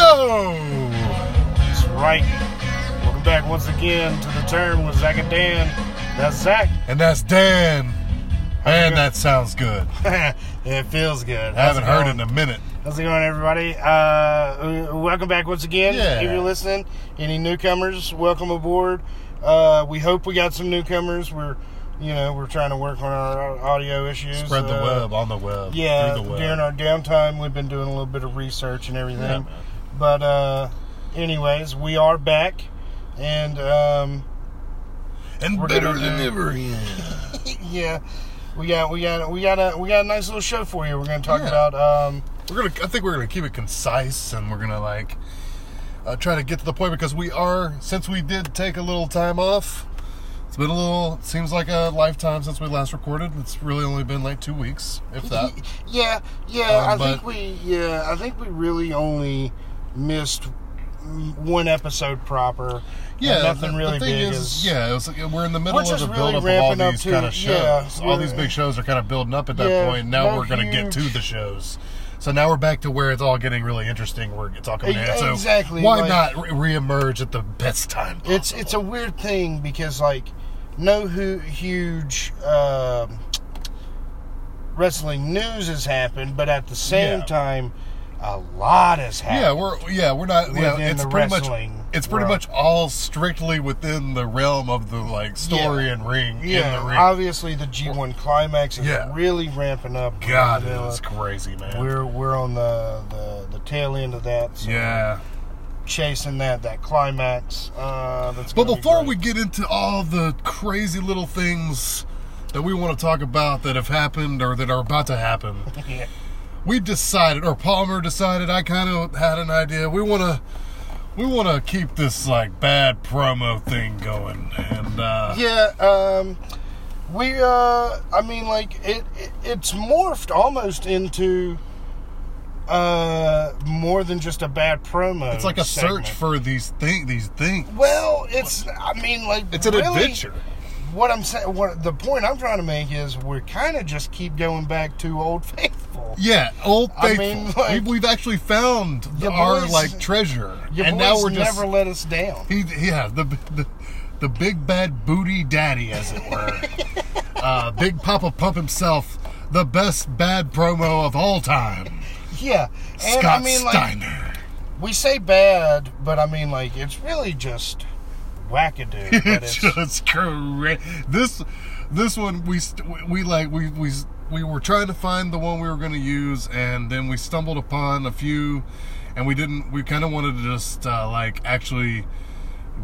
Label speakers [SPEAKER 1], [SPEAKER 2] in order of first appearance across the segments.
[SPEAKER 1] Oh,
[SPEAKER 2] Whoa! That's right. Welcome back once again to the turn with Zach and Dan. That's Zach.
[SPEAKER 1] And that's Dan. Man,
[SPEAKER 2] doing?
[SPEAKER 1] that sounds good.
[SPEAKER 2] it feels good.
[SPEAKER 1] I haven't heard in
[SPEAKER 2] going?
[SPEAKER 1] a minute.
[SPEAKER 2] How's it going, everybody? Uh, welcome back once again.
[SPEAKER 1] Yeah.
[SPEAKER 2] If you're listening, any newcomers, welcome aboard. Uh, we hope we got some newcomers. We're, you know, we're trying to work on our audio issues.
[SPEAKER 1] Spread the
[SPEAKER 2] Uh,
[SPEAKER 1] web on the web.
[SPEAKER 2] Yeah, uh,
[SPEAKER 1] through the web.
[SPEAKER 2] during our downtime, we've been doing a little bit of research and everything.
[SPEAKER 1] Yeah, man.
[SPEAKER 2] but uh, anyways, we are back, and um,
[SPEAKER 1] and
[SPEAKER 2] we're
[SPEAKER 1] better
[SPEAKER 2] gonna
[SPEAKER 1] than
[SPEAKER 2] do-
[SPEAKER 1] ever. Yeah.
[SPEAKER 2] yeah, we got we got we got a we got a nice little show for you. We're going to talk
[SPEAKER 1] Yeah.
[SPEAKER 2] about um,
[SPEAKER 1] We're gonna. I think we're gonna keep it concise, and we're gonna like uh, try to get to the point because we are. Since we did take a little time off, it's been a little. It seems like a lifetime since we last recorded. It's really only been like two weeks, if that.
[SPEAKER 2] yeah yeah.
[SPEAKER 1] Um,
[SPEAKER 2] I
[SPEAKER 1] but-
[SPEAKER 2] think we yeah I think we really only missed mm, one episode proper.
[SPEAKER 1] Yeah,
[SPEAKER 2] and nothing
[SPEAKER 1] the- the
[SPEAKER 2] really
[SPEAKER 1] thing
[SPEAKER 2] big
[SPEAKER 1] is,
[SPEAKER 2] is
[SPEAKER 1] yeah, it was like, we're in the middle
[SPEAKER 2] Which
[SPEAKER 1] of
[SPEAKER 2] is
[SPEAKER 1] the
[SPEAKER 2] really
[SPEAKER 1] buildup of all
[SPEAKER 2] ramping up
[SPEAKER 1] these
[SPEAKER 2] to-
[SPEAKER 1] kind of
[SPEAKER 2] yeah,
[SPEAKER 1] shows. all these
[SPEAKER 2] we're-
[SPEAKER 1] big shows are kind of building up at that
[SPEAKER 2] Yeah,
[SPEAKER 1] point. Now
[SPEAKER 2] no
[SPEAKER 1] we're going to get to
[SPEAKER 2] huge-
[SPEAKER 1] the shows. So now we're back to where it's all getting really interesting. We're talking
[SPEAKER 2] E-
[SPEAKER 1] about so
[SPEAKER 2] exactly,
[SPEAKER 1] Why
[SPEAKER 2] like-
[SPEAKER 1] not re- reemerge at the best time?
[SPEAKER 2] it's
[SPEAKER 1] possible?
[SPEAKER 2] it's a weird thing because like no hu- huge um wrestling news has happened, but at the same
[SPEAKER 1] Yeah.
[SPEAKER 2] time, a lot has happened.
[SPEAKER 1] yeah, we're yeah we're not yeah.
[SPEAKER 2] Within
[SPEAKER 1] It's
[SPEAKER 2] the
[SPEAKER 1] pretty much
[SPEAKER 2] wrestling
[SPEAKER 1] it's pretty
[SPEAKER 2] realm.
[SPEAKER 1] much all strictly within the realm of the like story and ring
[SPEAKER 2] yeah.
[SPEAKER 1] in the ring.
[SPEAKER 2] obviously, the G1 climax is
[SPEAKER 1] Yeah.
[SPEAKER 2] really ramping up.
[SPEAKER 1] God,
[SPEAKER 2] We're,
[SPEAKER 1] it's crazy, man.
[SPEAKER 2] we're we're on the, the the tail end of that. So
[SPEAKER 1] yeah.
[SPEAKER 2] chasing that that climax. Uh, that's
[SPEAKER 1] But
[SPEAKER 2] gonna be
[SPEAKER 1] before
[SPEAKER 2] great.
[SPEAKER 1] we get into all the crazy little things that we want to talk about that have happened or that are about to happen,
[SPEAKER 2] Yeah.
[SPEAKER 1] we decided, or Palmer decided, I kind of had an idea. We want to. We want to keep this like bad promo thing going, and uh,
[SPEAKER 2] Yeah, um, we. Uh, I mean, like it, it. It's morphed almost into uh more than just a bad promo.
[SPEAKER 1] it's like a search
[SPEAKER 2] segment.
[SPEAKER 1] for these thing, these things.
[SPEAKER 2] Well, it's. I mean, like
[SPEAKER 1] It's an
[SPEAKER 2] really,
[SPEAKER 1] adventure.
[SPEAKER 2] What I'm saying, what the point I'm trying to make is, we kind of just keep going back to Old Faithful.
[SPEAKER 1] Yeah, old
[SPEAKER 2] I
[SPEAKER 1] faithful.
[SPEAKER 2] mean, like-
[SPEAKER 1] we've, we've actually found
[SPEAKER 2] Your
[SPEAKER 1] our
[SPEAKER 2] boys-
[SPEAKER 1] like treasure,
[SPEAKER 2] Your
[SPEAKER 1] and
[SPEAKER 2] boys
[SPEAKER 1] now we're
[SPEAKER 2] never
[SPEAKER 1] just
[SPEAKER 2] let us down.
[SPEAKER 1] He, yeah, the, the the big bad booty daddy, as it were. uh, big Papa Pump himself, the best bad promo of all time.
[SPEAKER 2] Yeah, and
[SPEAKER 1] Scott
[SPEAKER 2] I mean, like
[SPEAKER 1] Steiner.
[SPEAKER 2] we say bad, but I mean, like it's really just wackadoo. But
[SPEAKER 1] It's
[SPEAKER 2] it's,
[SPEAKER 1] just crazy. This this one we st- we like we we we were trying to find the one we were going to use, and then we stumbled upon a few, and we didn't. We kind of wanted to just uh, like actually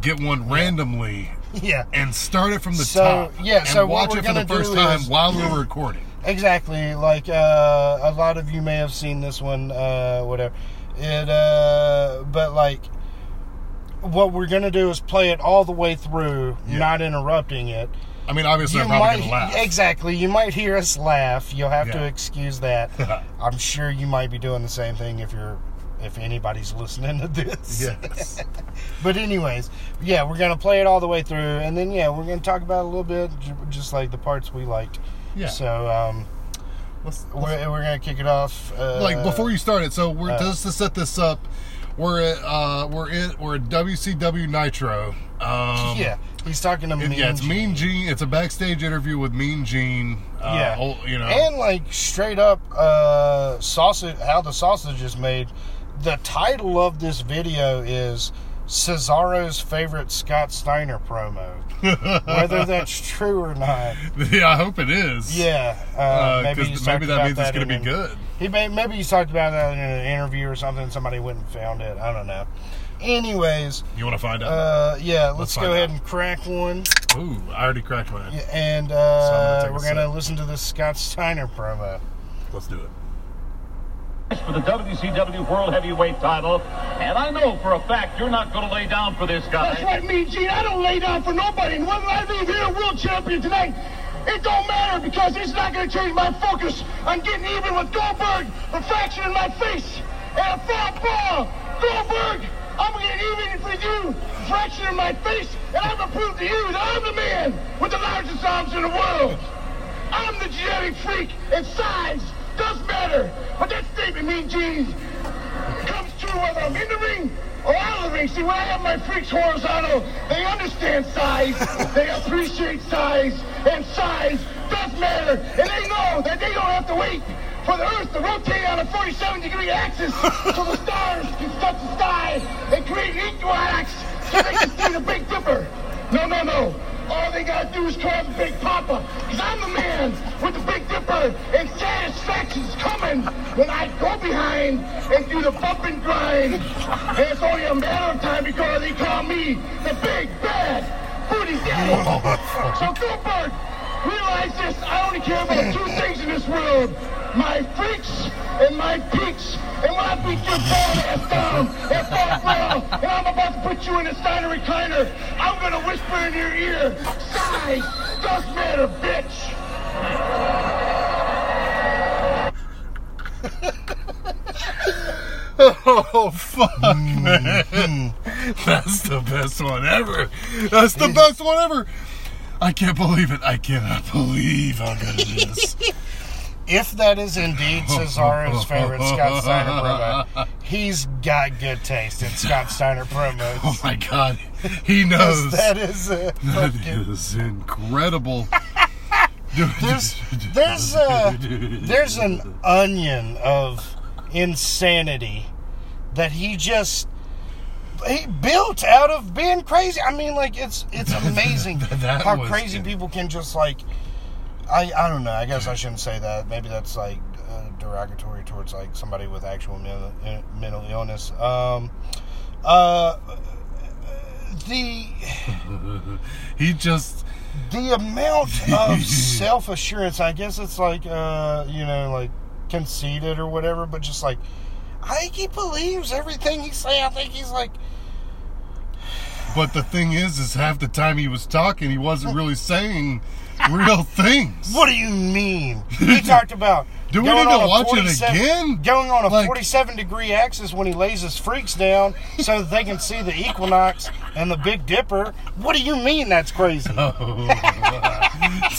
[SPEAKER 1] get one randomly
[SPEAKER 2] yeah.
[SPEAKER 1] and start it from the
[SPEAKER 2] So,
[SPEAKER 1] top.
[SPEAKER 2] yeah,
[SPEAKER 1] and
[SPEAKER 2] so what
[SPEAKER 1] watch
[SPEAKER 2] we're
[SPEAKER 1] it for the
[SPEAKER 2] gonna
[SPEAKER 1] first
[SPEAKER 2] do
[SPEAKER 1] time
[SPEAKER 2] is-
[SPEAKER 1] while we're recording.
[SPEAKER 2] Exactly. Like uh, a lot of you may have seen this one, uh, whatever. It, uh, but like, what we're gonna do is play it all the way through,
[SPEAKER 1] Yeah.
[SPEAKER 2] not interrupting it.
[SPEAKER 1] I mean, obviously, I'm probably gonna laugh.
[SPEAKER 2] exactly. You might hear us laugh. You'll have to
[SPEAKER 1] Yeah.
[SPEAKER 2] excuse that. I'm sure you might be doing the same thing if you're, if anybody's listening to this.
[SPEAKER 1] Yes.
[SPEAKER 2] But anyways, yeah, we're gonna play it all the way through, and then yeah, we're gonna talk about it a little bit, ju- just like the parts we liked.
[SPEAKER 1] Yeah.
[SPEAKER 2] So um,
[SPEAKER 1] Let's-
[SPEAKER 2] we're, we're gonna kick it off. Uh,
[SPEAKER 1] like before you start it, so we're
[SPEAKER 2] uh,
[SPEAKER 1] just to set this up. We're at uh, we're in we're at WCW Nitro. Um,
[SPEAKER 2] yeah, he's talking to
[SPEAKER 1] it-
[SPEAKER 2] me.
[SPEAKER 1] yeah, it's Mean Gene. It's a backstage interview with Mean Gene. Uh,
[SPEAKER 2] yeah,
[SPEAKER 1] old- you know.
[SPEAKER 2] and like straight up uh, sausage. How the sausage is made. The title of this video is Cesaro's favorite Scott Steiner promo. Whether that's true or not,
[SPEAKER 1] yeah, I hope it is.
[SPEAKER 2] yeah, uh,
[SPEAKER 1] Uh, 'cause
[SPEAKER 2] maybe,
[SPEAKER 1] maybe,
[SPEAKER 2] he's talked
[SPEAKER 1] that
[SPEAKER 2] about
[SPEAKER 1] means it's going
[SPEAKER 2] in
[SPEAKER 1] to
[SPEAKER 2] an-
[SPEAKER 1] be good.
[SPEAKER 2] He may, maybe he's talked about that in an interview or something. Somebody went and found it. I don't know. Anyways,
[SPEAKER 1] You want to find out?
[SPEAKER 2] uh, yeah, let's,
[SPEAKER 1] Let's
[SPEAKER 2] go
[SPEAKER 1] find
[SPEAKER 2] ahead
[SPEAKER 1] out.
[SPEAKER 2] and crack one,
[SPEAKER 1] Ooh, I already cracked mine.
[SPEAKER 2] Uh, Yeah, and
[SPEAKER 1] gonna
[SPEAKER 2] uh,
[SPEAKER 1] take a
[SPEAKER 2] we're gonna
[SPEAKER 1] sip.
[SPEAKER 2] listen to the Scott Steiner promo.
[SPEAKER 1] Let's do it.
[SPEAKER 3] for the WCW World Heavyweight title. And I know for a fact you're not going to lay down for this guy.
[SPEAKER 4] That's right, me, Gene. I don't lay down for nobody. And whether I leave here a world champion tonight, it don't matter because it's not going to change my focus on getting even with Goldberg for fracturing my face. And a foul ball, Goldberg. I'm going to get even for you for fracturing my face. And I'm going to prove to you that I'm the man with the largest arms in the world. I'm the genetic freak, and size does matter. But that statement, Mean Gene, comes true whether I'm in the ring thing. See, when I have my freaks horizontal, they understand size, they appreciate size, and size does matter. And they know that they don't have to wait for the Earth to rotate on a 47 degree axis so the stars can touch the sky and create an equinox so they can see the Big Dipper. No, no, no. All they gotta do is call the Big Papa, because I'm the man with the Big Dipper, and satisfaction's coming when I go behind and do the bump and grind. And it's only a matter of time because they call me the Big Bad Booty Daddy. So Goldberg, realize this. I only care about two things in this world. My freaks and my peaks. And when I beat your bald ass down and fall down, and I'm about to put you in a Steiner recliner, I'm gonna whisper in your ear, size does matter, bitch.
[SPEAKER 1] Oh fuck,
[SPEAKER 2] Mm-hmm.
[SPEAKER 1] man! That's the best one ever. That's the best one ever. I can't believe it. I cannot believe I'm gonna do this.
[SPEAKER 2] If that is indeed Cesaro's favorite Scott Steiner promo, he's got good taste in Scott Steiner promos.
[SPEAKER 1] Oh my god, he knows.
[SPEAKER 2] That is a
[SPEAKER 1] That
[SPEAKER 2] fucking-
[SPEAKER 1] is incredible.
[SPEAKER 2] there's there's a there's an onion of insanity that he just he built out of being crazy. I mean, like it's it's amazing
[SPEAKER 1] That
[SPEAKER 2] how
[SPEAKER 1] was-
[SPEAKER 2] crazy people can just like I I don't know. I guess I shouldn't say that. Maybe that's like uh, derogatory towards like somebody with actual mental, eh, mental illness. Um, uh, the
[SPEAKER 1] uh, he just
[SPEAKER 2] the amount of self assurance, I guess it's like, uh, you know, like conceited or whatever, but just like, I think he believes everything he's saying. I think he's like,
[SPEAKER 1] but the thing is is half the time he was talking he wasn't really saying real things
[SPEAKER 2] what do you mean? He talked about.
[SPEAKER 1] Do we
[SPEAKER 2] going
[SPEAKER 1] need to
[SPEAKER 2] on a
[SPEAKER 1] watch it
[SPEAKER 2] 47
[SPEAKER 1] again?
[SPEAKER 2] Going on a
[SPEAKER 1] Like-
[SPEAKER 2] 47 degree axis when he lays his freaks down so that they can see the equinox and the Big Dipper. What do you mean that's crazy?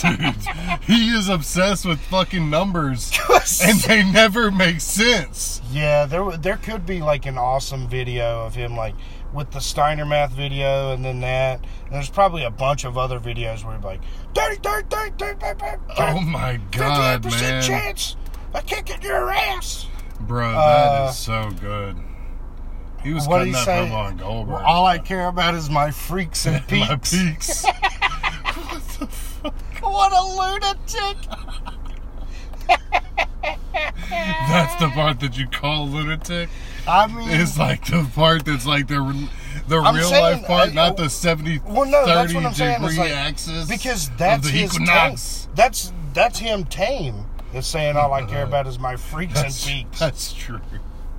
[SPEAKER 1] dude he is obsessed with fucking numbers and they never make sense
[SPEAKER 2] Yeah, there w- there could be like an awesome video of him like with the Steiner math video and then that. And there's probably a bunch of other videos where he's like 30 30 30 30 30 30
[SPEAKER 1] oh my god
[SPEAKER 2] 58%
[SPEAKER 1] man
[SPEAKER 2] chance of kicking your ass.
[SPEAKER 1] bro that is
[SPEAKER 2] Uh,
[SPEAKER 1] so good he was
[SPEAKER 2] What
[SPEAKER 1] cutting
[SPEAKER 2] did he
[SPEAKER 1] that
[SPEAKER 2] say?
[SPEAKER 1] promo on Goldberg.
[SPEAKER 2] All I care about is my freaks and peaks.
[SPEAKER 1] my peaks.
[SPEAKER 2] What a lunatic!
[SPEAKER 1] That's the part that you call lunatic.
[SPEAKER 2] I mean,
[SPEAKER 1] It's like the part that's like the the
[SPEAKER 2] I'm
[SPEAKER 1] real
[SPEAKER 2] saying,
[SPEAKER 1] life part,
[SPEAKER 2] I-
[SPEAKER 1] not the 70
[SPEAKER 2] Well,
[SPEAKER 1] 30
[SPEAKER 2] no, that's what I'm saying.
[SPEAKER 1] degree
[SPEAKER 2] It's like,
[SPEAKER 1] axis.
[SPEAKER 2] because
[SPEAKER 1] of
[SPEAKER 2] that's
[SPEAKER 1] the
[SPEAKER 2] his
[SPEAKER 1] equinox.
[SPEAKER 2] tame. That's that's him tame. Is saying all I care about is my freaks and
[SPEAKER 1] That's,
[SPEAKER 2] peaks.
[SPEAKER 1] that's true.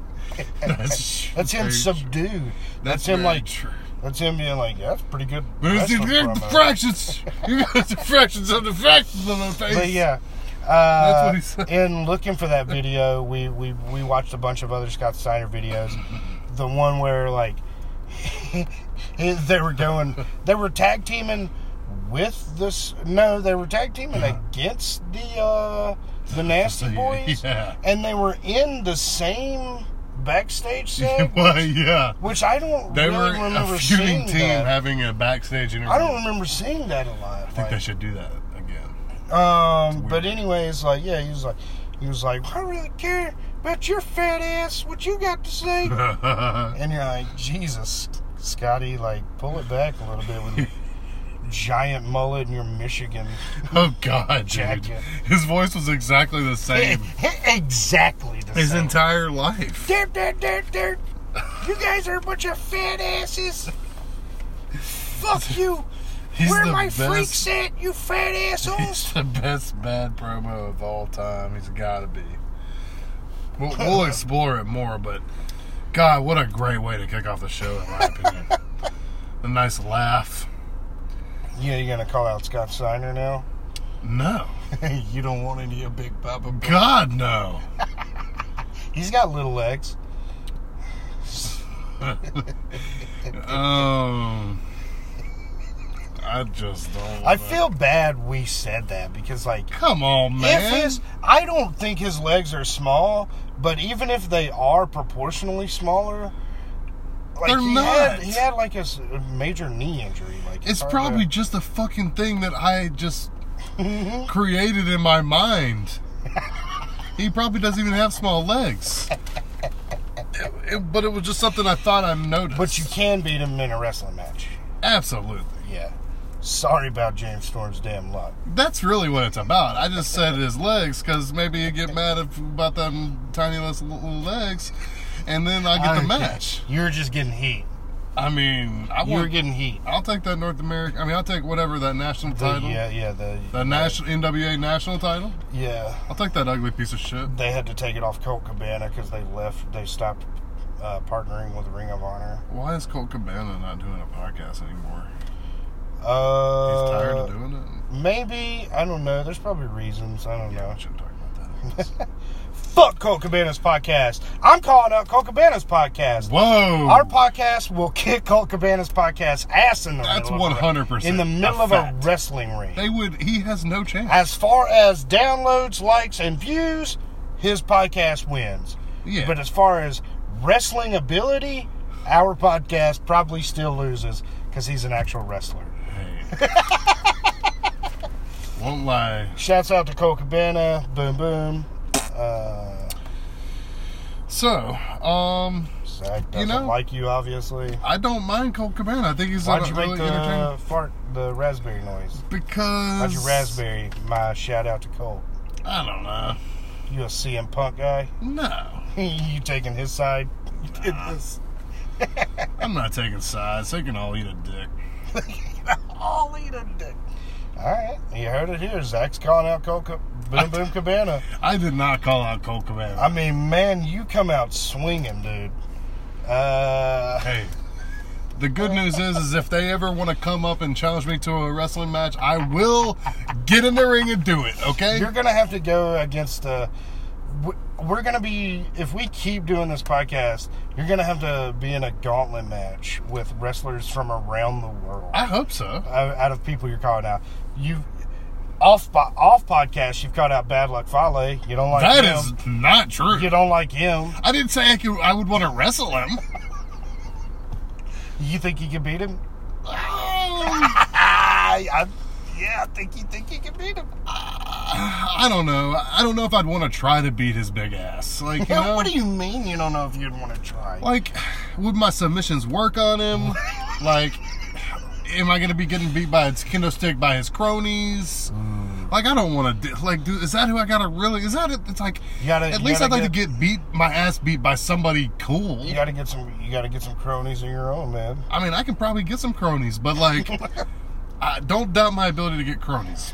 [SPEAKER 1] That's true.
[SPEAKER 2] That's him
[SPEAKER 1] Very true.
[SPEAKER 2] subdued. That's, him
[SPEAKER 1] very
[SPEAKER 2] like
[SPEAKER 1] true.
[SPEAKER 2] that's him being like, yeah, that's pretty good.
[SPEAKER 1] But it's
[SPEAKER 2] wrestling
[SPEAKER 1] the
[SPEAKER 2] promo."
[SPEAKER 1] fractions. You got the fractions of the fractions of the face.
[SPEAKER 2] But yeah. Uh,
[SPEAKER 1] That's what he said.
[SPEAKER 2] In looking for that video, we, we, we watched a bunch of other Scott Steiner videos. The one where like they were going, they were tag teaming with this. No, they were tag teaming against the uh, the Nasty Boys,
[SPEAKER 1] Yeah.
[SPEAKER 2] and they were in the same backstage set.
[SPEAKER 1] Well, yeah.
[SPEAKER 2] Which I don't
[SPEAKER 1] They
[SPEAKER 2] really
[SPEAKER 1] were
[SPEAKER 2] remember
[SPEAKER 1] a
[SPEAKER 2] seeing
[SPEAKER 1] feuding team
[SPEAKER 2] that.
[SPEAKER 1] having a backstage interview.
[SPEAKER 2] I don't remember seeing that a
[SPEAKER 1] I
[SPEAKER 2] lot.
[SPEAKER 1] think they
[SPEAKER 2] like,
[SPEAKER 1] should do that again.
[SPEAKER 2] um, but anyways, like yeah, he was like, he was like, I really care about your fat ass, what you got to say. and you're like, Jesus, Scotty, like pull it back a little bit with your giant mullet and your Michigan.
[SPEAKER 1] Oh God, dude!
[SPEAKER 2] Jacket.
[SPEAKER 1] His voice was exactly the same
[SPEAKER 2] exactly the
[SPEAKER 1] his
[SPEAKER 2] same.
[SPEAKER 1] entire life.
[SPEAKER 2] Derp, derp, derp, derp. You guys are a bunch of fat asses. Fuck you.
[SPEAKER 1] He's
[SPEAKER 2] Where
[SPEAKER 1] the
[SPEAKER 2] my
[SPEAKER 1] best.
[SPEAKER 2] freaks at, you fat assholes?
[SPEAKER 1] He's the best bad promo of all time. He's got to be. We'll, we'll explore it more, but God, what a great way to kick off the show, in my opinion. a nice laugh.
[SPEAKER 2] Yeah, you gonna call out Scott Steiner now?
[SPEAKER 1] No,
[SPEAKER 2] you don't want any of Big Papa.
[SPEAKER 1] God, no.
[SPEAKER 2] He's got little legs.
[SPEAKER 1] Um, I just don't.
[SPEAKER 2] I
[SPEAKER 1] wanna-
[SPEAKER 2] feel bad we said that because, like,
[SPEAKER 1] Come on, man.
[SPEAKER 2] if his, I don't think his legs are small, but even if they are proportionally smaller, Like
[SPEAKER 1] They're
[SPEAKER 2] he
[SPEAKER 1] not.
[SPEAKER 2] Had, he had like a s- a major knee injury. Like
[SPEAKER 1] It's
[SPEAKER 2] hard
[SPEAKER 1] probably
[SPEAKER 2] to-
[SPEAKER 1] just a fucking thing that I just created in my mind. he probably doesn't even have small legs. It- it- but it was just something I thought I noticed.
[SPEAKER 2] but you can beat him in a wrestling match.
[SPEAKER 1] absolutely.
[SPEAKER 2] Yeah. Sorry about James Storm's damn luck.
[SPEAKER 1] That's really what it's about. I just said his legs because maybe you get mad if, about them tiny little little legs, and then I get the match.
[SPEAKER 2] You're just getting heat.
[SPEAKER 1] I mean, I
[SPEAKER 2] You're
[SPEAKER 1] want.
[SPEAKER 2] getting heat.
[SPEAKER 1] I'll take that North American. I mean, I'll take whatever that national
[SPEAKER 2] The-
[SPEAKER 1] title,
[SPEAKER 2] yeah, yeah, the
[SPEAKER 1] the national NWA national title.
[SPEAKER 2] yeah.
[SPEAKER 1] I'll take that ugly piece of shit.
[SPEAKER 2] They had to take it off Colt Cabana because they left. They stopped uh, partnering with Ring of Honor.
[SPEAKER 1] Why is Colt Cabana not doing a podcast anymore? He's
[SPEAKER 2] Uh,
[SPEAKER 1] tired of doing it.
[SPEAKER 2] Maybe I don't know. There's probably reasons. I don't
[SPEAKER 1] Yeah,
[SPEAKER 2] know.
[SPEAKER 1] I shouldn't talk about that.
[SPEAKER 2] Fuck Colt Cabana's podcast. I'm calling out Colt Cabana's podcast.
[SPEAKER 1] Whoa!
[SPEAKER 2] Our podcast will kick Colt Cabana's podcast ass in the
[SPEAKER 1] That's
[SPEAKER 2] middle of a-
[SPEAKER 1] 100%
[SPEAKER 2] in the middle
[SPEAKER 1] a
[SPEAKER 2] of a
[SPEAKER 1] fact.
[SPEAKER 2] wrestling ring.
[SPEAKER 1] they would. He has no chance.
[SPEAKER 2] as far as downloads, likes, and views, his podcast wins.
[SPEAKER 1] Yeah.
[SPEAKER 2] But as far as wrestling ability, our podcast probably still loses because he's an actual wrestler.
[SPEAKER 1] Hey. Won't lie.
[SPEAKER 2] Shouts out to Cole Cabana, Boom Boom. Uh,
[SPEAKER 1] So, um,
[SPEAKER 2] Zach doesn't
[SPEAKER 1] You know-
[SPEAKER 2] like you, obviously.
[SPEAKER 1] I don't mind Colt Cabana. I think he's
[SPEAKER 2] Why'd
[SPEAKER 1] a
[SPEAKER 2] you
[SPEAKER 1] really
[SPEAKER 2] make
[SPEAKER 1] entertaining
[SPEAKER 2] the fart, the raspberry noise?
[SPEAKER 1] because
[SPEAKER 2] Why'd you raspberry my shout out to Cole?
[SPEAKER 1] I don't know.
[SPEAKER 2] You a CM Punk guy?
[SPEAKER 1] No,
[SPEAKER 2] you taking his side?
[SPEAKER 1] I'm not taking sides. They can all eat a dick.
[SPEAKER 2] All eaten dick. All right, you heard it here. Zach's calling out Colt Ca- Boom Boom Cabana.
[SPEAKER 1] I did not call out Colt Cabana.
[SPEAKER 2] I mean, man, you come out swinging, dude. Uh,
[SPEAKER 1] hey, the good news is, is if they ever want to come up and challenge me to a wrestling match, I will get in the ring and do it. Okay?
[SPEAKER 2] you're gonna have to go against. Uh, w- we're gonna be if we keep doing this podcast, you're gonna have to be in a gauntlet match with wrestlers from around the world.
[SPEAKER 1] I hope so.
[SPEAKER 2] out out of people you're calling out, you off po- off podcast, you've called out Bad Luck Fale. You don't like
[SPEAKER 1] That
[SPEAKER 2] him.
[SPEAKER 1] is not true.
[SPEAKER 2] You don't like him.
[SPEAKER 1] I didn't say I could. I would want to wrestle him.
[SPEAKER 2] You think you can beat him?
[SPEAKER 1] I
[SPEAKER 2] I, I, yeah, I think you think you can beat him.
[SPEAKER 1] don't know. I don't know if I'd want to try to beat his big ass. Like, you know,
[SPEAKER 2] what do you mean you don't know if you'd want to try?
[SPEAKER 1] like, would my submissions work on him? like, am I gonna be getting beat by his kendo stick by his cronies?
[SPEAKER 2] Mm.
[SPEAKER 1] Like, I don't want to. Like, dude, is that who I gotta really? Is that it? It's like,
[SPEAKER 2] You gotta-
[SPEAKER 1] at
[SPEAKER 2] you
[SPEAKER 1] least
[SPEAKER 2] gotta
[SPEAKER 1] I'd like to get beat, my ass beat by somebody cool.
[SPEAKER 2] you gotta get some. You gotta get some cronies of your own, man.
[SPEAKER 1] I mean, I can probably get some cronies, but like, I, don't doubt my ability to get cronies.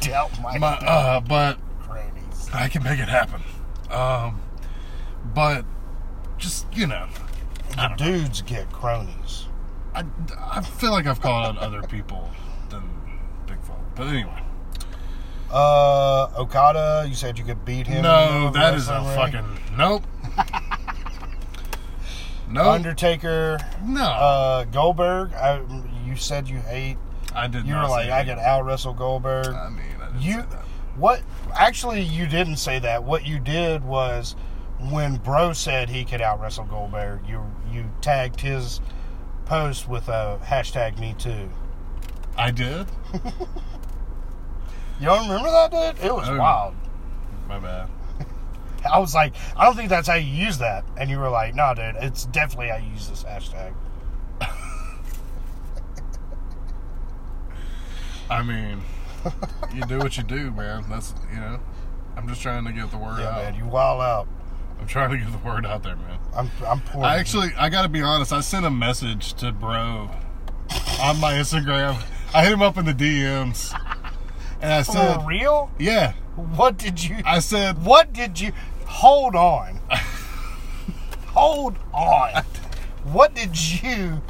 [SPEAKER 2] Doubt my,
[SPEAKER 1] My, uh, but
[SPEAKER 2] cronies.
[SPEAKER 1] I can make it happen. Um, but just you know,
[SPEAKER 2] The dudes get cronies.
[SPEAKER 1] I, I feel like I've called out other people than Big Fall. But anyway,
[SPEAKER 2] Uh, Okada, you said you could beat him. in
[SPEAKER 1] no,
[SPEAKER 2] the
[SPEAKER 1] that is a
[SPEAKER 2] wrestling ring.
[SPEAKER 1] fucking nope. Nope.
[SPEAKER 2] Undertaker.
[SPEAKER 1] no,
[SPEAKER 2] Uh, Goldberg. I, you said you hate.
[SPEAKER 1] I did.
[SPEAKER 2] You
[SPEAKER 1] not
[SPEAKER 2] were
[SPEAKER 1] say
[SPEAKER 2] like, I
[SPEAKER 1] that.
[SPEAKER 2] could out wrestle Goldberg.
[SPEAKER 1] I mean, I didn't
[SPEAKER 2] You,
[SPEAKER 1] say that.
[SPEAKER 2] what? Actually, you didn't say that. What you did was, when Bro said he could out wrestle Goldberg, you you tagged his post with a hashtag Me Too.
[SPEAKER 1] I did.
[SPEAKER 2] You don't remember that, dude? It was
[SPEAKER 1] Oh.
[SPEAKER 2] wild.
[SPEAKER 1] My bad.
[SPEAKER 2] I was like, I don't think that's how you use that, and you were like, No, dude, it's definitely how you use this hashtag.
[SPEAKER 1] I mean, you do what you do, man. That's you know. I'm just trying to get the word
[SPEAKER 2] Yeah,
[SPEAKER 1] out.
[SPEAKER 2] man, you wild out.
[SPEAKER 1] I'm trying to get the word out there, man.
[SPEAKER 2] I'm I'm poor.
[SPEAKER 1] I actually, I gotta be honest. I sent a message to bro on my Instagram. I hit him up in the DMs, and I said,
[SPEAKER 2] for real.
[SPEAKER 1] "Yeah."
[SPEAKER 2] What did you?
[SPEAKER 1] I said,
[SPEAKER 2] What did you hold on? hold on. What did you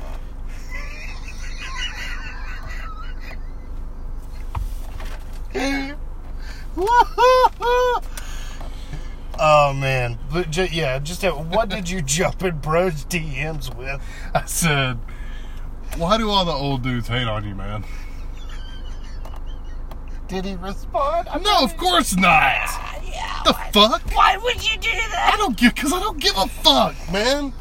[SPEAKER 2] Oh man. But ju- yeah, just uh, what did you jump in bros DMs with?
[SPEAKER 1] "I said, why do all the old dudes hate on you, man?"
[SPEAKER 2] Did he respond? I'm
[SPEAKER 1] No, of course not. the fuck?
[SPEAKER 2] Why would you do that?
[SPEAKER 1] I don't give, cause I don't give a fuck, man.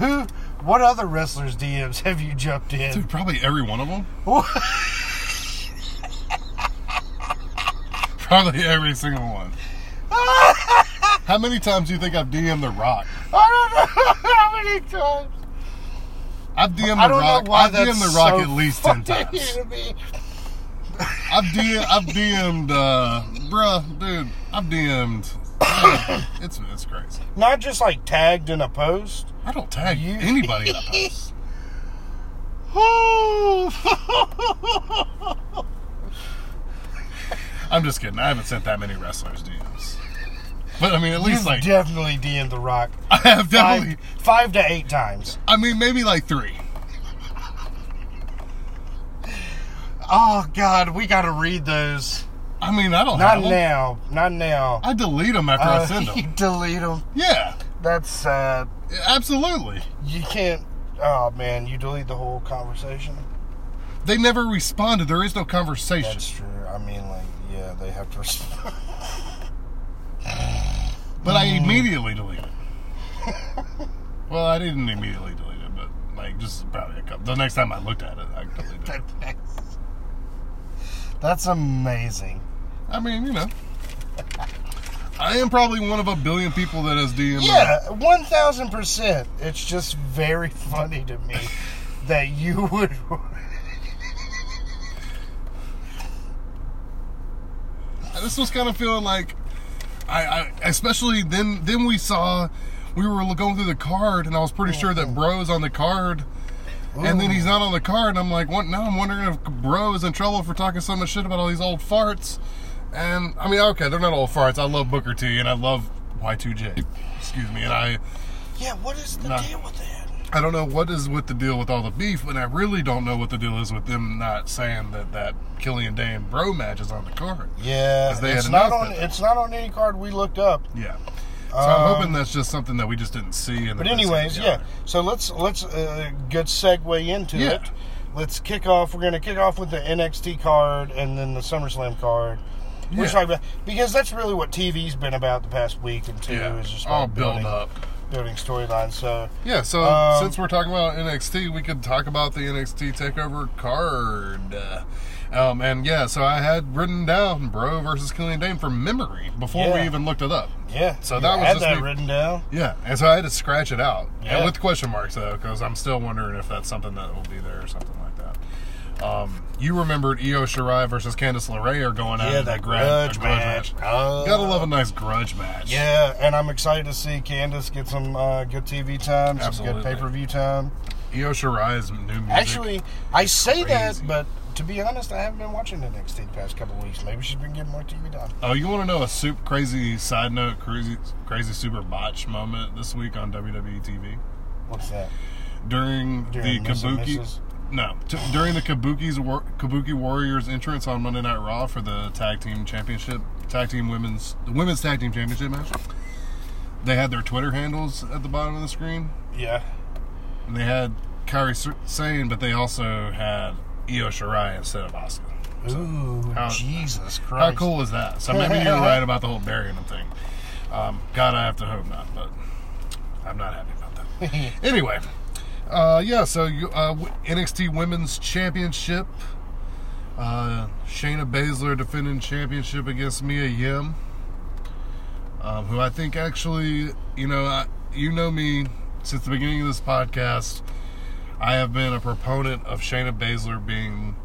[SPEAKER 2] other wrestlers' DMs have you jumped in?
[SPEAKER 1] Dude, probably every one of them. probably every single one. How many times do you think I've DM'd The Rock?
[SPEAKER 2] I don't know how many times.
[SPEAKER 1] I've DM'd The
[SPEAKER 2] I don't
[SPEAKER 1] Rock.
[SPEAKER 2] know why
[SPEAKER 1] I've
[SPEAKER 2] that's
[SPEAKER 1] DM'd The Rock
[SPEAKER 2] so
[SPEAKER 1] at least ten
[SPEAKER 2] funny
[SPEAKER 1] times.
[SPEAKER 2] to me.
[SPEAKER 1] I've DM, I've DM'd, uh, bruh, dude. I've DM'd. it's it's crazy.
[SPEAKER 2] Not just like tagged in a post.
[SPEAKER 1] I don't tag
[SPEAKER 2] You-
[SPEAKER 1] anybody in a post. I'm just kidding. I haven't sent that many wrestlers DMs. But I mean, at least
[SPEAKER 2] You've
[SPEAKER 1] like
[SPEAKER 2] definitely DM'd The Rock
[SPEAKER 1] I have definitely.
[SPEAKER 2] five, five to eight times.
[SPEAKER 1] I mean, maybe like three.
[SPEAKER 2] Oh God, we got to read those.
[SPEAKER 1] I mean, I don't
[SPEAKER 2] Not
[SPEAKER 1] have 'em.
[SPEAKER 2] now. Not now.
[SPEAKER 1] I delete them after I
[SPEAKER 2] Uh,
[SPEAKER 1] send
[SPEAKER 2] you
[SPEAKER 1] them.
[SPEAKER 2] delete them.
[SPEAKER 1] Yeah,
[SPEAKER 2] That's sad.
[SPEAKER 1] absolutely.
[SPEAKER 2] You can't. Oh man, you delete the whole conversation.
[SPEAKER 1] They never responded. There is no conversation.
[SPEAKER 2] That's true. I mean, like, yeah, they have to.
[SPEAKER 1] But
[SPEAKER 2] Respond.
[SPEAKER 1] I immediately deleted it. well, I didn't immediately delete it, but like just probably a couple. The next time I looked at it, I deleted it.
[SPEAKER 2] That's amazing.
[SPEAKER 1] I mean, you know, I am probably one of a billion people that has DM.
[SPEAKER 2] Yeah, one thousand percent. It's just very funny to me that you would.
[SPEAKER 1] This was kind of feeling like, I, I especially then then we saw we were going through the card, and I was pretty sure that Bro's on the card. And then he's not on the card, and I'm like, what? Now I'm wondering if Bro is in trouble for talking so much shit about all these old farts. And I mean, okay, they're not old farts. I love Booker T, and I love Y2J. Excuse me, and I
[SPEAKER 2] Yeah, what is the
[SPEAKER 1] No.
[SPEAKER 2] deal with that?
[SPEAKER 1] I don't know what is with the deal with all the beef, and I really don't know what the deal is with them not saying that that Killian Day and Bro match is on the card.
[SPEAKER 2] Yeah,
[SPEAKER 1] 'Cause they had
[SPEAKER 2] it's not on.
[SPEAKER 1] announced that.
[SPEAKER 2] It's not on any card we looked up.
[SPEAKER 1] Yeah. So I'm hoping that's just something that we just didn't see. And
[SPEAKER 2] Um, But
[SPEAKER 1] that this
[SPEAKER 2] anyways,
[SPEAKER 1] and the
[SPEAKER 2] yeah.
[SPEAKER 1] other.
[SPEAKER 2] So let's let's uh, good segue into
[SPEAKER 1] Yeah.
[SPEAKER 2] it. Let's kick off. We're gonna kick off with the NXT card and then the SummerSlam card. We're
[SPEAKER 1] Yeah.
[SPEAKER 2] talking about because that's really what TV's been about the past week and two
[SPEAKER 1] Yeah,
[SPEAKER 2] is just
[SPEAKER 1] all
[SPEAKER 2] about
[SPEAKER 1] build
[SPEAKER 2] building,
[SPEAKER 1] up.
[SPEAKER 2] building storylines. So
[SPEAKER 1] Yeah, so
[SPEAKER 2] Um,
[SPEAKER 1] since we're talking about NXT, we could talk about the NXT Takeover card. Uh, Um, and yeah, so I had written down Bro versus Killian Dane from memory before we
[SPEAKER 2] Yeah.
[SPEAKER 1] even looked it up.
[SPEAKER 2] yeah,
[SPEAKER 1] So
[SPEAKER 2] you
[SPEAKER 1] that was
[SPEAKER 2] had
[SPEAKER 1] just
[SPEAKER 2] that
[SPEAKER 1] me-
[SPEAKER 2] written down.
[SPEAKER 1] Yeah, and so I had to scratch it out
[SPEAKER 2] Yeah.
[SPEAKER 1] and with question marks though, because I'm still wondering if that's something that will be there or something like that. Um, you remembered Io Shirai versus Candice LeRae are going out
[SPEAKER 2] Yeah,
[SPEAKER 1] in
[SPEAKER 2] that
[SPEAKER 1] a gra- a
[SPEAKER 2] grudge match. Oh.
[SPEAKER 1] Gotta love a nice grudge match.
[SPEAKER 2] Yeah, and I'm excited to see Candace get some uh, good TV time, some
[SPEAKER 1] Absolutely.
[SPEAKER 2] good pay per view time.
[SPEAKER 1] Io Shirai's new music.
[SPEAKER 2] Actually, I say that,
[SPEAKER 1] crazy.
[SPEAKER 2] but to be honest, I haven't been watching NXT the past couple of weeks. Maybe she's been getting more TV time.
[SPEAKER 1] Oh, you want to know a super crazy side note, crazy, crazy super botch moment this week on WWE TV
[SPEAKER 2] What's that?
[SPEAKER 1] during,
[SPEAKER 2] During
[SPEAKER 1] the
[SPEAKER 2] Miss and
[SPEAKER 1] Kabuki.
[SPEAKER 2] Mrs.?
[SPEAKER 1] No, t- during the Kabuki's war- Kabuki Warriors entrance on Monday Night Raw for the tag team championship, tag team women's the women's tag team championship match. They had their Twitter handles at the bottom of the screen,
[SPEAKER 2] Yeah.
[SPEAKER 1] and they had Kyrie S- Sane, but they also had Io Shirai instead of Asuka.
[SPEAKER 2] Ooh,
[SPEAKER 1] How-
[SPEAKER 2] Jesus
[SPEAKER 1] How
[SPEAKER 2] Christ.
[SPEAKER 1] cool is that? So maybe you're right about the whole burying them thing. Um, God, I have to hope not, but I'm not happy about that. anyway, uh, yeah, so you, uh, w- NXT Women's Championship. Uh, Shayna Baszler defending championship against Mia Yim, um, who I think actually, you know, I, you know me since the beginning of this podcast. I have been a proponent of Shayna Baszler being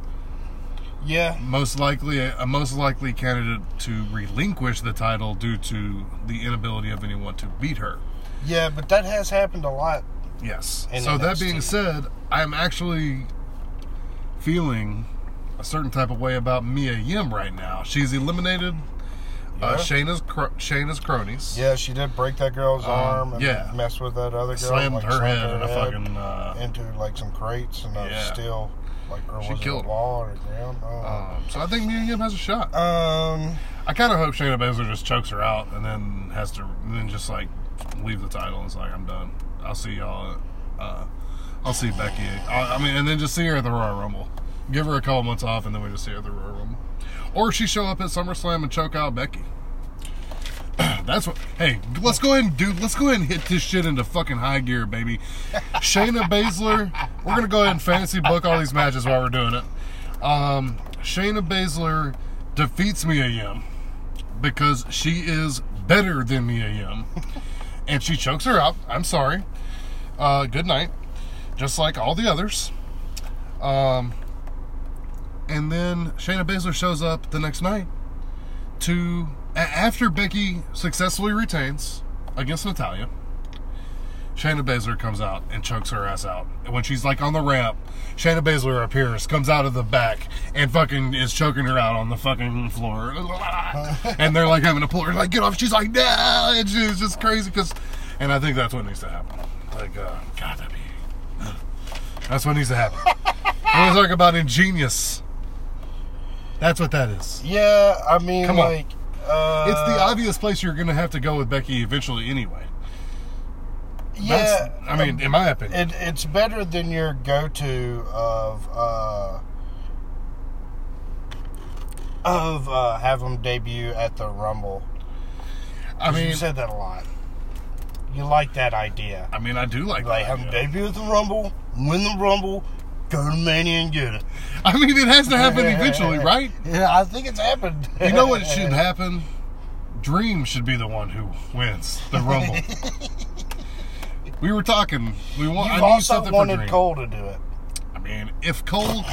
[SPEAKER 2] Yeah.
[SPEAKER 1] most likely a most likely candidate to relinquish the title due to the inability of anyone to beat her.
[SPEAKER 2] Yeah, but that has happened a lot.
[SPEAKER 1] Yes.
[SPEAKER 2] In
[SPEAKER 1] so that
[SPEAKER 2] NXT.
[SPEAKER 1] being said, I'm actually feeling a certain type of way about Mia Yim right now. She's eliminated
[SPEAKER 2] Yeah.
[SPEAKER 1] uh, Shayna's cro- Shayna's cronies.
[SPEAKER 2] Yeah, she did break that girl's arm and
[SPEAKER 1] Uh, yeah.
[SPEAKER 2] mess with that other girl.
[SPEAKER 1] Slammed
[SPEAKER 2] like,
[SPEAKER 1] her
[SPEAKER 2] slammed
[SPEAKER 1] head in a fucking. Uh,
[SPEAKER 2] into like some crates and a
[SPEAKER 1] Yeah.
[SPEAKER 2] steel, like or
[SPEAKER 1] She
[SPEAKER 2] was
[SPEAKER 1] killed
[SPEAKER 2] it
[SPEAKER 1] him. Uh-huh.
[SPEAKER 2] a wall or the ground? Oh.
[SPEAKER 1] um, so I think Mia Yim has a shot.
[SPEAKER 2] um,
[SPEAKER 1] I kind of hope Shayna Baszler just chokes her out and then has to and then just like leave the title. and It's like I'm done. I'll see y'all. Uh, I'll see Becky. I, I mean, and then just see her at the Royal Rumble. Give her a couple months off, and then we just see her at the Royal Rumble. Or she show up at SummerSlam and choke out Becky. That's what. Hey, let's go ahead and do. Let's go ahead and hit this shit into fucking high gear, baby. Shayna Baszler. We're gonna go ahead and fantasy book all these matches while we're doing it. Um, Shayna Baszler defeats Mia Yim because she is better than Mia Yim, and she chokes her out. I'm sorry. Uh, good night. Just like all the others. Um, and then Shayna Baszler shows up the next night to a- after Becky successfully retains against Natalia. Shayna Baszler comes out and chokes her ass out. And when she's like on the ramp, Shayna Baszler appears, comes out of the back, and fucking is choking her out on the fucking floor. and they're like having to pull her, like, get off. She's like, no. And she's just crazy because, and I think that's what needs to happen. Like, uh, God, that'd be, that's what needs to happen. We're talking about ingenious. That's what that is.
[SPEAKER 2] Yeah, I mean,
[SPEAKER 1] Come on.
[SPEAKER 2] like, uh,
[SPEAKER 1] It's the obvious place you're going to have to go with Becky eventually, anyway.
[SPEAKER 2] yeah.
[SPEAKER 1] That's- I mean, in my opinion.
[SPEAKER 2] it, it's better than your go-to of uh, of uh, have them debut at the Rumble.
[SPEAKER 1] I mean,
[SPEAKER 2] you said that a lot. You like that idea?
[SPEAKER 1] I mean, I do like
[SPEAKER 2] Like
[SPEAKER 1] that
[SPEAKER 2] have them
[SPEAKER 1] idea.
[SPEAKER 2] debut at the Rumble, win the Rumble, go to Mania and get it.
[SPEAKER 1] I mean, it has to happen eventually, right?
[SPEAKER 2] Yeah, I think it's happened.
[SPEAKER 1] You know what should happen? Dream should be the one who wins the Rumble. we were talking. We want.
[SPEAKER 2] You've
[SPEAKER 1] I need
[SPEAKER 2] also
[SPEAKER 1] something for
[SPEAKER 2] wanted
[SPEAKER 1] Dream.
[SPEAKER 2] Cole to do it.
[SPEAKER 1] I mean, if Cole,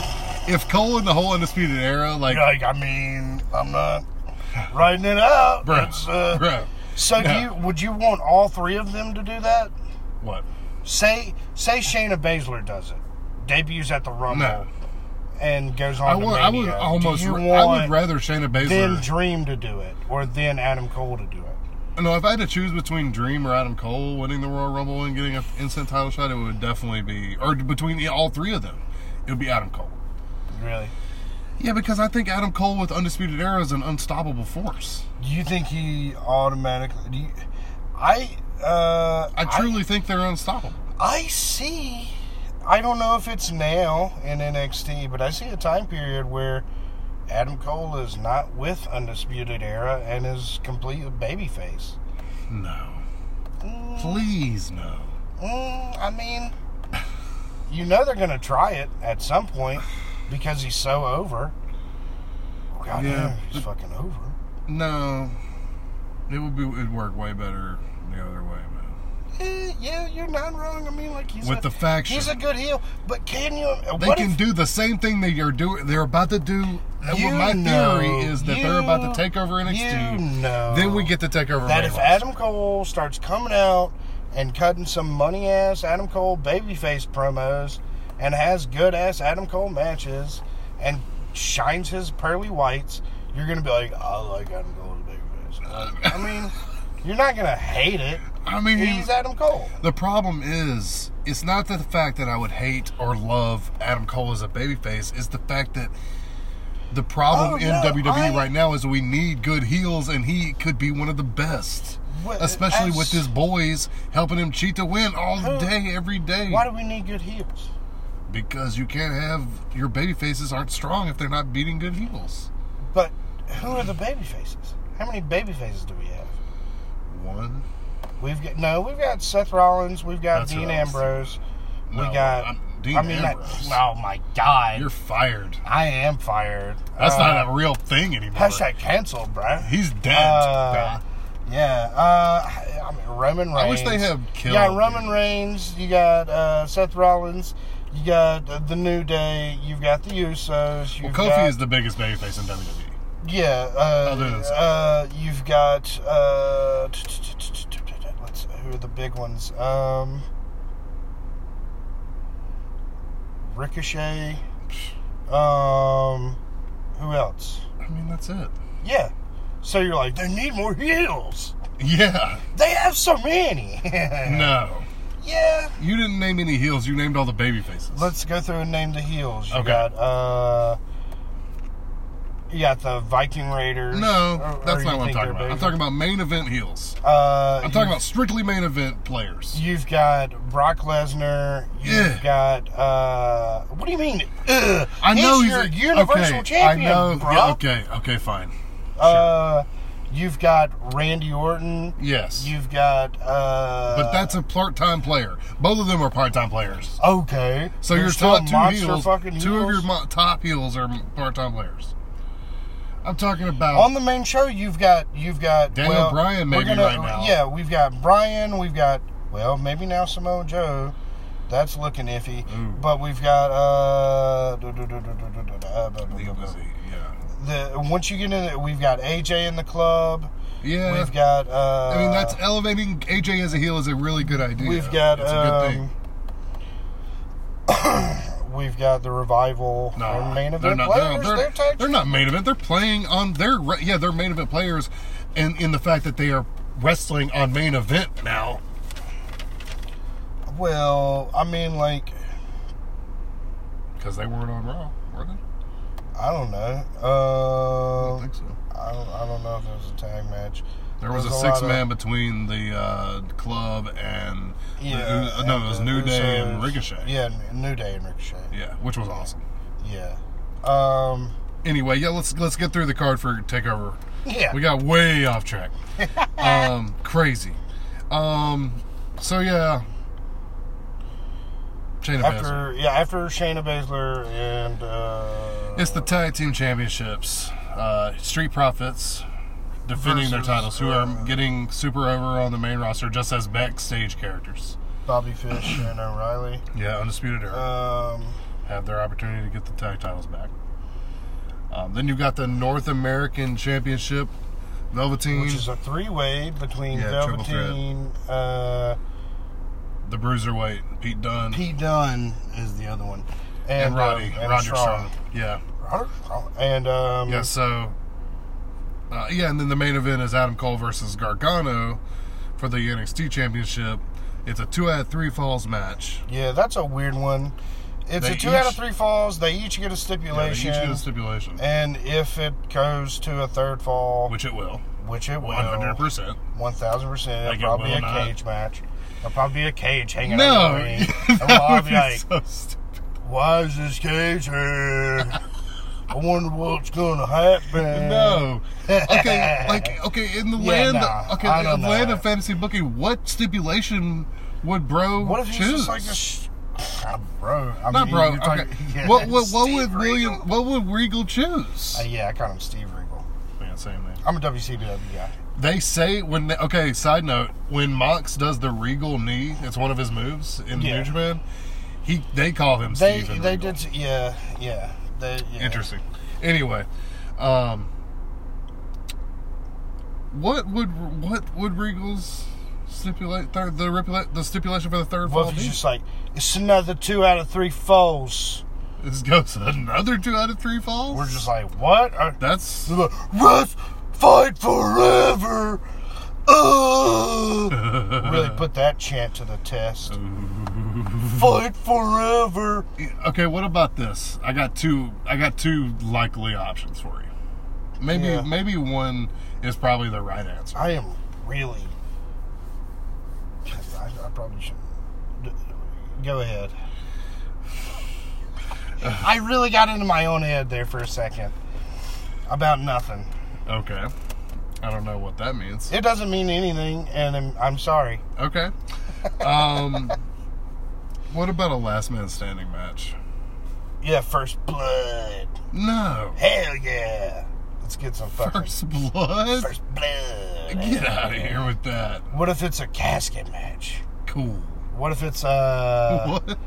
[SPEAKER 1] if Cole in the whole undisputed era, like,
[SPEAKER 2] You're like, I mean, I'm not writing it out.
[SPEAKER 1] bro,
[SPEAKER 2] It's, uh,
[SPEAKER 1] bro,
[SPEAKER 2] So do
[SPEAKER 1] No.
[SPEAKER 2] you would you want all three of them to do that?
[SPEAKER 1] what?
[SPEAKER 2] Say say Shayna Baszler does it, debuts at the Rumble,
[SPEAKER 1] No,
[SPEAKER 2] and goes on.
[SPEAKER 1] I
[SPEAKER 2] to
[SPEAKER 1] would. I would
[SPEAKER 2] Mania.
[SPEAKER 1] almost.
[SPEAKER 2] Do you
[SPEAKER 1] ra- I
[SPEAKER 2] want
[SPEAKER 1] would rather Shayna Baszler.
[SPEAKER 2] then Dream to do it, or then Adam Cole to do it.
[SPEAKER 1] No, if I had to choose between Dream or Adam Cole winning the Royal Rumble and getting an instant title shot, it would definitely be, or between the- all three of them, it would be Adam Cole.
[SPEAKER 2] Really?
[SPEAKER 1] Yeah, because I think Adam Cole with Undisputed Era is an unstoppable force.
[SPEAKER 2] Do you think he automatically? Do you, I uh,
[SPEAKER 1] I truly think they're unstoppable.
[SPEAKER 2] I see. I don't know if it's now in NXT, but I see a time period where Adam Cole is not with Undisputed Era and is completely babyface.
[SPEAKER 1] No. Please, no.
[SPEAKER 2] Mm, I mean, you know they're going to try it at some point because he's so over. God
[SPEAKER 1] Yeah,
[SPEAKER 2] damn, he's
[SPEAKER 1] but-
[SPEAKER 2] fucking over.
[SPEAKER 1] No. It would be, it'd work way better the other way, man.
[SPEAKER 2] Eh, yeah, you're not wrong. I mean, like he's
[SPEAKER 1] With
[SPEAKER 2] a,
[SPEAKER 1] the faction.
[SPEAKER 2] he's a good heel. But can you?
[SPEAKER 1] They
[SPEAKER 2] what
[SPEAKER 1] can
[SPEAKER 2] if-
[SPEAKER 1] do the same thing they are doing. They're about to do. Uh,
[SPEAKER 2] You
[SPEAKER 1] well, my
[SPEAKER 2] know-
[SPEAKER 1] theory is that they're about to
[SPEAKER 2] you-
[SPEAKER 1] take over NXT.
[SPEAKER 2] you know
[SPEAKER 1] then we get to take over.
[SPEAKER 2] that
[SPEAKER 1] Ray
[SPEAKER 2] if
[SPEAKER 1] Lawson.
[SPEAKER 2] Adam Cole starts coming out and cutting some money ass Adam Cole babyface promos and has good ass Adam Cole matches and shines his pearly whites, you're gonna be like, I like Adam Cole as a babyface. I mean, you're not gonna hate it.
[SPEAKER 1] I mean, he-
[SPEAKER 2] He's Adam Cole.
[SPEAKER 1] the problem is, it's not the fact that I would hate or love Adam Cole as a babyface. It's the fact that the problem
[SPEAKER 2] Oh,
[SPEAKER 1] in
[SPEAKER 2] no,
[SPEAKER 1] WWE
[SPEAKER 2] I-
[SPEAKER 1] right now is we need good heels, and he could be one of the best.
[SPEAKER 2] Well,
[SPEAKER 1] Especially with
[SPEAKER 2] that's-
[SPEAKER 1] his boys helping him cheat to win all
[SPEAKER 2] Who-
[SPEAKER 1] day, every day.
[SPEAKER 2] Why do we need good heels?
[SPEAKER 1] because you can't have your baby faces aren't strong if they're not beating good heels.
[SPEAKER 2] But who are the babyfaces? How many babyfaces do we have?
[SPEAKER 1] One.
[SPEAKER 2] We've got no, we've got Seth Rollins, we've got
[SPEAKER 1] That's
[SPEAKER 2] Dean
[SPEAKER 1] what I was
[SPEAKER 2] Ambrose, we
[SPEAKER 1] No,
[SPEAKER 2] got.
[SPEAKER 1] I'm- Dean
[SPEAKER 2] I mean,
[SPEAKER 1] Ambrose.
[SPEAKER 2] That, oh my god,
[SPEAKER 1] You're fired.
[SPEAKER 2] I am fired.
[SPEAKER 1] That's
[SPEAKER 2] Uh,
[SPEAKER 1] not a real thing anymore.
[SPEAKER 2] hashtag canceled, bro.
[SPEAKER 1] He's dead.
[SPEAKER 2] Uh,
[SPEAKER 1] bruh.
[SPEAKER 2] yeah, uh, I mean Roman Reigns.
[SPEAKER 1] I wish they had
[SPEAKER 2] You
[SPEAKER 1] killed.
[SPEAKER 2] got Roman
[SPEAKER 1] him.
[SPEAKER 2] Reigns. You got uh, Seth Rollins. You got uh, the New Day. You've got the Usos.
[SPEAKER 1] Well,
[SPEAKER 2] You've
[SPEAKER 1] Kofi
[SPEAKER 2] got,
[SPEAKER 1] is the biggest babyface in E. WWE.
[SPEAKER 2] yeah. Uh,
[SPEAKER 1] Other than Seth.
[SPEAKER 2] uh, you've got uh, t- t- t- t- t- t- t- let's who are the big ones? Um, Ricochet. Um, who else?
[SPEAKER 1] I mean, that's it.
[SPEAKER 2] Yeah. So you're like, they need more heels.
[SPEAKER 1] Yeah.
[SPEAKER 2] They have so many.
[SPEAKER 1] No.
[SPEAKER 2] Yeah.
[SPEAKER 1] You didn't name any heels. You named all the baby faces.
[SPEAKER 2] Let's go through and name the heels. You
[SPEAKER 1] Okay.
[SPEAKER 2] got uh you got the Viking Raiders.
[SPEAKER 1] no,
[SPEAKER 2] Or- or
[SPEAKER 1] that's
[SPEAKER 2] you
[SPEAKER 1] not what I'm
[SPEAKER 2] think
[SPEAKER 1] talking
[SPEAKER 2] they're
[SPEAKER 1] about. I'm
[SPEAKER 2] big?
[SPEAKER 1] talking about main event heels.
[SPEAKER 2] uh
[SPEAKER 1] I'm
[SPEAKER 2] you-
[SPEAKER 1] talking about strictly main event players.
[SPEAKER 2] You've got Brock Lesnar. You've got uh what do you mean? Ugh.
[SPEAKER 1] I know
[SPEAKER 2] he's
[SPEAKER 1] he's
[SPEAKER 2] your
[SPEAKER 1] a-
[SPEAKER 2] Universal
[SPEAKER 1] okay,
[SPEAKER 2] Champion,
[SPEAKER 1] I know.
[SPEAKER 2] bro.
[SPEAKER 1] yeah, okay. Okay. Fine.
[SPEAKER 2] Uh You've got Randy Orton.
[SPEAKER 1] Yes.
[SPEAKER 2] You've got. Uh,
[SPEAKER 1] but that's a part-time player. Both of them are part-time players.
[SPEAKER 2] okay.
[SPEAKER 1] So
[SPEAKER 2] They're
[SPEAKER 1] your
[SPEAKER 2] still
[SPEAKER 1] top two
[SPEAKER 2] monster
[SPEAKER 1] heels,
[SPEAKER 2] fucking
[SPEAKER 1] two of your
[SPEAKER 2] heels.
[SPEAKER 1] mo- top heels are part-time players. I'm talking about
[SPEAKER 2] on the main show, you've got you've got
[SPEAKER 1] Daniel
[SPEAKER 2] well,
[SPEAKER 1] Bryan
[SPEAKER 2] we're
[SPEAKER 1] maybe
[SPEAKER 2] gonna-
[SPEAKER 1] right now.
[SPEAKER 2] Yeah, we've got Bryan. We've got well, maybe now Samoa Joe. That's looking iffy.
[SPEAKER 1] Ooh.
[SPEAKER 2] But we've got uh, du- du- du- du- du- du- du- uh, bu- bu-
[SPEAKER 1] It
[SPEAKER 2] bu- bu-
[SPEAKER 1] was a- yeah.
[SPEAKER 2] the once you get in it, we've got AJ in the club.
[SPEAKER 1] Yeah.
[SPEAKER 2] We've got uh,
[SPEAKER 1] I mean, that's elevating AJ as a heel is a really good idea.
[SPEAKER 2] we've got
[SPEAKER 1] it's a good
[SPEAKER 2] um,
[SPEAKER 1] thing.
[SPEAKER 2] we've got the revival.
[SPEAKER 1] No,
[SPEAKER 2] They're main
[SPEAKER 1] they're
[SPEAKER 2] event
[SPEAKER 1] not.
[SPEAKER 2] players.
[SPEAKER 1] they're, they're,
[SPEAKER 2] tag
[SPEAKER 1] they're not main event. They're playing on their re- yeah. They're main event players, and in the fact that they are wrestling on main event now.
[SPEAKER 2] Well, I mean, like
[SPEAKER 1] Because they weren't on Raw, were they?
[SPEAKER 2] I don't know.
[SPEAKER 1] I
[SPEAKER 2] Uh,
[SPEAKER 1] don't think so.
[SPEAKER 2] I don't, I don't know if there was a tag match.
[SPEAKER 1] There was a
[SPEAKER 2] lot
[SPEAKER 1] six
[SPEAKER 2] of-
[SPEAKER 1] man between the uh, club and
[SPEAKER 2] Yeah.
[SPEAKER 1] the, uh, no,
[SPEAKER 2] and
[SPEAKER 1] it was
[SPEAKER 2] the
[SPEAKER 1] New Day and
[SPEAKER 2] Usos.
[SPEAKER 1] Ricochet.
[SPEAKER 2] Yeah, New Day and Ricochet.
[SPEAKER 1] yeah, which was awesome.
[SPEAKER 2] Yeah. Um.
[SPEAKER 1] Anyway, yeah, let's let's get through the card for Takeover.
[SPEAKER 2] Yeah.
[SPEAKER 1] We got way off track. um, crazy. Um, so yeah, Shayna Baszler.
[SPEAKER 2] after yeah after Shayna Baszler and uh,
[SPEAKER 1] It's the tag team championships. Uh, Street Profits defending their
[SPEAKER 2] Versus,
[SPEAKER 1] titles, who
[SPEAKER 2] uh,
[SPEAKER 1] are getting super over on the main roster just as backstage characters.
[SPEAKER 2] Bobby Fish and O'Reilly.
[SPEAKER 1] Yeah, Undisputed Era
[SPEAKER 2] Um.
[SPEAKER 1] have their opportunity to get the tag titles back. Um, then you've got the North American Championship, Velveteen,
[SPEAKER 2] Which is a three-way between
[SPEAKER 1] Yeah, triple threat.
[SPEAKER 2] Velveteen, uh,
[SPEAKER 1] the Bruiserweight, Pete Dunne,
[SPEAKER 2] P. Dunn is the other one,
[SPEAKER 1] and Roddy,
[SPEAKER 2] um, and
[SPEAKER 1] Roderick Strong. Yeah,
[SPEAKER 2] Roderick Strong. and um,
[SPEAKER 1] yeah. So, uh, yeah, and then the main event is Adam Cole versus Gargano for the NXT Championship. It's a two out of three falls match.
[SPEAKER 2] yeah, that's a weird one. It's
[SPEAKER 1] They
[SPEAKER 2] a two out of
[SPEAKER 1] each-
[SPEAKER 2] three falls. They each get
[SPEAKER 1] Yeah,
[SPEAKER 2] a
[SPEAKER 1] they each
[SPEAKER 2] stipulation.
[SPEAKER 1] get a stipulation,
[SPEAKER 2] And if it goes to a third fall, which,
[SPEAKER 1] which it will,
[SPEAKER 2] it will,
[SPEAKER 1] one hundred percent.
[SPEAKER 2] one thousand percent,
[SPEAKER 1] Like it
[SPEAKER 2] it'll probably be
[SPEAKER 1] will
[SPEAKER 2] a
[SPEAKER 1] not.
[SPEAKER 2] cage match. It'll probably be a cage hanging
[SPEAKER 1] No,
[SPEAKER 2] on the ring. And we'll all
[SPEAKER 1] that would
[SPEAKER 2] be
[SPEAKER 1] be
[SPEAKER 2] like,
[SPEAKER 1] so stupid.
[SPEAKER 2] "Why is this cage here? I wonder what's gonna happen."
[SPEAKER 1] No. Okay, like okay, in the
[SPEAKER 2] Yeah,
[SPEAKER 1] land
[SPEAKER 2] nah,
[SPEAKER 1] okay,
[SPEAKER 2] I
[SPEAKER 1] in the
[SPEAKER 2] don't know.
[SPEAKER 1] land of fantasy booking, what stipulation would bro
[SPEAKER 2] What if he's
[SPEAKER 1] choose?
[SPEAKER 2] just like a sh- Ah, bro? I
[SPEAKER 1] Not
[SPEAKER 2] mean,
[SPEAKER 1] bro.
[SPEAKER 2] you're
[SPEAKER 1] Okay.
[SPEAKER 2] talking- Yeah,
[SPEAKER 1] What what what
[SPEAKER 2] Steve
[SPEAKER 1] would William
[SPEAKER 2] Regal.
[SPEAKER 1] what would Regal choose?
[SPEAKER 2] Uh, yeah, I call him Steve Regal.
[SPEAKER 1] yeah, same thing.
[SPEAKER 2] I'm a WCW guy.
[SPEAKER 1] They say when they, okay, side note, when Mox does the Regal knee, it's one of his moves in
[SPEAKER 2] Yeah.
[SPEAKER 1] New Japan. He they call him
[SPEAKER 2] They
[SPEAKER 1] Steven
[SPEAKER 2] they
[SPEAKER 1] Regal.
[SPEAKER 2] did yeah yeah they yeah.
[SPEAKER 1] Interesting. Anyway, um, what would what would Regal's stipulate third the stipula- the stipulation for the third
[SPEAKER 2] What
[SPEAKER 1] fall
[SPEAKER 2] if he's
[SPEAKER 1] be?
[SPEAKER 2] just like it's another two out of three falls?
[SPEAKER 1] This goes another two out of three falls.
[SPEAKER 2] We're just like, what? Are,
[SPEAKER 1] that's
[SPEAKER 2] They're like, ref, fight forever. Uh. really put that chant to the test. fight forever.
[SPEAKER 1] okay. What about this? I got two. I got two likely options for you. Maybe
[SPEAKER 2] Yeah.
[SPEAKER 1] maybe one is probably the right answer.
[SPEAKER 2] I am really. I, I probably should. Go ahead. I really got into my own head there for a second about nothing.
[SPEAKER 1] Okay. I don't know what that means.
[SPEAKER 2] It doesn't mean anything, and I'm, I'm sorry.
[SPEAKER 1] Okay. Um, what about a last man standing match?
[SPEAKER 2] Yeah, first blood.
[SPEAKER 1] No.
[SPEAKER 2] Hell yeah. Let's get some fucking first,
[SPEAKER 1] First blood?
[SPEAKER 2] blood.
[SPEAKER 1] Get out of here with that.
[SPEAKER 2] What if it's a casket match?
[SPEAKER 1] Cool.
[SPEAKER 2] What if it's uh what?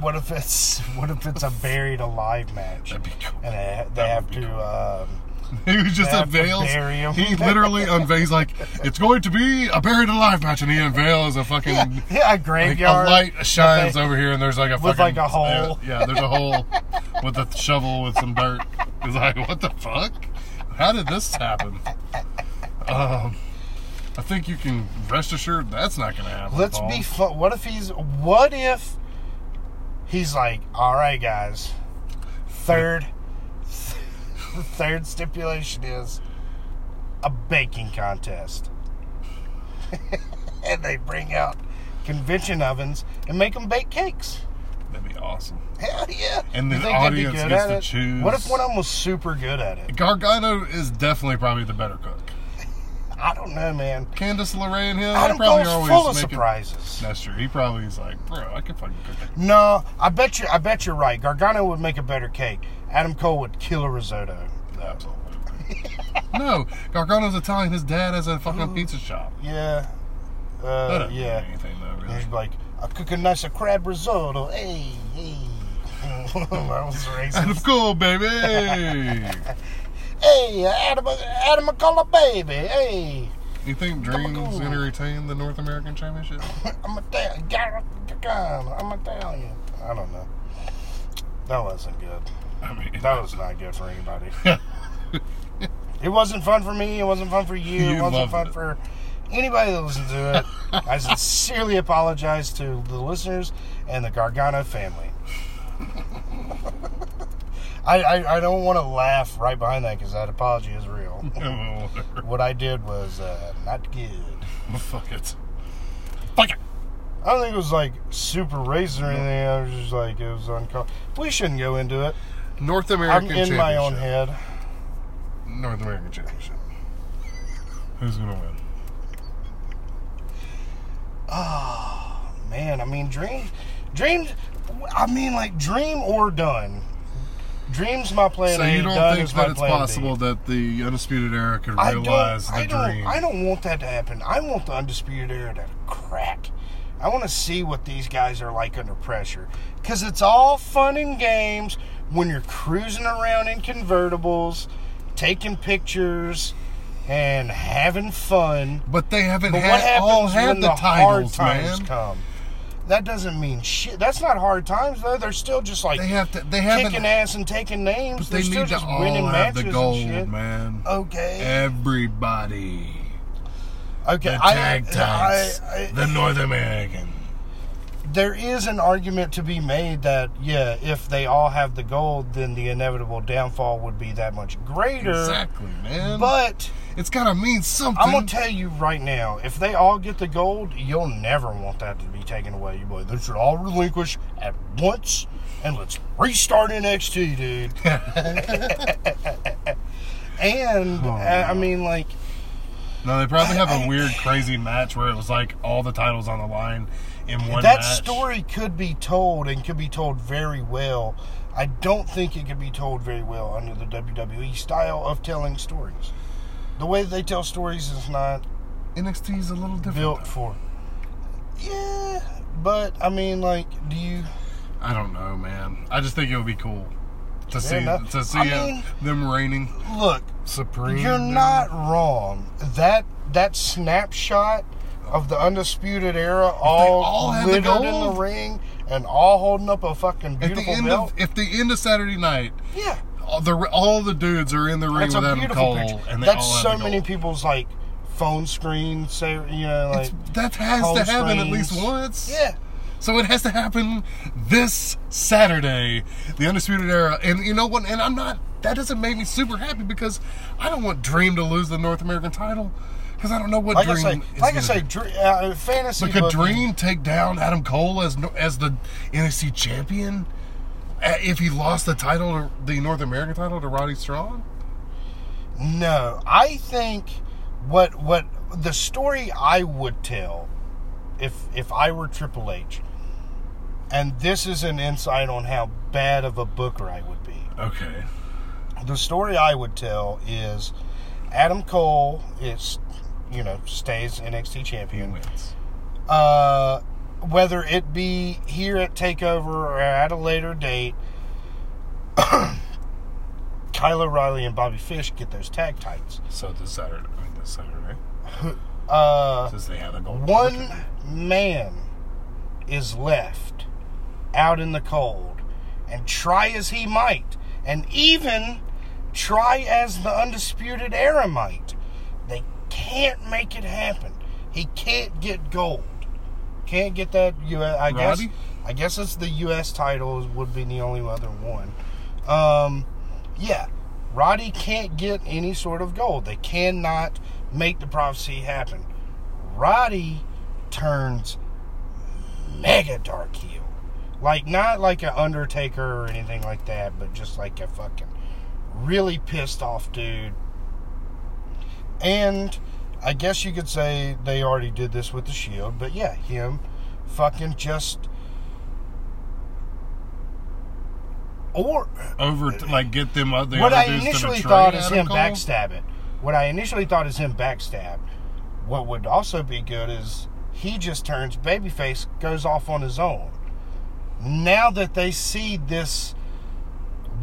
[SPEAKER 1] what?
[SPEAKER 2] if it's what if it's a buried alive match?
[SPEAKER 1] That'd be cool.
[SPEAKER 2] And they, they
[SPEAKER 1] That
[SPEAKER 2] have
[SPEAKER 1] would be
[SPEAKER 2] to um
[SPEAKER 1] He was just
[SPEAKER 2] They have to
[SPEAKER 1] unveils.
[SPEAKER 2] bury him.
[SPEAKER 1] He literally unveils like it's going to be a buried alive match, and he unveils a fucking
[SPEAKER 2] yeah, yeah, a
[SPEAKER 1] like, a
[SPEAKER 2] graveyard.
[SPEAKER 1] light shines
[SPEAKER 2] they-
[SPEAKER 1] over here, and there's like a
[SPEAKER 2] with,
[SPEAKER 1] fucking
[SPEAKER 2] like, a hole.
[SPEAKER 1] Yeah, there's a hole with a shovel with some dirt. It's like what the fuck? How did this happen? Um, I think you can rest assured that's not going to happen.
[SPEAKER 2] Let's
[SPEAKER 1] Paul.
[SPEAKER 2] be fun. What if he's what if he's like, "All right, guys. Third the third stipulation is a baking contest." and they bring out convention ovens and make them bake cakes.
[SPEAKER 1] That'd be awesome.
[SPEAKER 2] Hell yeah.
[SPEAKER 1] And
[SPEAKER 2] You
[SPEAKER 1] the
[SPEAKER 2] think they'd be
[SPEAKER 1] audience
[SPEAKER 2] good
[SPEAKER 1] gets
[SPEAKER 2] at
[SPEAKER 1] to
[SPEAKER 2] it?
[SPEAKER 1] choose.
[SPEAKER 2] What if one of them was super good at it?
[SPEAKER 1] Gargano is definitely probably the better cook.
[SPEAKER 2] I don't know, man.
[SPEAKER 1] Candice LeRae and him.
[SPEAKER 2] Adam
[SPEAKER 1] they probably
[SPEAKER 2] Cole's
[SPEAKER 1] are always
[SPEAKER 2] full of
[SPEAKER 1] making-
[SPEAKER 2] surprises.
[SPEAKER 1] That's true. He probably is like, bro, I could fucking cook that.
[SPEAKER 2] No, I bet you. I bet you're right. Gargano would make a better cake. Adam Cole would kill a risotto. though.
[SPEAKER 1] no, Gargano's Italian. His dad has a fucking pizza shop.
[SPEAKER 2] Yeah.
[SPEAKER 1] That
[SPEAKER 2] Uh,
[SPEAKER 1] doesn't mean
[SPEAKER 2] yeah.
[SPEAKER 1] anything though,
[SPEAKER 2] And
[SPEAKER 1] really.
[SPEAKER 2] he's like, I'm cooking nice a crab risotto. Hey, hey. that was racist.
[SPEAKER 1] Adam Cole, baby. Hey.
[SPEAKER 2] hey, Adam, Adam McCullough, baby. Hey,
[SPEAKER 1] you think Dream's
[SPEAKER 2] Cool.
[SPEAKER 1] gonna retain the North American Championship?
[SPEAKER 2] I'm Italian. Gargano, I'm Italian. I don't know. That wasn't good.
[SPEAKER 1] I mean,
[SPEAKER 2] That was not good for anybody. it wasn't fun for me. It wasn't fun for you.
[SPEAKER 1] You
[SPEAKER 2] it wasn't
[SPEAKER 1] loved
[SPEAKER 2] fun
[SPEAKER 1] it.
[SPEAKER 2] for anybody that listened to it. I sincerely apologize to the listeners and the Gargano family. I, I, I don't want to laugh right behind that because that apology is real.
[SPEAKER 1] oh, whatever.
[SPEAKER 2] what I did was uh, not good.
[SPEAKER 1] Fuck it. Fuck it.
[SPEAKER 2] I don't think it was like super racist or anything. I was just like it was uncalled. We shouldn't go into it.
[SPEAKER 1] North American
[SPEAKER 2] I'm in
[SPEAKER 1] Championship.
[SPEAKER 2] my own head.
[SPEAKER 1] North American Championship. Who's gonna win?
[SPEAKER 2] man, I mean, dreams, dreams. I mean, like dream or done. Dreams my plan.
[SPEAKER 1] So
[SPEAKER 2] A,
[SPEAKER 1] you don't
[SPEAKER 2] done
[SPEAKER 1] think
[SPEAKER 2] is my
[SPEAKER 1] that it's
[SPEAKER 2] plan B.
[SPEAKER 1] possible that the Undisputed Era could
[SPEAKER 2] I don't.
[SPEAKER 1] realize
[SPEAKER 2] I
[SPEAKER 1] the
[SPEAKER 2] don't.
[SPEAKER 1] dream?
[SPEAKER 2] I don't want that to happen. I want the undisputed era to crack. I want to see what these guys are like under pressure, because it's all fun and games when you're cruising around in convertibles, taking pictures, and having fun.
[SPEAKER 1] But they haven't
[SPEAKER 2] But what
[SPEAKER 1] had,
[SPEAKER 2] happens
[SPEAKER 1] all had
[SPEAKER 2] when
[SPEAKER 1] the,
[SPEAKER 2] the,
[SPEAKER 1] titles,
[SPEAKER 2] hard times
[SPEAKER 1] man.
[SPEAKER 2] come? That doesn't mean shit. That's not hard times though. They're still just like
[SPEAKER 1] They have to. They
[SPEAKER 2] kicking
[SPEAKER 1] haven't.
[SPEAKER 2] ass and taking names.
[SPEAKER 1] But
[SPEAKER 2] They're
[SPEAKER 1] they
[SPEAKER 2] still
[SPEAKER 1] need to
[SPEAKER 2] just
[SPEAKER 1] all
[SPEAKER 2] winning
[SPEAKER 1] have the
[SPEAKER 2] matches and
[SPEAKER 1] gold,
[SPEAKER 2] shit. Uh,
[SPEAKER 1] man.
[SPEAKER 2] Okay.
[SPEAKER 1] Everybody.
[SPEAKER 2] Okay.
[SPEAKER 1] The
[SPEAKER 2] I-
[SPEAKER 1] tag titles.
[SPEAKER 2] I- I-
[SPEAKER 1] the North American.
[SPEAKER 2] there is an argument to be made that yeah, if they all have the gold, then the inevitable downfall would be that much greater.
[SPEAKER 1] Exactly, man.
[SPEAKER 2] But
[SPEAKER 1] it's gotta mean something.
[SPEAKER 2] I'm gonna tell you right now, if they all get the gold, you'll never want that to be taken away. You boy, they should all relinquish at once, and let's restart NXT, dude. and uh, I mean, like,
[SPEAKER 1] no, they probably have a weird, crazy match where it was like all the titles on the line in one
[SPEAKER 2] that
[SPEAKER 1] match.
[SPEAKER 2] story could be told and could be told very well. I don't think it could be told very well under the WWE style of telling stories. The way they tell stories is not
[SPEAKER 1] NXT is a little different.
[SPEAKER 2] built
[SPEAKER 1] though.
[SPEAKER 2] for. Yeah, but I mean, like, do you?
[SPEAKER 1] I don't know, man. I just think it would be cool to see
[SPEAKER 2] enough.
[SPEAKER 1] to see
[SPEAKER 2] I
[SPEAKER 1] it-
[SPEAKER 2] mean-
[SPEAKER 1] them reigning
[SPEAKER 2] Look,
[SPEAKER 1] supreme.
[SPEAKER 2] you're
[SPEAKER 1] dude.
[SPEAKER 2] not wrong. That that snapshot of the undisputed era, all,
[SPEAKER 1] all had the
[SPEAKER 2] littered in
[SPEAKER 1] gold.
[SPEAKER 2] the ring and all holding up a fucking
[SPEAKER 1] At the
[SPEAKER 2] beautiful
[SPEAKER 1] end
[SPEAKER 2] belt.
[SPEAKER 1] of if the end of Saturday night,
[SPEAKER 2] yeah,
[SPEAKER 1] all the all the dudes are in the ring
[SPEAKER 2] that's a
[SPEAKER 1] with Adam
[SPEAKER 2] beautiful
[SPEAKER 1] Cole,
[SPEAKER 2] picture.
[SPEAKER 1] and they
[SPEAKER 2] that's
[SPEAKER 1] all have the
[SPEAKER 2] so many
[SPEAKER 1] gold.
[SPEAKER 2] people's like phone screen. Say you know like
[SPEAKER 1] It's, that has
[SPEAKER 2] Cole
[SPEAKER 1] to happen at least
[SPEAKER 2] screens.
[SPEAKER 1] once.
[SPEAKER 2] yeah.
[SPEAKER 1] So it has to happen this Saturday, the Undisputed Era. And you know what? And I'm not, that doesn't make me super happy because I don't want Dream to lose the North American title because I don't know what
[SPEAKER 2] Like
[SPEAKER 1] Dream
[SPEAKER 2] I say,
[SPEAKER 1] is
[SPEAKER 2] like I
[SPEAKER 1] gonna
[SPEAKER 2] say,
[SPEAKER 1] do.
[SPEAKER 2] dr- uh, fantasy.
[SPEAKER 1] So could
[SPEAKER 2] booking-
[SPEAKER 1] Dream take down Adam Cole as, no- as the NXT champion Uh, if he lost the title, to- the North American title to Roddy Strong?
[SPEAKER 2] No, I think what what the story I would tell if if I were Triple H, and this is an insight on how bad of a booker I would be.
[SPEAKER 1] Okay.
[SPEAKER 2] The story I would tell is Adam Cole is you know stays NXT
[SPEAKER 1] He
[SPEAKER 2] champion.
[SPEAKER 1] wins.
[SPEAKER 2] Uh, whether it be here at Takeover or at a later date. Kyle O'Reilly and Bobby Fish get those tag tights.
[SPEAKER 1] So this Saturday, I mean this Saturday,
[SPEAKER 2] Uh,
[SPEAKER 1] since they have a gold.
[SPEAKER 2] one man is left out in the cold, and try as he might, and even try as the undisputed era might, they can't make it happen. He can't get gold. Can't get that U.S. I guess.
[SPEAKER 1] Roddy?
[SPEAKER 2] I guess it's the U.S. title would be the only other one. Um, yeah, Roddy can't get any sort of gold. They cannot make the prophecy happen. Roddy turns mega dark heel. Like, not like an Undertaker or anything like that, but just like a fucking really pissed off dude. And I guess you could say they already did this with the Shield, but yeah, him fucking just or
[SPEAKER 1] Over to, like get them out there.
[SPEAKER 2] what I initially thought is him backstabbing. What I initially thought is him backstab. What would also be good is he just turns babyface, goes off on his own. Now that they see this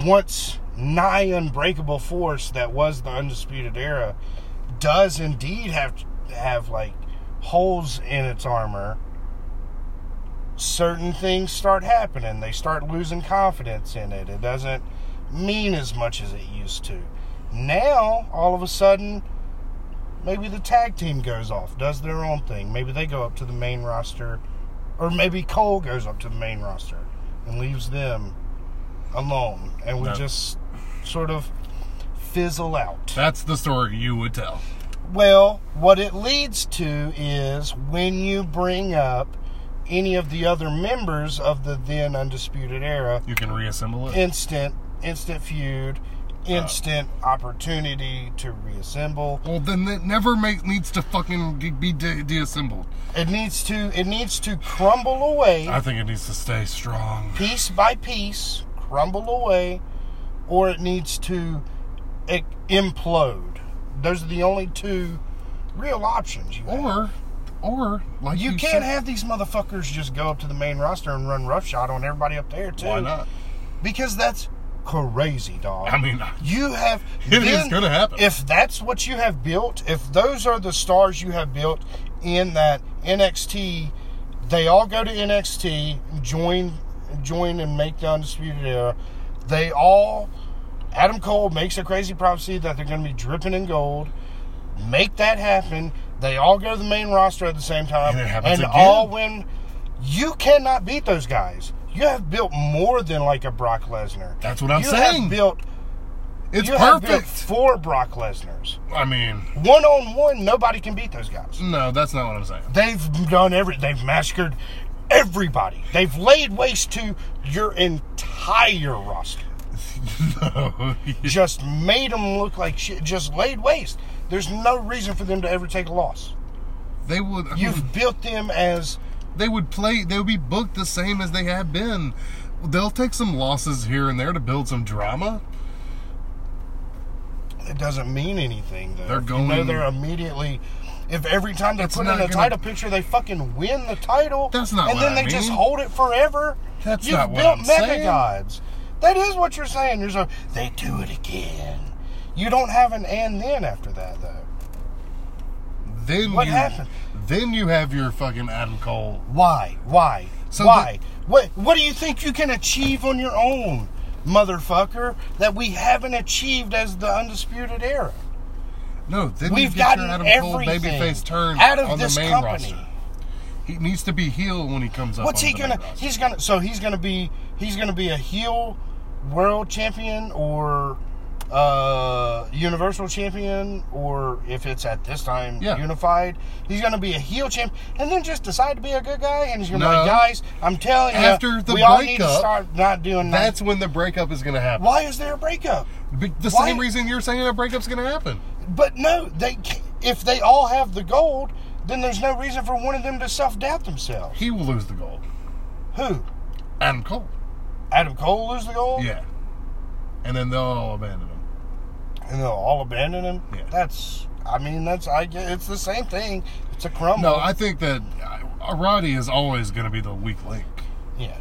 [SPEAKER 2] once nigh unbreakable force that was the undisputed era does indeed have have like holes in its armor certain things start happening. They start losing confidence in it. It doesn't mean as much as it used to. Now, all of a sudden, maybe the tag team goes off, does their own thing. Maybe they go up to the main roster, or maybe Cole goes up to the main roster and leaves them alone, and we
[SPEAKER 1] That-
[SPEAKER 2] just sort of fizzle out.
[SPEAKER 1] That's the story you would tell.
[SPEAKER 2] Well, what it leads to is when you bring up any of the other members of the then undisputed era,
[SPEAKER 1] You can reassemble it.
[SPEAKER 2] instant instant feud,
[SPEAKER 1] Uh,
[SPEAKER 2] instant opportunity to reassemble.
[SPEAKER 1] well, then it never make, needs to fucking de- be de- deassembled.
[SPEAKER 2] It needs to it needs to crumble away
[SPEAKER 1] I think it needs to stay strong.
[SPEAKER 2] piece by piece, crumble away, or it needs to i- implode. Those are the only two real options you have.
[SPEAKER 1] Or, or like
[SPEAKER 2] You
[SPEAKER 1] you, said,
[SPEAKER 2] can't have these motherfuckers just go up to the main roster and run roughshod on everybody up there too.
[SPEAKER 1] Why not?
[SPEAKER 2] Because that's crazy, dog.
[SPEAKER 1] I mean,
[SPEAKER 2] you have
[SPEAKER 1] It is gonna happen.
[SPEAKER 2] If that's what you have built, if those are the stars you have built in that NXT, they all go to NXT, join, join, and make the undisputed era. They all. Adam Cole makes a crazy prophecy that they're going to be dripping in gold. Make that happen. They all go to the main roster at the same time,
[SPEAKER 1] And it happens again.
[SPEAKER 2] all win. You cannot beat those guys. You have built more than like a Brock Lesnar.
[SPEAKER 1] That's what I'm
[SPEAKER 2] you
[SPEAKER 1] saying.
[SPEAKER 2] Have built,
[SPEAKER 1] it's
[SPEAKER 2] you have built
[SPEAKER 1] perfect.
[SPEAKER 2] four Brock Lesnar's.
[SPEAKER 1] I mean,
[SPEAKER 2] One on one, nobody can beat those guys.
[SPEAKER 1] no, that's not what I'm saying.
[SPEAKER 2] They've done every. They've massacred everybody. They've laid waste to your entire roster.
[SPEAKER 1] No,
[SPEAKER 2] just made them look like shit, just laid waste. There's no reason for them to ever take a loss.
[SPEAKER 1] they would. I mean,
[SPEAKER 2] You've built them as
[SPEAKER 1] they would play. They would be booked the same as they have been. They'll take some losses here and there to build some drama.
[SPEAKER 2] it doesn't mean anything though.
[SPEAKER 1] They're
[SPEAKER 2] If You know
[SPEAKER 1] going-
[SPEAKER 2] they're immediately. If every time they
[SPEAKER 1] It's
[SPEAKER 2] put in a
[SPEAKER 1] not gonna-
[SPEAKER 2] title picture, they fucking win the title.
[SPEAKER 1] That's not
[SPEAKER 2] And
[SPEAKER 1] what
[SPEAKER 2] then
[SPEAKER 1] I
[SPEAKER 2] they just
[SPEAKER 1] mean.
[SPEAKER 2] hold it forever.
[SPEAKER 1] That's
[SPEAKER 2] You've
[SPEAKER 1] not what
[SPEAKER 2] built
[SPEAKER 1] I'm
[SPEAKER 2] mega
[SPEAKER 1] saying.
[SPEAKER 2] gods. That is what you're saying. You're so they do it again. You don't have an and then after that though.
[SPEAKER 1] Then
[SPEAKER 2] What
[SPEAKER 1] you,
[SPEAKER 2] happened?
[SPEAKER 1] Then you have your fucking Adam Cole.
[SPEAKER 2] Why? Why?
[SPEAKER 1] So
[SPEAKER 2] Why?
[SPEAKER 1] the-
[SPEAKER 2] what what do you think you can achieve on your own, motherfucker, that we haven't achieved as the undisputed era?
[SPEAKER 1] No, then
[SPEAKER 2] We've
[SPEAKER 1] you get
[SPEAKER 2] gotten
[SPEAKER 1] your Adam Cole
[SPEAKER 2] everything
[SPEAKER 1] babyface turn
[SPEAKER 2] out of
[SPEAKER 1] on
[SPEAKER 2] this
[SPEAKER 1] the main
[SPEAKER 2] company.
[SPEAKER 1] roster. He needs to be heel when he comes up.
[SPEAKER 2] What's
[SPEAKER 1] on
[SPEAKER 2] he
[SPEAKER 1] the
[SPEAKER 2] gonna
[SPEAKER 1] main roster.
[SPEAKER 2] he's gonna so he's gonna be he's gonna be a heel world champion or uh universal champion or if it's at this time
[SPEAKER 1] Yeah.
[SPEAKER 2] unified he's gonna be a heel champ and then just decide to be a good guy and he's gonna be
[SPEAKER 1] No.
[SPEAKER 2] like guys i'm telling you
[SPEAKER 1] After the
[SPEAKER 2] we all need to
[SPEAKER 1] breakup,
[SPEAKER 2] start not doing that
[SPEAKER 1] That's when the breakup is gonna happen.
[SPEAKER 2] why is there a breakup
[SPEAKER 1] Be- The
[SPEAKER 2] Why-
[SPEAKER 1] same reason you're saying a breakup's gonna happen.
[SPEAKER 2] But no, they ca- if they all have the gold, then there's no reason for one of them to self-doubt themselves.
[SPEAKER 1] He will lose the gold.
[SPEAKER 2] Who?
[SPEAKER 1] Adam Cole.
[SPEAKER 2] Adam Cole lose the gold,
[SPEAKER 1] Yeah. And then they'll all abandon him.
[SPEAKER 2] and they'll all abandon him.
[SPEAKER 1] Yeah.
[SPEAKER 2] That's, I mean, that's I get it's the same thing. It's a crumble.
[SPEAKER 1] No, I think that uh, Roddy is always going to be the weak link.
[SPEAKER 2] yeah,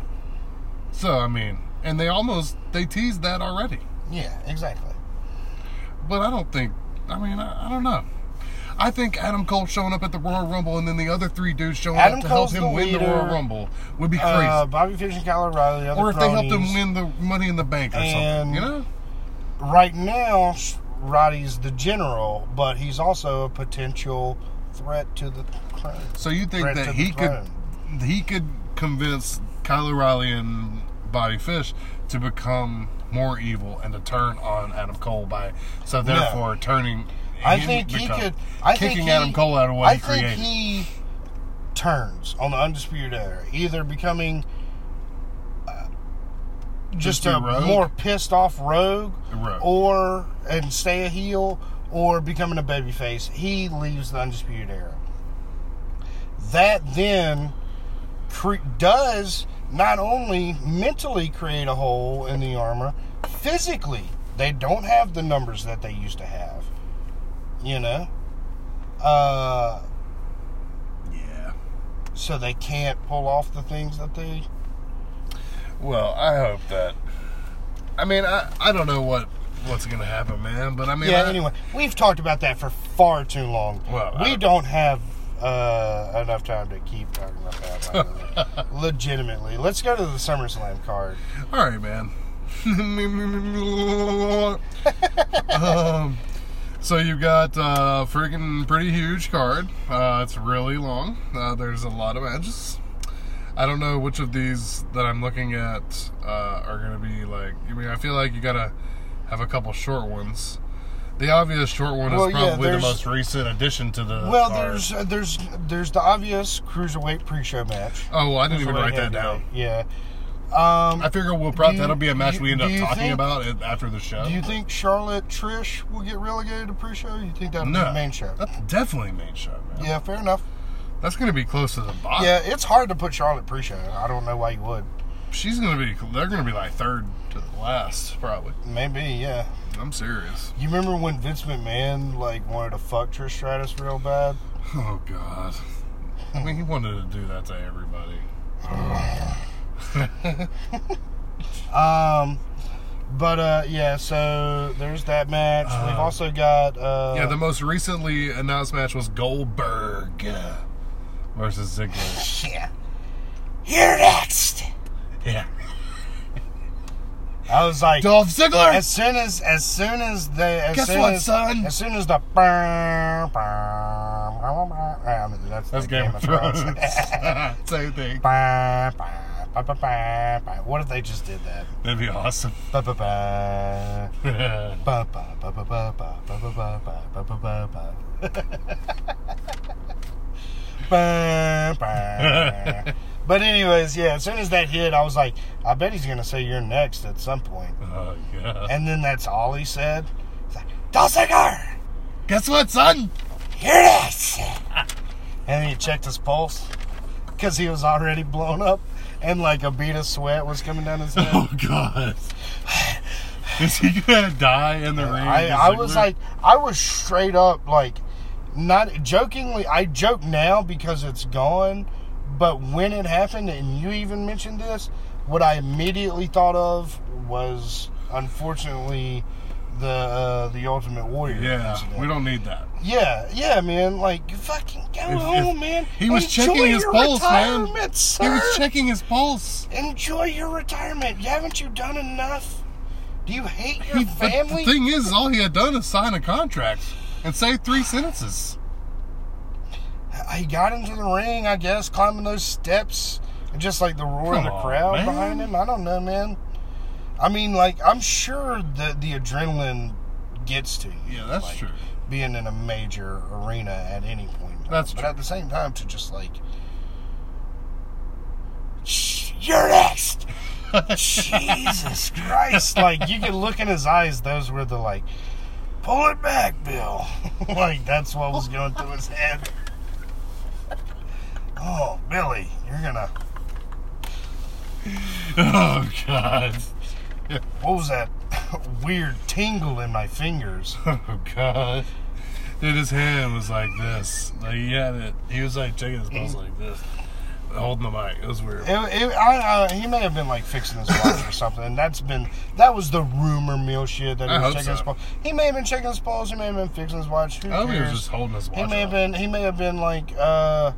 [SPEAKER 1] So I mean, and they almost they teased that already.
[SPEAKER 2] yeah, exactly.
[SPEAKER 1] But I don't think. I mean, I, I don't know. I think Adam Cole showing up at the Royal Rumble and then the other three dudes showing
[SPEAKER 2] Adam
[SPEAKER 1] up to
[SPEAKER 2] Cole's
[SPEAKER 1] help
[SPEAKER 2] the
[SPEAKER 1] him win the
[SPEAKER 2] leader.
[SPEAKER 1] Royal Rumble would be crazy.
[SPEAKER 2] Uh, Bobby Fish and Kyle O'Reilly, the other
[SPEAKER 1] or if they helped him
[SPEAKER 2] cronies.
[SPEAKER 1] win the Money in the Bank or something,
[SPEAKER 2] And-
[SPEAKER 1] you know?
[SPEAKER 2] Right now, Sh- Roddy's the general, but he's also a potential threat to the crown.
[SPEAKER 1] So you think
[SPEAKER 2] Threat to
[SPEAKER 1] that
[SPEAKER 2] the
[SPEAKER 1] he could
[SPEAKER 2] throne.
[SPEAKER 1] he could convince Kyle O'Reilly and Bobby Fish to become more evil and to turn on Adam Cole by so therefore turning.
[SPEAKER 2] I
[SPEAKER 1] him
[SPEAKER 2] think he
[SPEAKER 1] become-
[SPEAKER 2] could. I
[SPEAKER 1] kicking
[SPEAKER 2] think he,
[SPEAKER 1] Adam Cole out of what
[SPEAKER 2] I
[SPEAKER 1] he
[SPEAKER 2] think
[SPEAKER 1] created.
[SPEAKER 2] he turns on the undisputed era, either becoming uh, just
[SPEAKER 1] Just be
[SPEAKER 2] a
[SPEAKER 1] rogue?
[SPEAKER 2] more pissed off rogue,
[SPEAKER 1] Rogue.
[SPEAKER 2] or and stay a heel, or becoming a babyface, he leaves the Undisputed Era. That then cre- does not only mentally create a hole in the armor, physically, they don't have the numbers that they used to have. You know? Uh,
[SPEAKER 1] Yeah.
[SPEAKER 2] so they can't pull off the things that they.
[SPEAKER 1] Well, I hope that. I mean, I, I don't know what what's gonna happen, man. But I mean,
[SPEAKER 2] yeah,
[SPEAKER 1] I-
[SPEAKER 2] anyway, we've talked about that for far too long.
[SPEAKER 1] Well, I
[SPEAKER 2] we
[SPEAKER 1] don't-
[SPEAKER 2] don't have uh, enough time to keep talking about that. Legitimately. Let's go to the SummerSlam card.
[SPEAKER 1] All right, man. um, so you've got uh, freaking pretty huge card. Uh, it's really long. Uh, there's a lot of matches. I don't know which of these that I'm looking at uh, are going to be like. I mean, I feel like you got to have a couple short ones. The obvious short one
[SPEAKER 2] Well,
[SPEAKER 1] is
[SPEAKER 2] yeah,
[SPEAKER 1] probably the
[SPEAKER 2] there's-
[SPEAKER 1] most recent addition to the.
[SPEAKER 2] Well,
[SPEAKER 1] card.
[SPEAKER 2] there's uh, there's there's the obvious cruiserweight pre-show match.
[SPEAKER 1] Oh, well, I didn't even write that down.
[SPEAKER 2] Yeah. Um,
[SPEAKER 1] I figure we'll probably
[SPEAKER 2] Do you-
[SPEAKER 1] that'll be a match
[SPEAKER 2] do
[SPEAKER 1] we
[SPEAKER 2] you-
[SPEAKER 1] end
[SPEAKER 2] do
[SPEAKER 1] up
[SPEAKER 2] you
[SPEAKER 1] talking
[SPEAKER 2] think-
[SPEAKER 1] about it after the show.
[SPEAKER 2] do you think Charlotte Trish will get relegated to pre-show? You think that'll be
[SPEAKER 1] No. Uh,
[SPEAKER 2] the main show?
[SPEAKER 1] That's definitely main show, man.
[SPEAKER 2] Yeah, fair enough.
[SPEAKER 1] That's going to be close to the bottom.
[SPEAKER 2] Yeah, it's hard to put Charlotte pre-show. I don't know why you would.
[SPEAKER 1] She's going to be, they're going to be like third to the last, probably.
[SPEAKER 2] Maybe, yeah.
[SPEAKER 1] I'm serious.
[SPEAKER 2] You remember when Vince McMahon like wanted to fuck Trish Stratus real bad?
[SPEAKER 1] Oh, God. I mean, he wanted to do that to everybody.
[SPEAKER 2] Um, but uh, yeah. So there's that match. We've also got uh,
[SPEAKER 1] yeah, the most recently announced match was Goldberg uh, versus Ziggler.
[SPEAKER 2] yeah. You're next.
[SPEAKER 1] yeah.
[SPEAKER 2] I was like,
[SPEAKER 1] Dolph Ziggler!
[SPEAKER 2] As soon as as soon as they as
[SPEAKER 1] Guess
[SPEAKER 2] soon
[SPEAKER 1] what,
[SPEAKER 2] as,
[SPEAKER 1] son?
[SPEAKER 2] As soon as the bam, bam, bam, bam, bam, that's,
[SPEAKER 1] That's
[SPEAKER 2] the
[SPEAKER 1] Game of Thrones. Same thing.
[SPEAKER 2] Bam, bam, bam, bam, bam, bam. What if they just did that?
[SPEAKER 1] That'd be awesome. Oh,
[SPEAKER 2] Ba, ba, ba. Ba, ba, ba, ba, ba, ba, ba, ba, ba, ba, ba, ba, ba, ba. Ba, ba. But anyways, yeah. As soon as that hit, I was like, I bet he's gonna say you're next at some point.
[SPEAKER 1] oh, God.
[SPEAKER 2] And then that's all he said. He's like, Dulcigar,
[SPEAKER 1] Guess what, son?
[SPEAKER 2] hear this. and he checked his pulse because he was already blown up and like a bead of sweat was coming down his head.
[SPEAKER 1] Oh God! Is he gonna die in the ring?
[SPEAKER 2] I,
[SPEAKER 1] Is
[SPEAKER 2] I
[SPEAKER 1] Ziggler-
[SPEAKER 2] was like, I was straight up like, not jokingly, I joke now because it's gone, but when it happened, and you even mentioned this, what I immediately thought of was unfortunately the uh, the Ultimate Warrior.
[SPEAKER 1] yeah,
[SPEAKER 2] incident.
[SPEAKER 1] we don't need that.
[SPEAKER 2] Yeah, yeah, man. Like, you fucking go
[SPEAKER 1] If-
[SPEAKER 2] home,
[SPEAKER 1] if-
[SPEAKER 2] man.
[SPEAKER 1] He was
[SPEAKER 2] Enjoy
[SPEAKER 1] checking his
[SPEAKER 2] your
[SPEAKER 1] pulse, man.
[SPEAKER 2] retirement, Sir.
[SPEAKER 1] He was checking his pulse.
[SPEAKER 2] Enjoy your retirement. Haven't you done enough? Do you hate your
[SPEAKER 1] He- but
[SPEAKER 2] family?
[SPEAKER 1] the thing is, all he had done is sign a contract and say three sentences.
[SPEAKER 2] he got into the ring, I guess, climbing those steps, and just like the roar
[SPEAKER 1] Come
[SPEAKER 2] of the
[SPEAKER 1] on,
[SPEAKER 2] crowd
[SPEAKER 1] man.
[SPEAKER 2] behind him. I don't know, man. I mean, like, I'm sure that the adrenaline gets to you.
[SPEAKER 1] Yeah, that's
[SPEAKER 2] like,
[SPEAKER 1] true.
[SPEAKER 2] Being in a major arena at any point. in time.
[SPEAKER 1] That's
[SPEAKER 2] But
[SPEAKER 1] true.
[SPEAKER 2] at the same time, to just like, "Shh, you're next. Jesus Christ! Like you could look in his eyes; those were the like, pull it back, Bill. like that's what was going through his head. Oh, Billy, you're gonna.
[SPEAKER 1] Oh God!
[SPEAKER 2] What was that weird tingle in my fingers?
[SPEAKER 1] Oh God! Dude, his hand was like this. Like he had it. He was like checking his pulse like this, holding the mic. It was weird.
[SPEAKER 2] It, it, I, I, he may have been like fixing his watch or something. And that's been that was the rumor mill shit that he
[SPEAKER 1] I
[SPEAKER 2] was
[SPEAKER 1] hope
[SPEAKER 2] checking
[SPEAKER 1] so.
[SPEAKER 2] his pulse. He may have been checking his pulse. He may have been fixing his watch. Who
[SPEAKER 1] I hope he was
[SPEAKER 2] cares?
[SPEAKER 1] just holding his watch.
[SPEAKER 2] he may have
[SPEAKER 1] up.
[SPEAKER 2] been. He may have been like. uh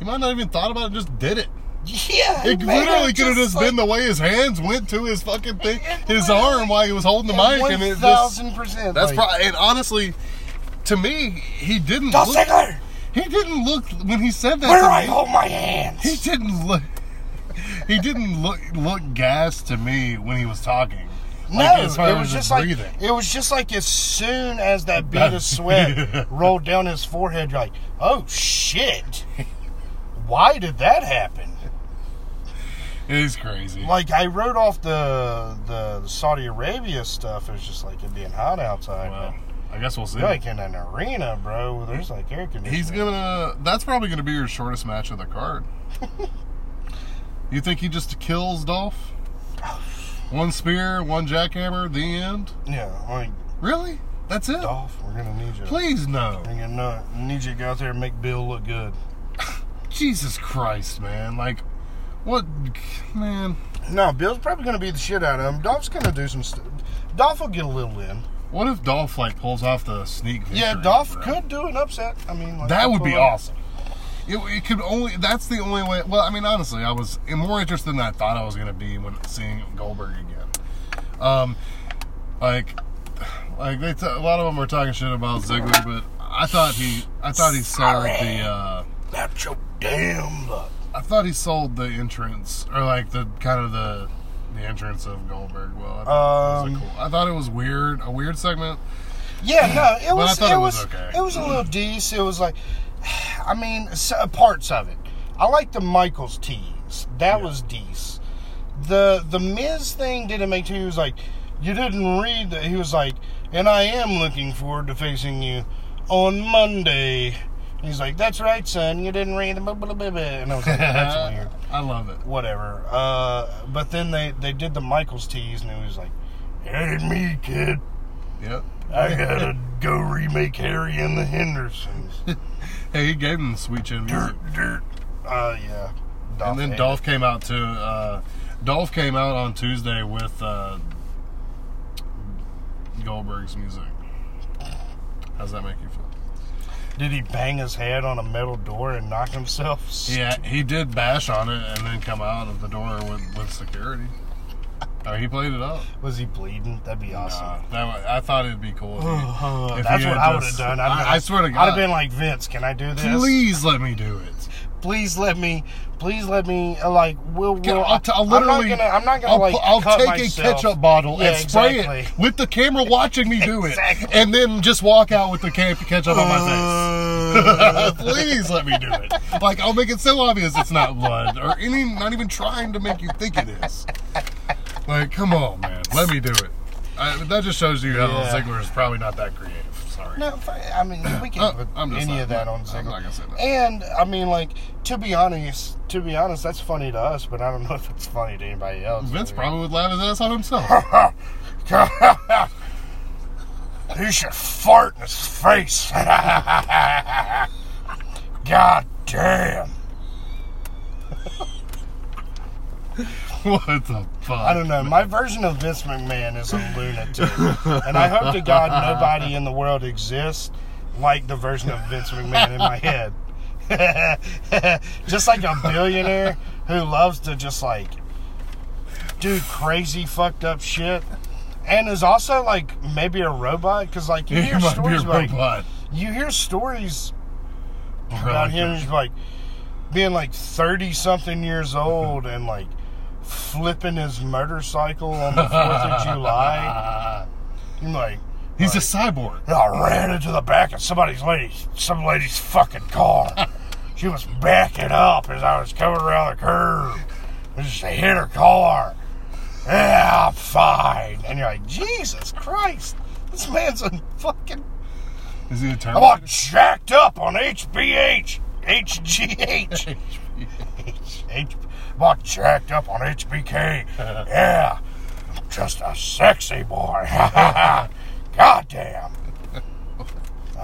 [SPEAKER 1] He might not even thought about it. Just did it.
[SPEAKER 2] Yeah. he
[SPEAKER 1] It
[SPEAKER 2] may
[SPEAKER 1] literally could have just
[SPEAKER 2] like,
[SPEAKER 1] been the way his hands went to his fucking thing,
[SPEAKER 2] It
[SPEAKER 1] his
[SPEAKER 2] literally-
[SPEAKER 1] arm while he was holding the mic, and it
[SPEAKER 2] One
[SPEAKER 1] just.
[SPEAKER 2] thousand percent.
[SPEAKER 1] That's
[SPEAKER 2] like,
[SPEAKER 1] probably. And honestly, to me, he didn't
[SPEAKER 2] Dolph
[SPEAKER 1] look.
[SPEAKER 2] Ziggler,
[SPEAKER 1] He didn't look when he said that.
[SPEAKER 2] where do
[SPEAKER 1] to
[SPEAKER 2] I
[SPEAKER 1] me,
[SPEAKER 2] hold my
[SPEAKER 1] He
[SPEAKER 2] hands?
[SPEAKER 1] didn't look. He didn't look look gassed to me when he was talking.
[SPEAKER 2] No,
[SPEAKER 1] Like, as far
[SPEAKER 2] it
[SPEAKER 1] as
[SPEAKER 2] was
[SPEAKER 1] his
[SPEAKER 2] just
[SPEAKER 1] breathing.
[SPEAKER 2] like it was just like as soon as that bead of sweat rolled down his forehead, you're like, oh shit, why did that happen?
[SPEAKER 1] It's crazy.
[SPEAKER 2] Like I wrote off the the Saudi Arabia stuff. It was just like it being hot outside.
[SPEAKER 1] Well,
[SPEAKER 2] but
[SPEAKER 1] I guess we'll see.
[SPEAKER 2] you're like in an arena, bro. Where there's like air conditioning.
[SPEAKER 1] He's gonna. That's probably gonna be your shortest match of the card. you think he just kills Dolph? One spear, one jackhammer, the end.
[SPEAKER 2] Yeah, like
[SPEAKER 1] Really? That's it?
[SPEAKER 2] Dolph, we're gonna need you.
[SPEAKER 1] Please no.
[SPEAKER 2] We're gonna know- need you to go out there and make Bill look good.
[SPEAKER 1] Jesus Christ, man! Like, what, man?
[SPEAKER 2] No, Bill's probably gonna beat the shit out of him. Dolph's gonna do some stuff. Dolph will get a little in.
[SPEAKER 1] What if Dolph like pulls off the sneak? Victory,
[SPEAKER 2] Yeah, Dolph
[SPEAKER 1] bro?
[SPEAKER 2] could do an upset. I mean, like,
[SPEAKER 1] That would be
[SPEAKER 2] pull off-
[SPEAKER 1] awesome. It, it could only. That's the only way. Well, I mean, honestly, I was more interested than I thought I was going to be when seeing Goldberg again. Um, like, like they t- a lot of them were talking shit about Ziggler, but I thought he, I thought he sold the, uh,
[SPEAKER 2] That's your damn luck.
[SPEAKER 1] I thought he sold the entrance or like the kind of the, the entrance of Goldberg. Well, I thought, it was
[SPEAKER 2] Um,
[SPEAKER 1] a cool, I thought it was weird, a weird segment.
[SPEAKER 2] Yeah, no, it
[SPEAKER 1] But I
[SPEAKER 2] was
[SPEAKER 1] thought
[SPEAKER 2] it,
[SPEAKER 1] it was
[SPEAKER 2] was,
[SPEAKER 1] okay.
[SPEAKER 2] it was a little decent. It was like, I mean, s- uh, parts of it. I like the Michaels tease. That was decent. The the Miz thing didn't make too. He was like, you didn't read that. He was like, and I am looking forward to facing you on Monday. He's like, that's right, son. You didn't read the blah blah blah. blah." And I was like, that's weird
[SPEAKER 1] I love it.
[SPEAKER 2] whatever. Uh, but then they, they did the Michaels tease, and it was like, "Hey, me kid,
[SPEAKER 1] Yep.
[SPEAKER 2] I gotta go remake Harry and the Hendersons."
[SPEAKER 1] Hey, he gave him the sweet chin music.
[SPEAKER 2] dirt. Uh, yeah. Dolph
[SPEAKER 1] and then
[SPEAKER 2] hated
[SPEAKER 1] Dolph came out to uh, Dolph came out on Tuesday with uh, Goldberg's music. How's that make you feel?
[SPEAKER 2] it. Did he bang his head on a metal door and knock himself?
[SPEAKER 1] Yeah, he did bash on it and then come out of the door with, with security. I mean, Oh, he played it up.
[SPEAKER 2] Was he bleeding? That'd be awesome.
[SPEAKER 1] Nah, Uh, that wa- I thought it'd be cool. If
[SPEAKER 2] Uh,
[SPEAKER 1] he, if
[SPEAKER 2] that's
[SPEAKER 1] he had
[SPEAKER 2] what I would have
[SPEAKER 1] just-
[SPEAKER 2] done. I'd have
[SPEAKER 1] oh, I,
[SPEAKER 2] been
[SPEAKER 1] I
[SPEAKER 2] like-
[SPEAKER 1] swear to
[SPEAKER 2] I'd
[SPEAKER 1] God,
[SPEAKER 2] have been like Vince. Can I do this?
[SPEAKER 1] please let me do it.
[SPEAKER 2] please let me, please let me, uh, like, we'll,
[SPEAKER 1] Can-
[SPEAKER 2] we'll
[SPEAKER 1] I'll, t- I'll literally.
[SPEAKER 2] I'm not gonna, I'm not gonna
[SPEAKER 1] I'll,
[SPEAKER 2] like,
[SPEAKER 1] pu- I'll
[SPEAKER 2] cut
[SPEAKER 1] take a
[SPEAKER 2] myself.
[SPEAKER 1] ketchup bottle
[SPEAKER 2] Yeah,
[SPEAKER 1] and spray
[SPEAKER 2] exactly.
[SPEAKER 1] it with the camera watching me do
[SPEAKER 2] Exactly.
[SPEAKER 1] it, and then just walk out with the ca- ketchup on my
[SPEAKER 2] Uh,
[SPEAKER 1] face. Please let me do it. Like I'll make it so obvious it's not blood, or any, not even trying to make you think it is. Like, come on, man, let me do it. I, that just shows you how
[SPEAKER 2] Yeah.
[SPEAKER 1] Ziggler is probably not that creative. Sorry.
[SPEAKER 2] no, fi- I mean we can
[SPEAKER 1] Uh,
[SPEAKER 2] not put
[SPEAKER 1] I'm just
[SPEAKER 2] any
[SPEAKER 1] not-
[SPEAKER 2] of that on
[SPEAKER 1] I'm
[SPEAKER 2] Ziggler.
[SPEAKER 1] not gonna say that.
[SPEAKER 2] And I mean, like to be honest, to be honest, that's funny to us, but I don't know if it's funny to anybody else.
[SPEAKER 1] Vince probably would laugh his ass off himself.
[SPEAKER 2] He should fart in his face. God damn!
[SPEAKER 1] what the fuck?
[SPEAKER 2] I don't know. My version of Vince McMahon is a lunatic, and I hope to God nobody in the world exists like the version of Vince McMahon in my head. just like a billionaire who loves to just like do crazy fucked up shit, and is also like maybe a robot because like you
[SPEAKER 1] He
[SPEAKER 2] hear
[SPEAKER 1] might be
[SPEAKER 2] stories
[SPEAKER 1] a
[SPEAKER 2] like
[SPEAKER 1] robot.
[SPEAKER 2] you hear stories about
[SPEAKER 1] Like
[SPEAKER 2] him just like being like 30 something years old and like flipping his motorcycle on the 4th of July. I'm like,
[SPEAKER 1] He's a cyborg.
[SPEAKER 2] I ran into the back of somebody's lady, some lady's fucking car. she was backing up as I was coming around the curve. I just hit her car. Yeah, I'm fine. And you're like, Jesus Christ, this man's a fucking
[SPEAKER 1] Is he a Terminator?
[SPEAKER 2] I'm all jacked up on HBH, HGH. H, I'm all jacked up on HBK. Yeah, I'm just a sexy boy. God damn.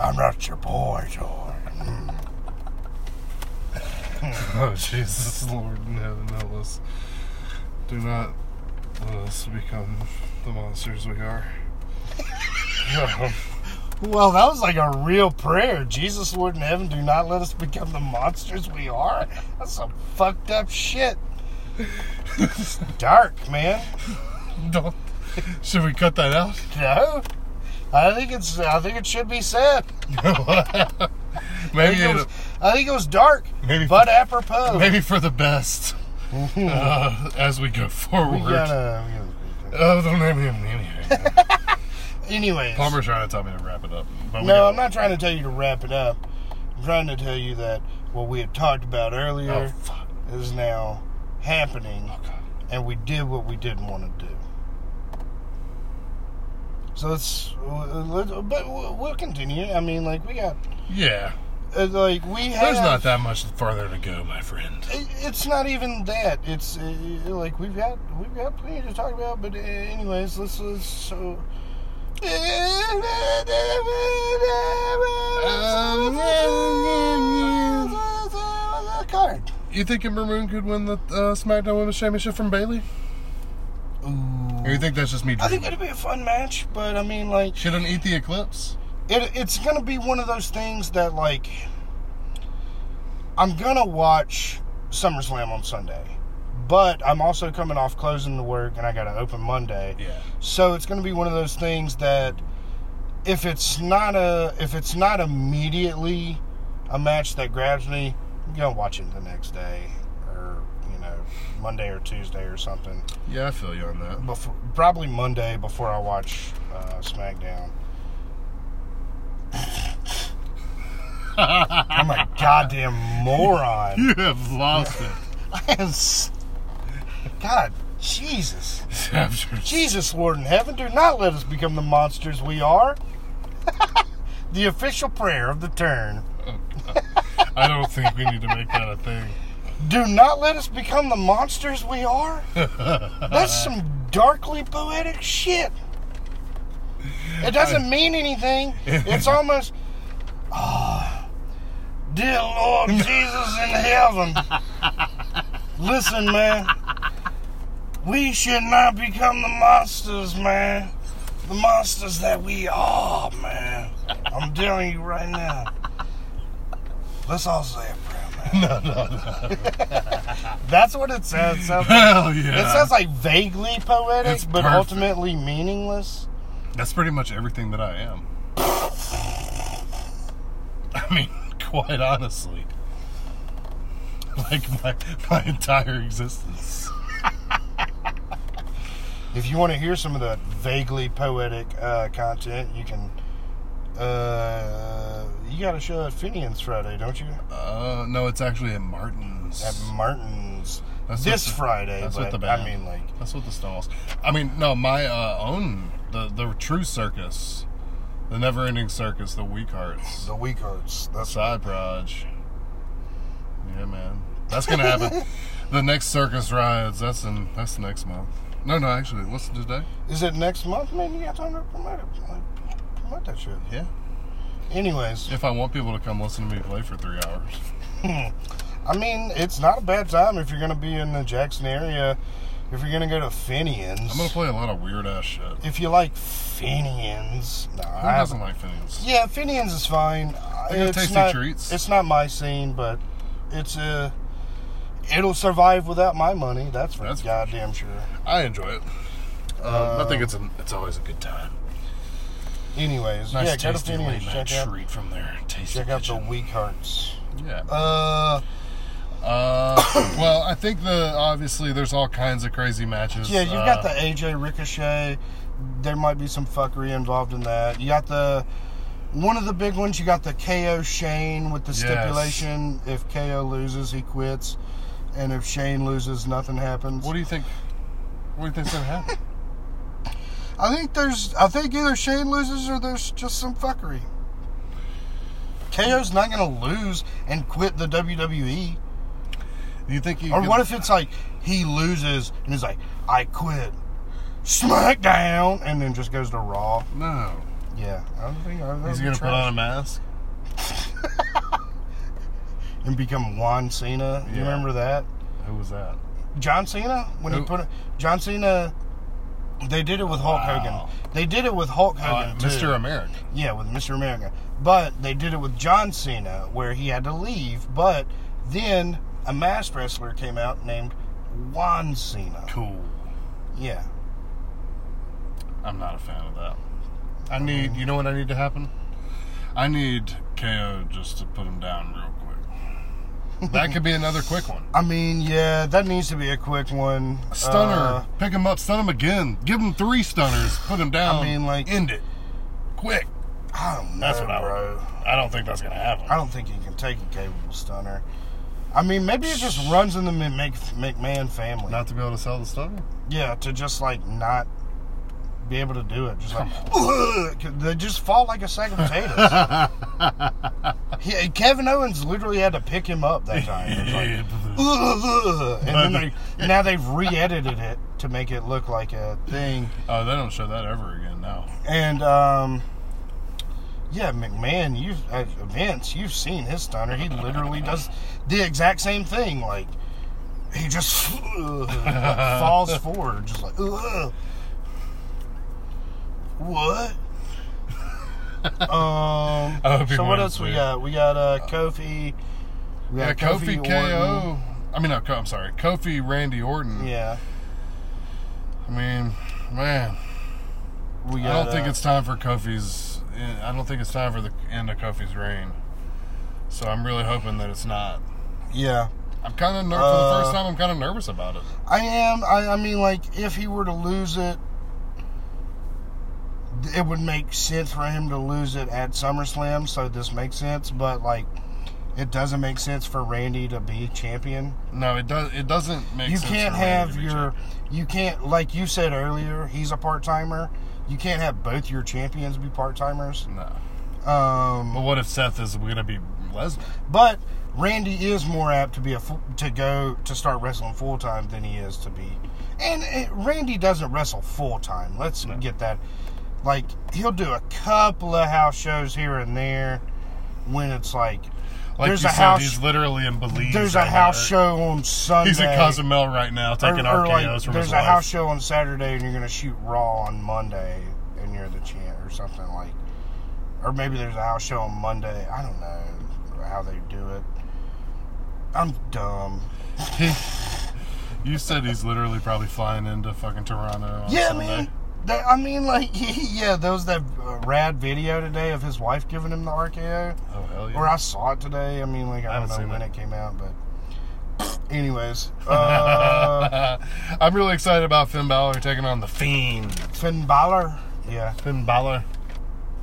[SPEAKER 2] I'm not your boy, George.
[SPEAKER 1] Oh Jesus, Lord in heaven, help us! Do not let us become the monsters we are.
[SPEAKER 2] Well, that was like a real prayer. Jesus, Lord in heaven, do not let us become the monsters we are. That's some fucked up shit. It's dark, man.
[SPEAKER 1] Don't. Should we cut that out?
[SPEAKER 2] No, I think it's. I think it should be said. I
[SPEAKER 1] Maybe,
[SPEAKER 2] think it
[SPEAKER 1] it
[SPEAKER 2] was, I think it was dark,
[SPEAKER 1] Maybe-
[SPEAKER 2] but apropos.
[SPEAKER 1] maybe for the best uh, as we go
[SPEAKER 2] we
[SPEAKER 1] forward.
[SPEAKER 2] gotta, we gotta-
[SPEAKER 1] Oh, don't name him anyway.
[SPEAKER 2] anyways,
[SPEAKER 1] Palmer's trying to tell me to wrap it up. But we
[SPEAKER 2] no,
[SPEAKER 1] gotta-
[SPEAKER 2] I'm not trying to tell you to wrap it up. I'm trying to tell you that what we had talked about earlier
[SPEAKER 1] Oh, fuck. Oh,
[SPEAKER 2] is now happening, and we did what we didn't want to do. So it's, uh, but we'll continue. I mean, like we got,
[SPEAKER 1] Yeah.
[SPEAKER 2] uh, like we have.
[SPEAKER 1] There's not that much farther to go, my friend.
[SPEAKER 2] It- It's not even that. It's uh, like we've got we've got plenty to talk about. But uh, anyways, let's let's so. Um, Card.
[SPEAKER 1] You think Ember Moon could win the uh, SmackDown Women's Championship from Bailey? Or you think that's just me
[SPEAKER 2] I think
[SPEAKER 1] dreaming?
[SPEAKER 2] it'll be a fun match, but I mean, like,
[SPEAKER 1] She didn't eat the eclipse.
[SPEAKER 2] it, it's gonna be one of those things that, like, I'm gonna watch SummerSlam on Sunday, but I'm also coming off closing the work and I gotta open Monday.
[SPEAKER 1] Yeah.
[SPEAKER 2] So it's going to be one of those things that if it's not a if it's not immediately a match that grabs me, I'm going to watch it the next day or you know Monday or Tuesday or something.
[SPEAKER 1] Yeah, I feel you on that.
[SPEAKER 2] Before, probably Monday before I watch uh, SmackDown. I'm a goddamn moron.
[SPEAKER 1] You have lost it.
[SPEAKER 2] I am s- God, Jesus.
[SPEAKER 1] After
[SPEAKER 2] Jesus, Lord in heaven, do not let us become the monsters we are. the official prayer of the turn.
[SPEAKER 1] I don't think we need to make that a thing.
[SPEAKER 2] Do not let us become the monsters we are. That's some darkly poetic shit. It doesn't mean anything. It's almost, oh, dear Lord Jesus in heaven. Listen, man, we should not become the monsters, man. The monsters that we are, man. I'm telling you right now. Let's all say a prayer, man.
[SPEAKER 1] No, no, no.
[SPEAKER 2] That's what it says. It sounds like,
[SPEAKER 1] Hell yeah.
[SPEAKER 2] it sounds like vaguely poetic,
[SPEAKER 1] Uh, It's
[SPEAKER 2] but
[SPEAKER 1] perfect.
[SPEAKER 2] ultimately meaningless.
[SPEAKER 1] That's pretty much everything that I am. I mean, quite honestly. Like my my entire existence.
[SPEAKER 2] If you want to hear some of the vaguely poetic uh, content, you can. Uh, you got a show at Finian's Friday, don't you?
[SPEAKER 1] Uh no, it's actually at Martin's.
[SPEAKER 2] At Martin's
[SPEAKER 1] That's
[SPEAKER 2] this
[SPEAKER 1] what the-
[SPEAKER 2] Friday.
[SPEAKER 1] That's
[SPEAKER 2] but
[SPEAKER 1] what the band.
[SPEAKER 2] I mean, like,
[SPEAKER 1] that's what the stalls. I mean, no, my uh, own the the true circus, the never ending circus, the weak hearts,
[SPEAKER 2] the weak arts.
[SPEAKER 1] the
[SPEAKER 2] That's
[SPEAKER 1] side proj. Yeah, man, that's gonna happen. the next circus rides. That's in. That's next month. No, no, actually, what's today?
[SPEAKER 2] is it next month, man? You got time to promote it. Like, promote that shit.
[SPEAKER 1] Yeah.
[SPEAKER 2] Anyways,
[SPEAKER 1] If I want people to come listen to me play for three hours.
[SPEAKER 2] I mean, it's not a bad time if you're going to be in the Jackson area. If you're going to go to Finian's,
[SPEAKER 1] I'm gonna play a lot of weird ass shit. Who
[SPEAKER 2] if you like Finian's, no, I
[SPEAKER 1] doesn't
[SPEAKER 2] haven't.
[SPEAKER 1] like Phineas?
[SPEAKER 2] Yeah, Finian's is fine. Uh,
[SPEAKER 1] They got
[SPEAKER 2] It's
[SPEAKER 1] tasty
[SPEAKER 2] not,
[SPEAKER 1] treats.
[SPEAKER 2] It's not my scene, but it's Uh, it'll survive without my money. That's for
[SPEAKER 1] That's for
[SPEAKER 2] goddamn sure.
[SPEAKER 1] I enjoy it. Um, I
[SPEAKER 2] Uh,
[SPEAKER 1] think it's an, it's always a good time.
[SPEAKER 2] Anyways,
[SPEAKER 1] Nice
[SPEAKER 2] yeah, go to
[SPEAKER 1] tasty late
[SPEAKER 2] Finian's.
[SPEAKER 1] night
[SPEAKER 2] Check out,
[SPEAKER 1] treat from there. Tasty
[SPEAKER 2] check out the
[SPEAKER 1] kitchen.
[SPEAKER 2] weak hearts.
[SPEAKER 1] yeah.
[SPEAKER 2] Uh,
[SPEAKER 1] Uh, well, I think the obviously there's all kinds of crazy matches.
[SPEAKER 2] yeah, you've
[SPEAKER 1] uh,
[SPEAKER 2] got the AJ Ricochet. There might be some fuckery involved in that. You got the one of the big ones. You got the KO Shane with the
[SPEAKER 1] Yes.
[SPEAKER 2] stipulation: if KO loses, he quits, and if Shane loses, nothing happens.
[SPEAKER 1] What do you think? What do you think's gonna happen?
[SPEAKER 2] I think there's. I think either Shane loses or there's just some fuckery. KO's not gonna lose and quit the WWE.
[SPEAKER 1] do you think? You
[SPEAKER 2] Or
[SPEAKER 1] could-
[SPEAKER 2] what if it's like he loses and he's like, I quit. SmackDown and then just goes to Raw.
[SPEAKER 1] No,
[SPEAKER 2] Yeah, I don't think I
[SPEAKER 1] he's gonna put on a mask.
[SPEAKER 2] and become Juan Cena. You
[SPEAKER 1] Yeah.
[SPEAKER 2] remember that?
[SPEAKER 1] Who was that?
[SPEAKER 2] John Cena when he
[SPEAKER 1] Who?
[SPEAKER 2] put John Cena. They did it with Hulk
[SPEAKER 1] Wow.
[SPEAKER 2] Hogan. They did it with Hulk
[SPEAKER 1] Uh,
[SPEAKER 2] Hogan, too.
[SPEAKER 1] Mr. America.
[SPEAKER 2] Yeah, with Mr. America. But they did it with John Cena, where he had to leave. But then a masked wrestler came out named Juan Cena.
[SPEAKER 1] Cool.
[SPEAKER 2] Yeah.
[SPEAKER 1] I'm not a fan of that. I need. You know what I need to happen? I need KO just to put him down real quick. That could be another quick one.
[SPEAKER 2] I mean, yeah, that needs to be a quick one.
[SPEAKER 1] Stunner.
[SPEAKER 2] Uh,
[SPEAKER 1] Pick him up. Stun him again. Give him three stunners. Put him down.
[SPEAKER 2] mean, like-
[SPEAKER 1] end it. Quick.
[SPEAKER 2] I don't know,
[SPEAKER 1] That's what I
[SPEAKER 2] bro.
[SPEAKER 1] would. I don't think that's gonna happen.
[SPEAKER 2] I don't think he can take a capable stunner. I mean, maybe it just runs in the Mc- Mc- McMahon family.
[SPEAKER 1] Not to be able to sell the stuff.
[SPEAKER 2] yeah, to just like not be able to do it. Just like "Ugh," they just fall like a sack of potatoes. he, Kevin Owens literally had to pick him up that time. It was like, "Ugh," and then they now they've re-edited it to make it look like a thing.
[SPEAKER 1] oh, they don't show that ever again now.
[SPEAKER 2] And um, yeah, McMahon, you've uh, Vince, you've seen his stunner. He literally does the exact same thing. Like he just ugh, like, falls forward, just like ugh. what. um.
[SPEAKER 1] I hope he
[SPEAKER 2] So what
[SPEAKER 1] wins,
[SPEAKER 2] else we
[SPEAKER 1] dude.
[SPEAKER 2] got? We got uh Kofi. We
[SPEAKER 1] Yeah,
[SPEAKER 2] got
[SPEAKER 1] Kofi,
[SPEAKER 2] Orton.
[SPEAKER 1] KO. I mean, no, Ko- I'm sorry, Kofi Randy Orton.
[SPEAKER 2] Yeah.
[SPEAKER 1] I mean, man,
[SPEAKER 2] We
[SPEAKER 1] I
[SPEAKER 2] got,
[SPEAKER 1] don't think
[SPEAKER 2] uh,
[SPEAKER 1] it's time for Kofi's. I don't think it's time for the end of Kofi's reign. So I'm really hoping that it's not.
[SPEAKER 2] yeah.
[SPEAKER 1] I'm kind of ner- for
[SPEAKER 2] Uh,
[SPEAKER 1] the first time. I'm kind of nervous about it.
[SPEAKER 2] I am. I, I mean, like, if he were to lose it, it would make sense for him to lose it at SummerSlam, so this makes sense. But, like, it doesn't make sense for Randy to be champion.
[SPEAKER 1] No, it does. It doesn't make.
[SPEAKER 2] you
[SPEAKER 1] sense
[SPEAKER 2] can't
[SPEAKER 1] for Randy
[SPEAKER 2] have
[SPEAKER 1] to be
[SPEAKER 2] your. You can't, like you said earlier, he's a part timer. You can't have both your champions be part timers.
[SPEAKER 1] champ- No.
[SPEAKER 2] Um,
[SPEAKER 1] But what if Seth is going to be Lesnar?
[SPEAKER 2] but Randy is more apt to be a fu- to go to start wrestling full time than he is to be. And uh, Randy doesn't wrestle full time. Let's get that. Like he'll do a couple of house shows here and there when it's like,
[SPEAKER 1] Like
[SPEAKER 2] there's
[SPEAKER 1] you
[SPEAKER 2] a
[SPEAKER 1] said,
[SPEAKER 2] house
[SPEAKER 1] he's literally in Belize.
[SPEAKER 2] there's a
[SPEAKER 1] right
[SPEAKER 2] house
[SPEAKER 1] now.
[SPEAKER 2] show on Sunday.
[SPEAKER 1] He's in Cozumel right now taking
[SPEAKER 2] or,
[SPEAKER 1] RKO's
[SPEAKER 2] or, like,
[SPEAKER 1] from
[SPEAKER 2] There's
[SPEAKER 1] his
[SPEAKER 2] a
[SPEAKER 1] wife.
[SPEAKER 2] house show on Saturday and you're gonna shoot Raw on Monday and you're the champ or something like, or maybe there's a house show on Monday. I don't know how they do it. I'm dumb.
[SPEAKER 1] You said he's literally probably flying into fucking Toronto. On
[SPEAKER 2] yeah,
[SPEAKER 1] Sunday.
[SPEAKER 2] man. That, I mean, like, yeah, there was that uh, rad video today of his wife giving him the RKO.
[SPEAKER 1] Oh hell yeah.
[SPEAKER 2] Or I saw it today. I mean, like, I,
[SPEAKER 1] haven't
[SPEAKER 2] don't know
[SPEAKER 1] seen
[SPEAKER 2] when
[SPEAKER 1] it.
[SPEAKER 2] it. came out, but. Anyways, uh,
[SPEAKER 1] I'm really excited about Finn Balor taking on the Fiend.
[SPEAKER 2] Finn Balor. Yeah.
[SPEAKER 1] Finn Balor.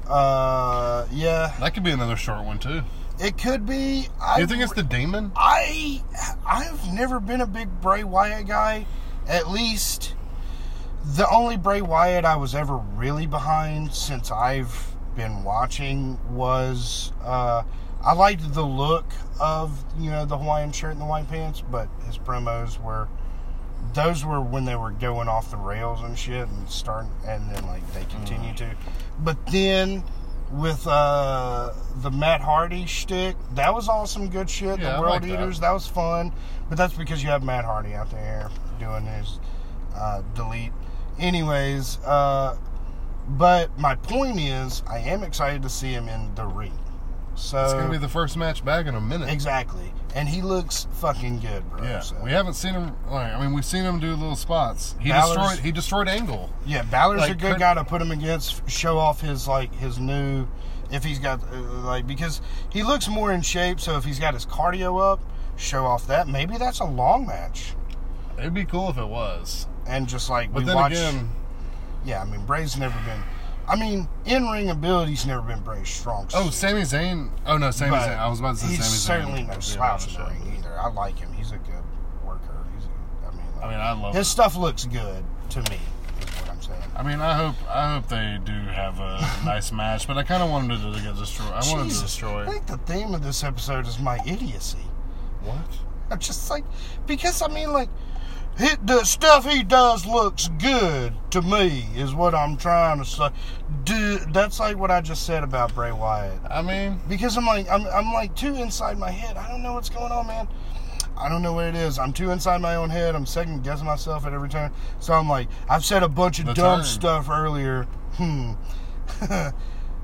[SPEAKER 2] Uh, yeah.
[SPEAKER 1] That could be another short one too.
[SPEAKER 2] It could be. I,
[SPEAKER 1] Do you think it's the Demon?
[SPEAKER 2] I I've never been a big Bray Wyatt guy. At least the only Bray Wyatt I was ever really behind since I've been watching was uh, I liked the look of you know the Hawaiian shirt and the white pants, but his promos were those were when they were going off the rails and shit and starting and then like
[SPEAKER 1] Mm.
[SPEAKER 2] they continue to but then with uh the matt hardy shtick that was all some good shit
[SPEAKER 1] Yeah, I
[SPEAKER 2] the world
[SPEAKER 1] like that.
[SPEAKER 2] eaters that. was fun but that's because you have matt hardy out there doing his uh delete anyways uh but my point is i am excited to see him in the ring so
[SPEAKER 1] It's gonna be the first match back in a minute.
[SPEAKER 2] exactly and he looks fucking good bro
[SPEAKER 1] Yeah,
[SPEAKER 2] so.
[SPEAKER 1] we haven't seen him. Like, I mean, we've seen him do little spots. He
[SPEAKER 2] Balor's-
[SPEAKER 1] destroyed. He destroyed Angle.
[SPEAKER 2] Yeah, Balor's a
[SPEAKER 1] Like,
[SPEAKER 2] good
[SPEAKER 1] could-
[SPEAKER 2] guy to put him against, show off his like his new, if he's got uh, like because he looks more in shape. So if he's got his cardio up, show off that. Maybe that's a long match,
[SPEAKER 1] It'd be cool if it was.
[SPEAKER 2] and just like
[SPEAKER 1] But
[SPEAKER 2] we
[SPEAKER 1] then
[SPEAKER 2] watch.
[SPEAKER 1] again,
[SPEAKER 2] yeah, I mean Bray's never been. I mean, in ring ability's never been Bray's strong.
[SPEAKER 1] oh,
[SPEAKER 2] suit,
[SPEAKER 1] Sami Zayn. Oh no, Sami
[SPEAKER 2] but
[SPEAKER 1] Zayn. I was about to say
[SPEAKER 2] he's
[SPEAKER 1] Sami Zayn.
[SPEAKER 2] certainly
[SPEAKER 1] would
[SPEAKER 2] no
[SPEAKER 1] be
[SPEAKER 2] slouch in
[SPEAKER 1] another
[SPEAKER 2] the
[SPEAKER 1] show.
[SPEAKER 2] ring either. I like him. He's a good worker. He's a, I mean, like,
[SPEAKER 1] I mean, I love.
[SPEAKER 2] his
[SPEAKER 1] His,
[SPEAKER 2] stuff looks good to me. Is what I'm saying.
[SPEAKER 1] I mean, I hope. I hope they do have a nice match. But I kind of wanted it to get destroyed. I wanted to
[SPEAKER 2] Jesus,
[SPEAKER 1] destroy.
[SPEAKER 2] I think the theme of this episode is my idiocy.
[SPEAKER 1] What?
[SPEAKER 2] I'm just like, because I mean, like, he, the stuff he does looks good to me, is what I'm trying to say. Do, that's like what I just said about Bray Wyatt.
[SPEAKER 1] I mean,
[SPEAKER 2] Because I'm like, I'm, I'm like too inside my head. I don't know what's going on, man. I don't know what it is. I'm too inside my own head. I'm second guessing myself at every turn. So I'm like, I've said a bunch of
[SPEAKER 1] The
[SPEAKER 2] dumb
[SPEAKER 1] turn.
[SPEAKER 2] stuff earlier. Hmm.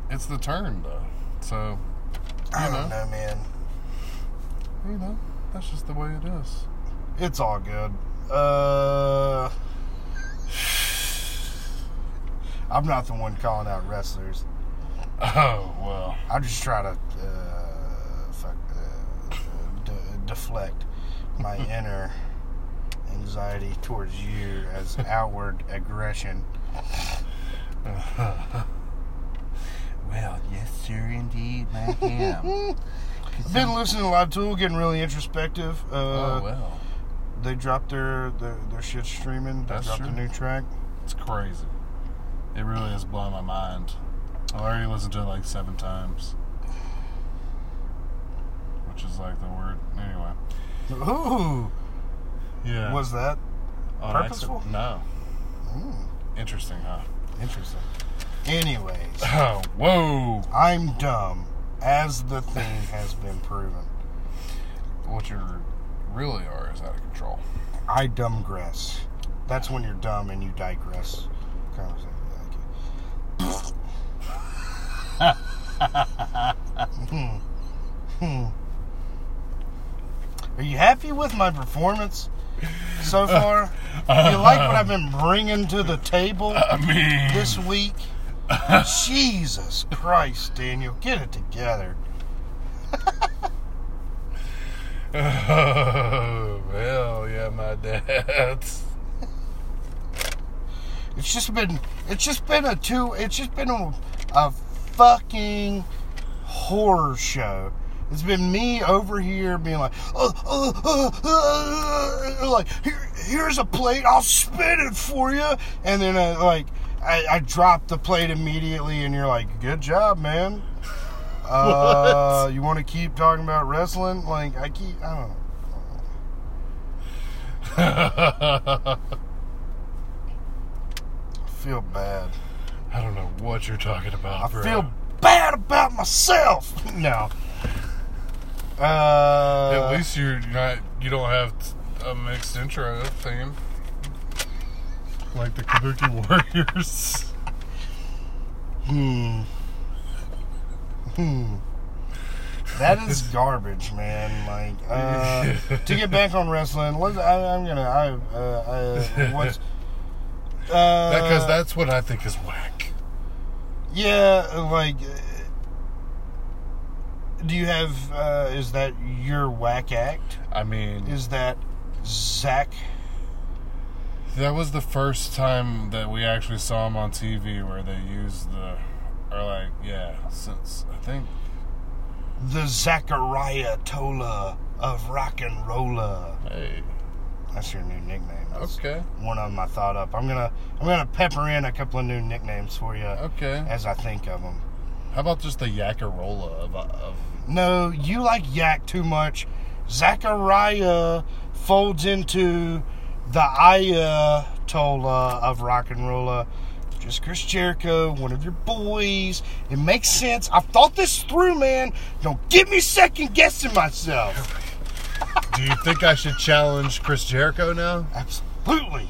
[SPEAKER 1] it's the turn though. So,
[SPEAKER 2] I
[SPEAKER 1] You
[SPEAKER 2] don't
[SPEAKER 1] know.
[SPEAKER 2] know, man.
[SPEAKER 1] you know, that's just the way it is.
[SPEAKER 2] It's all good. Uh, I'm not the one calling out wrestlers.
[SPEAKER 1] Oh well.
[SPEAKER 2] I just try to uh, fuck, uh, de- deflect my inner anxiety towards you as outward aggression.
[SPEAKER 1] Well, yes, sir, indeed, I am.
[SPEAKER 2] I've been listening to Live Tool, getting really introspective. Uh,
[SPEAKER 1] oh well,
[SPEAKER 2] They dropped their, their their shit streaming. They
[SPEAKER 1] That's
[SPEAKER 2] dropped a
[SPEAKER 1] true.
[SPEAKER 2] new track.
[SPEAKER 1] it's crazy. It really has blown my mind. I already listened to it like seven times, which is like the word anyway.
[SPEAKER 2] Ooh,
[SPEAKER 1] Yeah.
[SPEAKER 2] was that? Hmm,
[SPEAKER 1] On
[SPEAKER 2] purposeful?
[SPEAKER 1] accident. No. Interesting, huh? Interesting.
[SPEAKER 2] Anyways,
[SPEAKER 1] Oh, whoa.
[SPEAKER 2] I'm dumb, as the thing has been proven.
[SPEAKER 1] What you really are is out of control.
[SPEAKER 2] I dumbgress. That's when you're dumb and you digress. Kind of something Hmm. like it. Hmm. Are you happy with my performance so far? You like what I've been bringing to the table
[SPEAKER 1] I mean,
[SPEAKER 2] this week? Jesus Christ, Daniel, get it together.
[SPEAKER 1] oh, hell yeah, my dad.
[SPEAKER 2] It's just been it's just been a two it's just been a, a fucking horror show. It's been me over here being like, uh, uh, uh, uh, like here, here's a plate, I'll spin it for you, and then I, like I, I drop the plate immediately, and you're like, good job, man. Uh, you want to keep talking about wrestling? Like I keep, I don't know. I feel bad.
[SPEAKER 1] I don't know what you're talking about,
[SPEAKER 2] I
[SPEAKER 1] bro.
[SPEAKER 2] feel bad about myself. No. Uh,
[SPEAKER 1] At least you're not. You don't have a mixed intro theme, like the Kabuki Warriors.
[SPEAKER 2] Hmm. Hmm. That is garbage, man. Like uh, to get back on wrestling, let's, I, I'm gonna. I, uh, I, what's uh,
[SPEAKER 1] Because that's what I think is whack.
[SPEAKER 2] Yeah, like. uh, Do you have? Uh, is that your whack act?
[SPEAKER 1] I mean,
[SPEAKER 2] Is that Zach?
[SPEAKER 1] That was the first time that we actually saw him on TV where they used the, or like, yeah, since I think,
[SPEAKER 2] the Zachariah Tola of Rock and Rolla.
[SPEAKER 1] hey,
[SPEAKER 2] That's your new nickname. That's
[SPEAKER 1] okay,
[SPEAKER 2] One of them I thought up. I'm gonna I'm gonna pepper in a couple of new nicknames for you
[SPEAKER 1] okay.
[SPEAKER 2] as I think of them.
[SPEAKER 1] How about just the Yakarola of, uh, of
[SPEAKER 2] No, you like yak too much. Zachariah folds into the Ayatollah of rock and rolla. Just Chris Jericho, one of your boys. It makes sense. I've thought this through, man. Don't get me second guessing myself.
[SPEAKER 1] Do you think I should challenge Chris Jericho now?
[SPEAKER 2] Absolutely.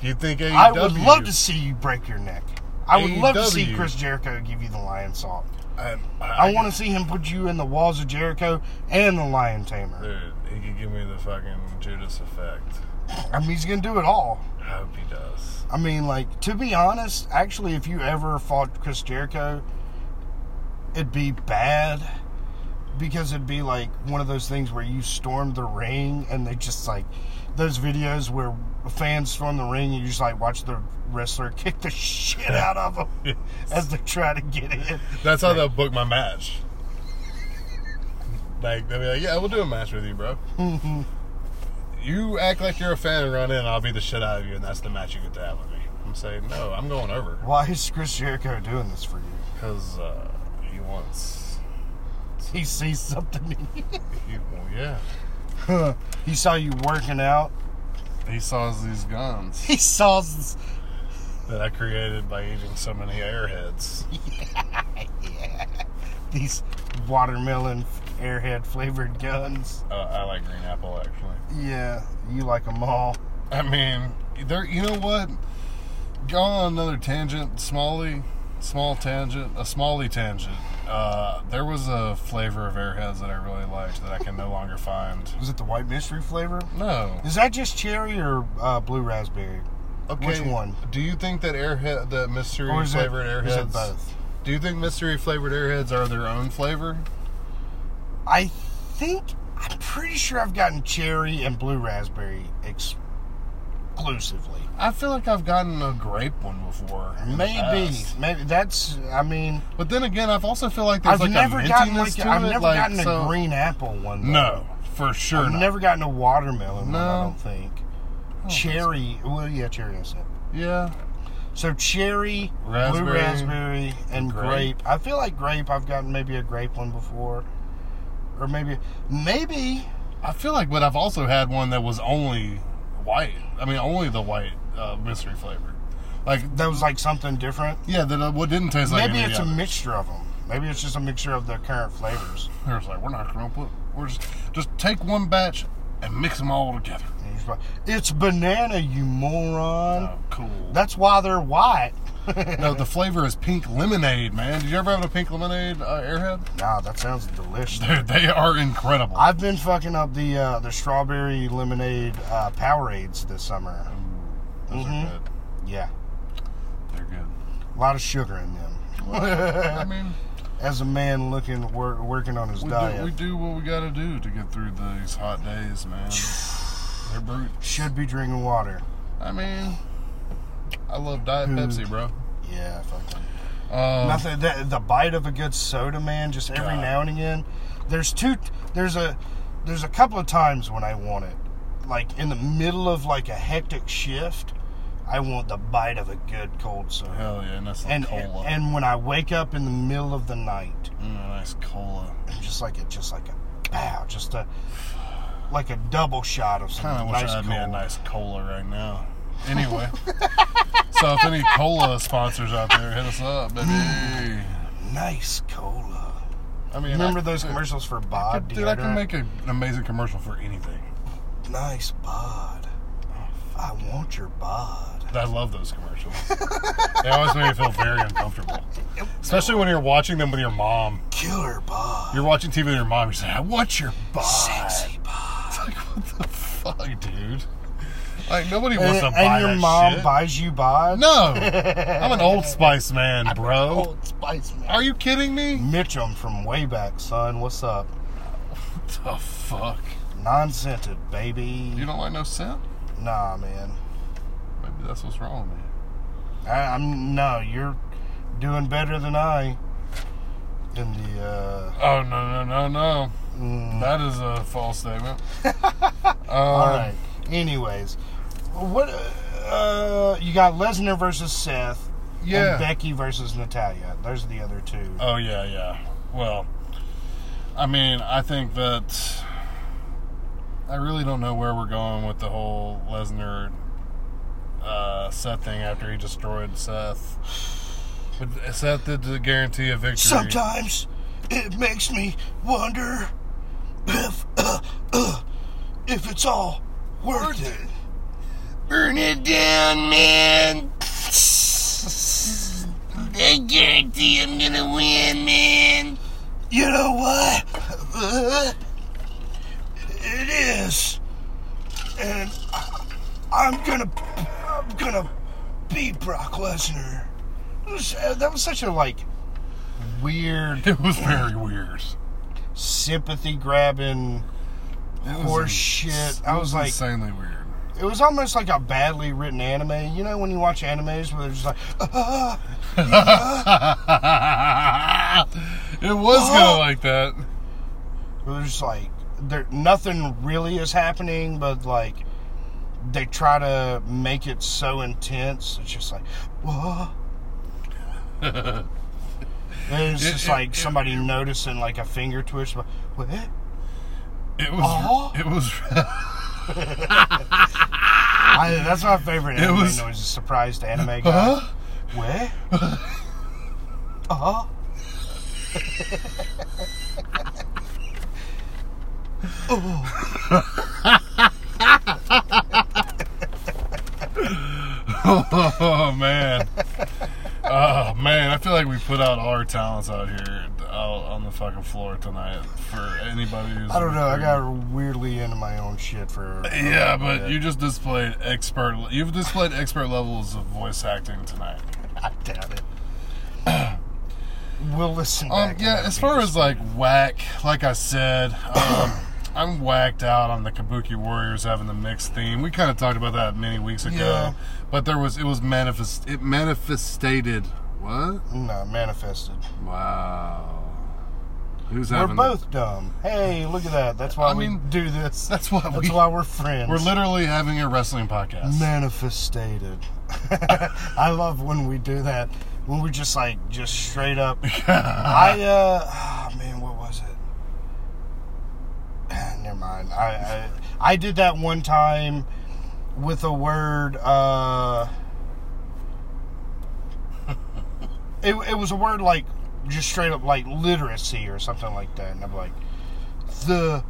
[SPEAKER 1] Do you think E AEW?
[SPEAKER 2] I would love to see you break your neck. I would love to see
[SPEAKER 1] AEW.
[SPEAKER 2] Chris Jericho give you the lion salt.
[SPEAKER 1] I,
[SPEAKER 2] I want to see him put you in the walls of Jericho and the lion tamer.
[SPEAKER 1] Dude, he could give me the fucking Judas effect.
[SPEAKER 2] I mean, he's going to do it all.
[SPEAKER 1] I hope he does.
[SPEAKER 2] I mean, like, to be honest, actually, if you ever fought Chris Jericho, it'd be bad because it'd be like one of those things where you storm the ring and they just like those videos where fans storm the ring and you just like watch the wrestler kick the shit out of them as they try to get in.
[SPEAKER 1] That's how they'll book my match. Like they'll be like, "Yeah, we'll do a match with you, bro. you act like you're a fan and run in, I'll beat the shit out of you, and that's the match you get to have with me." I'm saying, "No, I'm going over
[SPEAKER 2] Why is Chris Jericho doing this for you?
[SPEAKER 1] because uh, he wants."
[SPEAKER 2] He sees something. in you.
[SPEAKER 1] He, well, yeah,
[SPEAKER 2] he saw you working out.
[SPEAKER 1] he saws these guns
[SPEAKER 2] He saw. This.
[SPEAKER 1] that I created by eating so many airheads.
[SPEAKER 2] Yeah. These watermelon airhead flavored guns.
[SPEAKER 1] Uh, I like green apple actually.
[SPEAKER 2] Yeah, you like them all.
[SPEAKER 1] I mean, there. You know what? Go on another tangent, smally, small tangent, a smally tangent. Uh, there was a flavor of airheads that I really liked that I can no longer find.
[SPEAKER 2] Is it the white mystery flavor?
[SPEAKER 1] No.
[SPEAKER 2] Is that just cherry or uh, blue raspberry?
[SPEAKER 1] Okay.
[SPEAKER 2] Which one?
[SPEAKER 1] Do you think that airhead, that mystery
[SPEAKER 2] Or is it,
[SPEAKER 1] flavored airheads?
[SPEAKER 2] is it both?
[SPEAKER 1] Do you think mystery flavored airheads are their own flavor?
[SPEAKER 2] I think I'm pretty sure I've gotten cherry and blue raspberry exclusively.
[SPEAKER 1] I feel like I've gotten a grape one before. in the
[SPEAKER 2] Maybe,
[SPEAKER 1] past.
[SPEAKER 2] maybe that's. I mean,
[SPEAKER 1] But then again, I've also feel like there's
[SPEAKER 2] I've
[SPEAKER 1] like
[SPEAKER 2] never
[SPEAKER 1] a
[SPEAKER 2] gotten
[SPEAKER 1] mintiness
[SPEAKER 2] like
[SPEAKER 1] to
[SPEAKER 2] I've
[SPEAKER 1] it,
[SPEAKER 2] never
[SPEAKER 1] like,
[SPEAKER 2] gotten a
[SPEAKER 1] so-
[SPEAKER 2] green apple one. though.
[SPEAKER 1] No, for sure
[SPEAKER 2] I've
[SPEAKER 1] not.
[SPEAKER 2] never gotten a watermelon one. I
[SPEAKER 1] No.
[SPEAKER 2] don't think. cherry. Well, yeah, cherry. I said.
[SPEAKER 1] Yeah.
[SPEAKER 2] So cherry, blue
[SPEAKER 1] Raspberry,
[SPEAKER 2] raspberry, and grape.
[SPEAKER 1] grape.
[SPEAKER 2] I feel like grape. I've gotten maybe a grape one before, or maybe maybe
[SPEAKER 1] I feel like, but I've also had one that was only white. I mean, only the white uh, mystery flavor. Like,
[SPEAKER 2] that was like something different.
[SPEAKER 1] yeah, that uh, what didn't taste like.
[SPEAKER 2] maybe
[SPEAKER 1] any
[SPEAKER 2] it's a
[SPEAKER 1] other.
[SPEAKER 2] mixture of them. Maybe it's just a mixture of the current flavors.
[SPEAKER 1] They're just like, we're not gonna put. We're just just take one batch and mix them all together.
[SPEAKER 2] And he's like, It's banana, you moron.
[SPEAKER 1] Oh, cool.
[SPEAKER 2] That's why they're white.
[SPEAKER 1] no, the flavor is pink lemonade, man. Did you ever have a pink lemonade uh, Airhead?
[SPEAKER 2] Nah, that sounds delicious.
[SPEAKER 1] Dude, they are incredible.
[SPEAKER 2] I've been fucking up the uh, the strawberry lemonade uh, Powerades this summer.
[SPEAKER 1] Those
[SPEAKER 2] Mhm.
[SPEAKER 1] are good.
[SPEAKER 2] Yeah,
[SPEAKER 1] They're good.
[SPEAKER 2] a lot of sugar in them.
[SPEAKER 1] I mean,
[SPEAKER 2] As a man looking wor- working on his
[SPEAKER 1] we do,
[SPEAKER 2] diet,
[SPEAKER 1] we do what we gotta do to get through these hot days, man. They're brute.
[SPEAKER 2] should be drinking water.
[SPEAKER 1] I mean, I love Diet
[SPEAKER 2] Hmm.
[SPEAKER 1] Pepsi, bro.
[SPEAKER 2] Yeah, fucking.
[SPEAKER 1] Um,
[SPEAKER 2] Nothing. The, the bite of a good soda, man. Just every
[SPEAKER 1] God.
[SPEAKER 2] now and again. There's two. There's a. There's a couple of times when I want it, like in the middle of like a hectic shift, I want the bite of a good cold soda.
[SPEAKER 1] Hell yeah, and that's like
[SPEAKER 2] and
[SPEAKER 1] cola.
[SPEAKER 2] and when I wake up in the middle of the night,
[SPEAKER 1] Mm, nice cola.
[SPEAKER 2] I'm just like it, just like a pow, just a like a double shot of
[SPEAKER 1] Kind of
[SPEAKER 2] something
[SPEAKER 1] wish
[SPEAKER 2] nice
[SPEAKER 1] I had me a
[SPEAKER 2] cold.
[SPEAKER 1] nice cola right now. Anyway, so if any cola sponsors out there, hit us up, baby.
[SPEAKER 2] nice cola.
[SPEAKER 1] I mean,
[SPEAKER 2] Remember
[SPEAKER 1] I-
[SPEAKER 2] those commercials for Bod?
[SPEAKER 1] Dude, I
[SPEAKER 2] deodorant?
[SPEAKER 1] can make a- an amazing commercial for anything.
[SPEAKER 2] nice
[SPEAKER 1] Oh,
[SPEAKER 2] Bod. I want your Bod.
[SPEAKER 1] I love those commercials. they always make me feel very uncomfortable, especially when you're watching them with your mom.
[SPEAKER 2] Killer Bod.
[SPEAKER 1] You're watching TV with your mom. You're saying, "I want your bod."
[SPEAKER 2] Sexy Bod.
[SPEAKER 1] It's like, what the fuck, dude? Like nobody wants to
[SPEAKER 2] And,
[SPEAKER 1] buy
[SPEAKER 2] and your
[SPEAKER 1] that
[SPEAKER 2] mom
[SPEAKER 1] shit.
[SPEAKER 2] buys you Bod?
[SPEAKER 1] No, I'm an Old Spice man, bro.
[SPEAKER 2] Old Spice, man.
[SPEAKER 1] Are you kidding me?
[SPEAKER 2] Mitchum from way back, son. What's up?
[SPEAKER 1] What the fuck?
[SPEAKER 2] Non-scented, baby.
[SPEAKER 1] You don't like no scent?
[SPEAKER 2] Nah, man.
[SPEAKER 1] Maybe that's what's wrong, man.
[SPEAKER 2] I, I'm no, you're doing better than I. In the uh,
[SPEAKER 1] Oh no no no no!
[SPEAKER 2] mm,
[SPEAKER 1] That is a false statement. um,
[SPEAKER 2] all right. Anyways, what uh, you got? Lesnar versus Seth.
[SPEAKER 1] Yeah.
[SPEAKER 2] And Becky versus Natalia. Those are the other two.
[SPEAKER 1] Oh yeah, yeah. Well, I mean, I think that I really don't know where we're going with the whole Lesnar uh, Seth thing after he destroyed Seth. But Seth did to guarantee a victory.
[SPEAKER 2] Sometimes it makes me wonder if uh, uh, if it's all worth it.
[SPEAKER 1] Burn it down, man. I guarantee I'm gonna win, man.
[SPEAKER 2] You know what? Uh, It is, and I- I'm gonna, I'm gonna beat Brock Lesnar. It was- uh, That was such a like weird
[SPEAKER 1] It was very weird.
[SPEAKER 2] sympathy grabbing
[SPEAKER 1] It was
[SPEAKER 2] horse
[SPEAKER 1] ins-
[SPEAKER 2] shit.
[SPEAKER 1] it
[SPEAKER 2] I was like,
[SPEAKER 1] insanely weird.
[SPEAKER 2] it was almost like a badly written anime. You know when you watch animes where they're just like, uh,
[SPEAKER 1] it was kind
[SPEAKER 2] Huh?
[SPEAKER 1] of like that.
[SPEAKER 2] where they're just like, there nothing really is happening, but like they try to make it so intense. It's just like, whoa. And it's
[SPEAKER 1] It-
[SPEAKER 2] just
[SPEAKER 1] it-
[SPEAKER 2] like
[SPEAKER 1] it-
[SPEAKER 2] somebody noticing like a finger twitch. Like, what?
[SPEAKER 1] It was.
[SPEAKER 2] Uh-huh.
[SPEAKER 1] It was.
[SPEAKER 2] I, that's my favorite
[SPEAKER 1] It
[SPEAKER 2] anime
[SPEAKER 1] was-
[SPEAKER 2] noise. is Surprised anime guy.
[SPEAKER 1] Huh?
[SPEAKER 2] What? Uh huh.
[SPEAKER 1] Oh man. Oh man, I feel like we put out all our talents out here out on the fucking floor tonight for anybody who's.
[SPEAKER 2] I don't know. I got weirdly into my own shit for.
[SPEAKER 1] Yeah, but you just displayed expert. You've displayed expert levels of voice acting tonight.
[SPEAKER 2] I doubt it. we'll listen.
[SPEAKER 1] Um,
[SPEAKER 2] back and
[SPEAKER 1] yeah,
[SPEAKER 2] that'll
[SPEAKER 1] as
[SPEAKER 2] be
[SPEAKER 1] far
[SPEAKER 2] just-
[SPEAKER 1] as like whack, like I said, um, I'm whacked out on the Kabuki Warriors having the mixed theme. We kind of talked about that many weeks ago,
[SPEAKER 2] Yeah.
[SPEAKER 1] but there was it was manifest it manifested what?
[SPEAKER 2] No, manifested.
[SPEAKER 1] Wow. Who's
[SPEAKER 2] We're
[SPEAKER 1] having the-
[SPEAKER 2] both dumb. Hey, look at that. That's why
[SPEAKER 1] I
[SPEAKER 2] we
[SPEAKER 1] mean,
[SPEAKER 2] do this. That's,
[SPEAKER 1] That's why we,
[SPEAKER 2] why we're friends.
[SPEAKER 1] we're literally having a wrestling podcast.
[SPEAKER 2] manifested. I love when we do that. When we just like just straight up. I uh, ah, man, what was it? Never mind. I, I I did that one time with a word. Uh, it it was a word like just straight up like literacy or something like that, and I'm like the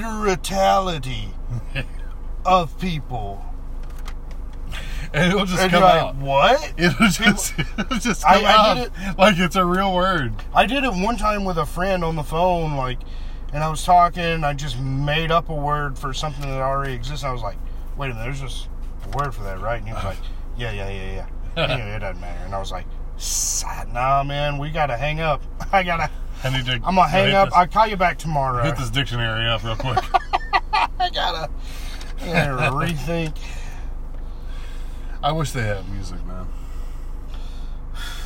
[SPEAKER 2] illiteratality of people.
[SPEAKER 1] And it'll just
[SPEAKER 2] And
[SPEAKER 1] come
[SPEAKER 2] you're like,
[SPEAKER 1] out.
[SPEAKER 2] what?
[SPEAKER 1] It'll just it'll just
[SPEAKER 2] I-
[SPEAKER 1] come
[SPEAKER 2] I
[SPEAKER 1] out
[SPEAKER 2] did
[SPEAKER 1] like it's a real word.
[SPEAKER 2] I did it one time with a friend on the phone, like, and I was talking, and I just made up a word for something that already exists. I was like, wait a minute, there's just a word for that, right? And he was like, yeah, yeah, yeah, yeah. Anyway, it doesn't matter. And I was like, "S- nah, man, we gotta hang up. I gotta,
[SPEAKER 1] I need to.
[SPEAKER 2] I'm gonna hang
[SPEAKER 1] hit
[SPEAKER 2] up.
[SPEAKER 1] this-
[SPEAKER 2] I'll call you back tomorrow.
[SPEAKER 1] hit this dictionary up real quick.
[SPEAKER 2] I gotta, I gotta rethink.
[SPEAKER 1] I wish they had music, man.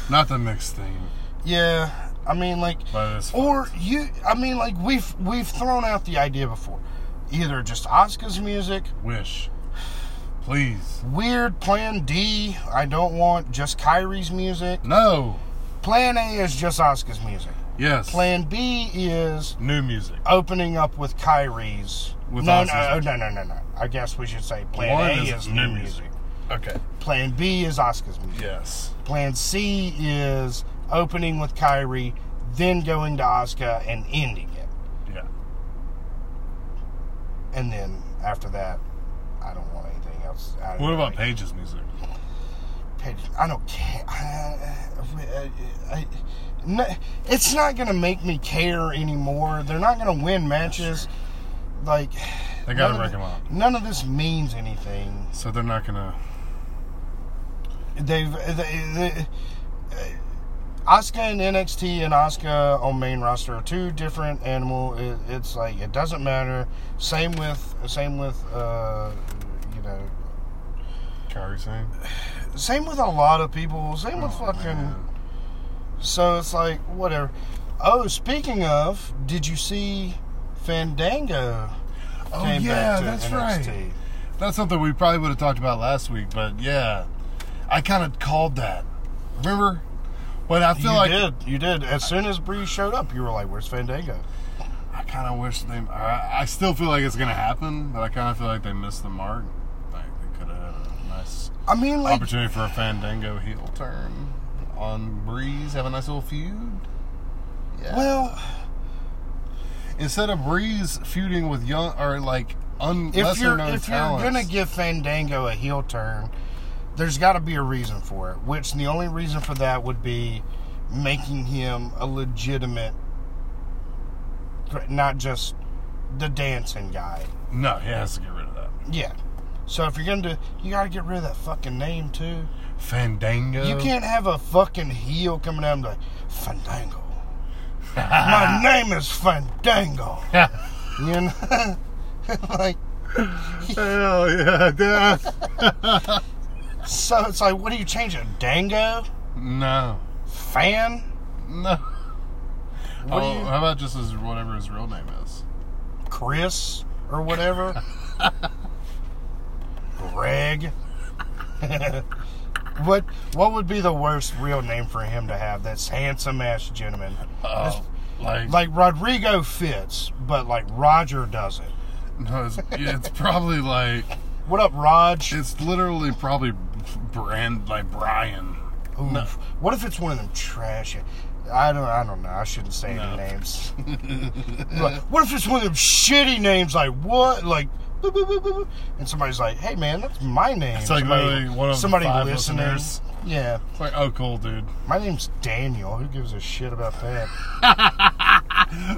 [SPEAKER 1] Not the mixed theme,
[SPEAKER 2] Yeah, I mean, like,
[SPEAKER 1] but it's
[SPEAKER 2] Or you, I mean, like we've we've thrown out the idea before, either just Oscar's music,
[SPEAKER 1] wish. Please,
[SPEAKER 2] weird Plan D. I don't want just Kyrie's music.
[SPEAKER 1] no.
[SPEAKER 2] Plan A is just Oscar's music.
[SPEAKER 1] Yes.
[SPEAKER 2] Plan B is
[SPEAKER 1] New music.
[SPEAKER 2] opening up with Kyrie's.
[SPEAKER 1] With
[SPEAKER 2] no,
[SPEAKER 1] Ozzy's
[SPEAKER 2] no, oh, no, no, no, no. I guess we should say Plan
[SPEAKER 1] One
[SPEAKER 2] A
[SPEAKER 1] is
[SPEAKER 2] is,
[SPEAKER 1] new
[SPEAKER 2] new music.
[SPEAKER 1] Okay.
[SPEAKER 2] Plan B is Oscar's music.
[SPEAKER 1] Yes.
[SPEAKER 2] Plan C is opening with Kyrie, then going to Oscar and ending it.
[SPEAKER 1] Yeah.
[SPEAKER 2] And then after that, I don't want anything else. I don't
[SPEAKER 1] What about
[SPEAKER 2] like
[SPEAKER 1] Paige's music?
[SPEAKER 2] Paige? I don't care. I, I, I- no, it's not going to make me care anymore. They're not going to win matches. Like,
[SPEAKER 1] They gotta
[SPEAKER 2] none of
[SPEAKER 1] break
[SPEAKER 2] the-
[SPEAKER 1] 'em up.
[SPEAKER 2] None of this means anything.
[SPEAKER 1] So they're not gonna.
[SPEAKER 2] They've. They, they, uh, Asuka and NXT and Asuka on main roster are two different animal. It, it's like it doesn't matter. Same with same with uh, you know
[SPEAKER 1] Kyrie sing.
[SPEAKER 2] same with a lot of people. Same with
[SPEAKER 1] Oh,
[SPEAKER 2] fucking.
[SPEAKER 1] man.
[SPEAKER 2] So it's like whatever. Oh, speaking of, did you see Fandango?
[SPEAKER 1] Oh,
[SPEAKER 2] came
[SPEAKER 1] yeah,
[SPEAKER 2] back to
[SPEAKER 1] that's
[SPEAKER 2] NXT?
[SPEAKER 1] right. That's something we probably would have talked about last week, but yeah, I kind of called that. Remember? But I
[SPEAKER 2] You
[SPEAKER 1] feel like
[SPEAKER 2] did, you did. As soon as Bree showed up, you were like, "Where's Fandango?"
[SPEAKER 1] I kind of wish they. I, I still feel like it's gonna happen, but I kind of feel like they missed the mark. Like they could have had a nice
[SPEAKER 2] I mean, like,
[SPEAKER 1] opportunity for a Fandango heel turn on Breeze, have a nice little feud. Yeah.
[SPEAKER 2] well,
[SPEAKER 1] instead of Breeze feuding with young or like un,
[SPEAKER 2] if
[SPEAKER 1] lesser
[SPEAKER 2] you're
[SPEAKER 1] known
[SPEAKER 2] if
[SPEAKER 1] talents,
[SPEAKER 2] you're gonna give Fandango a heel turn, there's got to be a reason for it. Which the only reason for that would be making him a legitimate, threat, not just the dancing guy.
[SPEAKER 1] no, he has to get rid of that
[SPEAKER 2] Yeah. So if you're gonna do, you gotta get rid of that fucking name too.
[SPEAKER 1] Fandango.
[SPEAKER 2] You can't have a fucking heel coming out and be like Fandango. My name is Fandango. You know, like
[SPEAKER 1] Hell yeah, dude.
[SPEAKER 2] so it's like, what do you change it? Dango?
[SPEAKER 1] no,
[SPEAKER 2] Fan?
[SPEAKER 1] no. oh,
[SPEAKER 2] What do you,
[SPEAKER 1] how about just his whatever his real name is?
[SPEAKER 2] Chris or whatever? Greg? what what would be the worst real name for him to have? That's handsome ass gentleman.
[SPEAKER 1] Oh, like,
[SPEAKER 2] like Rodrigo fits, but like Roger doesn't.
[SPEAKER 1] no, it's, it's probably like
[SPEAKER 2] What up, Raj?
[SPEAKER 1] it's literally probably brand like Brian.
[SPEAKER 2] Oof. What if it's one of them trash? I don't. I don't know. I shouldn't say any names. Like, what if it's one of them shitty names? Like what? Like. boop, boop, boop, boop, boop, And somebody's like, "Hey man, that's my name."
[SPEAKER 1] It's like literally one of the five listeners.
[SPEAKER 2] Yeah,
[SPEAKER 1] It's like oh cool, dude.
[SPEAKER 2] my name's Daniel. Who gives a shit about that?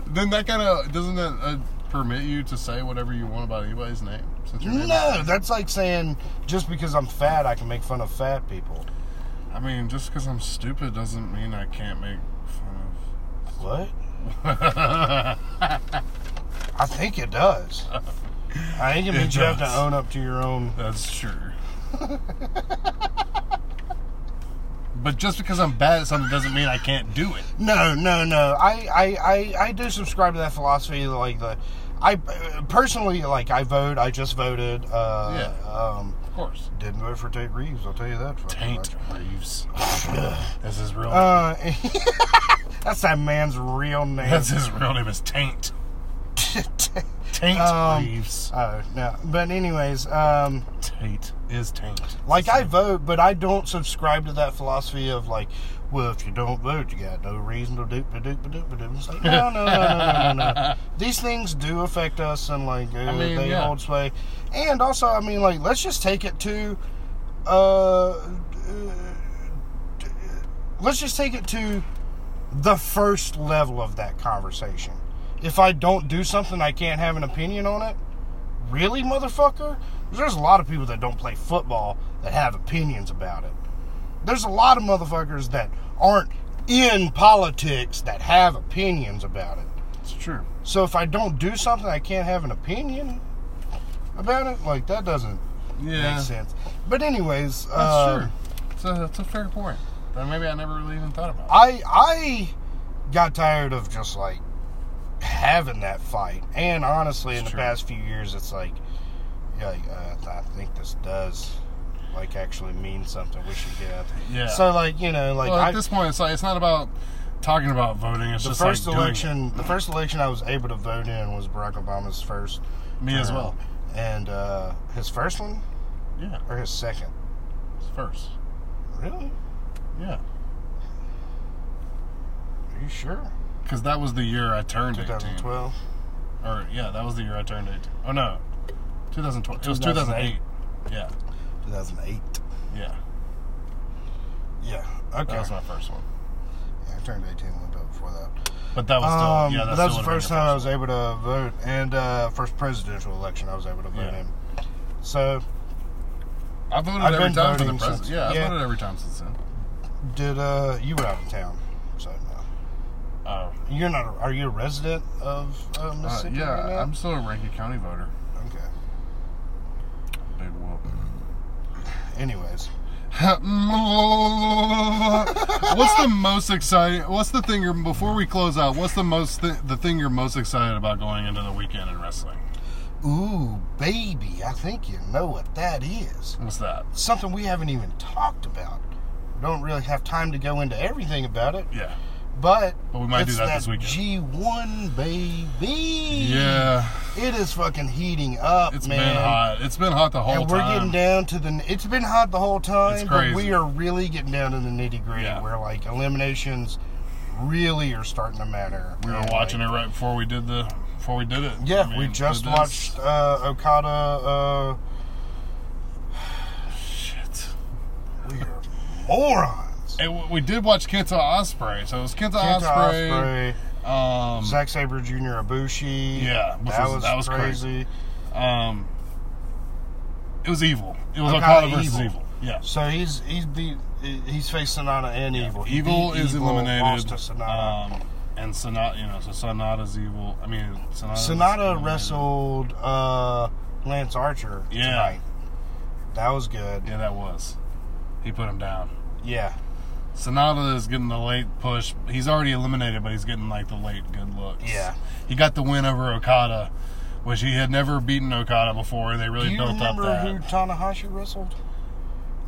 [SPEAKER 1] Then that kind of doesn't that uh, permit you to say whatever you want about anybody's name? Since your name-
[SPEAKER 2] no, that's like saying just because I'm fat, I can make fun of fat people.
[SPEAKER 1] I mean, just because I'm stupid doesn't mean I can't make fun
[SPEAKER 2] What?
[SPEAKER 1] of
[SPEAKER 2] I think it does. I think it means you have to
[SPEAKER 1] does.
[SPEAKER 2] own up to your own.
[SPEAKER 1] That's true. but just because I'm bad at something doesn't mean I can't do it.
[SPEAKER 2] No, no, no. I, I, I, I do subscribe to that philosophy. Like the, I personally like I vote. I just voted. Uh,
[SPEAKER 1] Yeah.
[SPEAKER 2] Um,
[SPEAKER 1] Of course.
[SPEAKER 2] didn't vote for Tate Reeves. I'll tell you that. fucking
[SPEAKER 1] Taint
[SPEAKER 2] much.
[SPEAKER 1] Reeves. That's his real name.
[SPEAKER 2] Uh, that's that man's real name.
[SPEAKER 1] That's his real name is Taint. Taint
[SPEAKER 2] Um,
[SPEAKER 1] Reeves.
[SPEAKER 2] Oh no! But anyways, um,
[SPEAKER 1] Taint is Taint.
[SPEAKER 2] like I vote, but I don't subscribe to that philosophy of like, well, if you don't vote, you got no reason to do, to do, to do, to do. It's like, no, no, no, no, no, no, no. These things do affect us, and like uh,
[SPEAKER 1] mean,
[SPEAKER 2] they
[SPEAKER 1] yeah.
[SPEAKER 2] hold sway. And also, I mean, like, let's just take it to, uh, uh, let's just take it to the first level of that conversation. If I don't do something, I can't have an opinion on it. Really, motherfucker? There's a lot of people that don't play football that have opinions about it. There's a lot of motherfuckers that aren't in politics that have opinions about it.
[SPEAKER 1] It's true.
[SPEAKER 2] So if I don't do something, I can't have an opinion about it. Like that doesn't
[SPEAKER 1] Yeah.
[SPEAKER 2] make sense. But anyways, uh, that's
[SPEAKER 1] That's true. It's a, it's a fair point. That maybe I never really even thought about.
[SPEAKER 2] I I got tired of just like having that fight, and honestly, in
[SPEAKER 1] It's
[SPEAKER 2] the
[SPEAKER 1] true.
[SPEAKER 2] past few years, it's like, yeah, like, uh, I think this does like actually mean something. We should get out. There.
[SPEAKER 1] Yeah.
[SPEAKER 2] So like you know like
[SPEAKER 1] well, at
[SPEAKER 2] I,
[SPEAKER 1] this point, it's like it's not about talking about voting. It's
[SPEAKER 2] the
[SPEAKER 1] just
[SPEAKER 2] first
[SPEAKER 1] like doing it.
[SPEAKER 2] election, the first election I was able to vote in was Barack Obama's first.
[SPEAKER 1] Me as
[SPEAKER 2] term.
[SPEAKER 1] well.
[SPEAKER 2] And uh, his first one
[SPEAKER 1] Yeah,
[SPEAKER 2] or his second?
[SPEAKER 1] it's first.
[SPEAKER 2] Really?
[SPEAKER 1] Yeah,
[SPEAKER 2] Are you sure?
[SPEAKER 1] because that was the year I turned 18.
[SPEAKER 2] 2012.
[SPEAKER 1] Or yeah, that was the year I turned 18. Oh no, 2012. It was 2008.
[SPEAKER 2] 2008.
[SPEAKER 1] Yeah,
[SPEAKER 2] 2008.
[SPEAKER 1] yeah.
[SPEAKER 2] Yeah. Okay.
[SPEAKER 1] That was my first one.
[SPEAKER 2] Yeah, I turned 18 a little bit before that.
[SPEAKER 1] But that was still
[SPEAKER 2] Um,
[SPEAKER 1] yeah.
[SPEAKER 2] but
[SPEAKER 1] That,
[SPEAKER 2] that was
[SPEAKER 1] still
[SPEAKER 2] the
[SPEAKER 1] would've been
[SPEAKER 2] first
[SPEAKER 1] your
[SPEAKER 2] time I was able to vote, and uh, first presidential election I was able to vote
[SPEAKER 1] Yeah.
[SPEAKER 2] in. So,
[SPEAKER 1] one. I voted
[SPEAKER 2] I've
[SPEAKER 1] every
[SPEAKER 2] been
[SPEAKER 1] time for the
[SPEAKER 2] voting
[SPEAKER 1] president.
[SPEAKER 2] since-
[SPEAKER 1] yeah, I
[SPEAKER 2] yeah.
[SPEAKER 1] voted every time since then.
[SPEAKER 2] did uh, you were out of town? So no,
[SPEAKER 1] Oh,
[SPEAKER 2] you're not. A, are you a resident of uh,
[SPEAKER 1] uh,
[SPEAKER 2] Mississippi?
[SPEAKER 1] yeah.
[SPEAKER 2] right now?
[SPEAKER 1] I'm still a Rankin County voter.
[SPEAKER 2] Okay.
[SPEAKER 1] Big whoop.
[SPEAKER 2] Anyways,
[SPEAKER 1] what's the most exciting? What's the thing you're before we close out? What's the most th- the thing you're most excited about going into the weekend in wrestling?
[SPEAKER 2] ooh baby, I think you know what that is.
[SPEAKER 1] What's that?
[SPEAKER 2] Something we haven't even talked about. We don't really have time to go into everything about it,
[SPEAKER 1] Yeah,
[SPEAKER 2] but
[SPEAKER 1] But we might do
[SPEAKER 2] it's
[SPEAKER 1] that this weekend.
[SPEAKER 2] G1 baby.
[SPEAKER 1] yeah.
[SPEAKER 2] It is fucking heating up,
[SPEAKER 1] It's
[SPEAKER 2] man.
[SPEAKER 1] been hot. It's been hot the whole
[SPEAKER 2] And we're
[SPEAKER 1] time.
[SPEAKER 2] getting down to the. It's been hot the whole time,
[SPEAKER 1] It's
[SPEAKER 2] but
[SPEAKER 1] crazy.
[SPEAKER 2] we are really getting down to the nitty gritty
[SPEAKER 1] Yeah.
[SPEAKER 2] where like eliminations really are starting to matter.
[SPEAKER 1] we were
[SPEAKER 2] And,
[SPEAKER 1] watching it
[SPEAKER 2] like,
[SPEAKER 1] right before we did the before we did it.
[SPEAKER 2] Yeah,
[SPEAKER 1] I mean,
[SPEAKER 2] we just
[SPEAKER 1] it is-
[SPEAKER 2] watched uh, Okada. Uh,
[SPEAKER 1] Shit.
[SPEAKER 2] we are morons.
[SPEAKER 1] And we- we did watch Kenta Osprey. So it was Kenta,
[SPEAKER 2] Kenta
[SPEAKER 1] Osprey.
[SPEAKER 2] Ospreay,
[SPEAKER 1] Um,
[SPEAKER 2] Zack Saber Jr. Ibushi.
[SPEAKER 1] Yeah, which
[SPEAKER 2] that
[SPEAKER 1] was-
[SPEAKER 2] was
[SPEAKER 1] that was
[SPEAKER 2] crazy.
[SPEAKER 1] um, it was evil. It was
[SPEAKER 2] Okada
[SPEAKER 1] Okada versus
[SPEAKER 2] evil.
[SPEAKER 1] evil. Yeah.
[SPEAKER 2] So he's he's beat he's faced Sonata and Evil. He
[SPEAKER 1] Evil
[SPEAKER 2] beat
[SPEAKER 1] is
[SPEAKER 2] Lost
[SPEAKER 1] eliminated.
[SPEAKER 2] to Sonata.
[SPEAKER 1] Um, and Sonata, you know, so Sonata's evil. I mean, Sonata's
[SPEAKER 2] Sonata
[SPEAKER 1] eliminated.
[SPEAKER 2] wrestled uh, Lance Archer
[SPEAKER 1] Yeah.
[SPEAKER 2] tonight. That was good.
[SPEAKER 1] Yeah, that was. He put him down.
[SPEAKER 2] Yeah.
[SPEAKER 1] Sonata is getting the late push. He's already eliminated, but he's getting like the late good looks.
[SPEAKER 2] Yeah.
[SPEAKER 1] He got the win over Okada, which he had never beaten Okada before. They
[SPEAKER 2] Do
[SPEAKER 1] really
[SPEAKER 2] you
[SPEAKER 1] built up
[SPEAKER 2] remember
[SPEAKER 1] that.
[SPEAKER 2] who Tanahashi wrestled?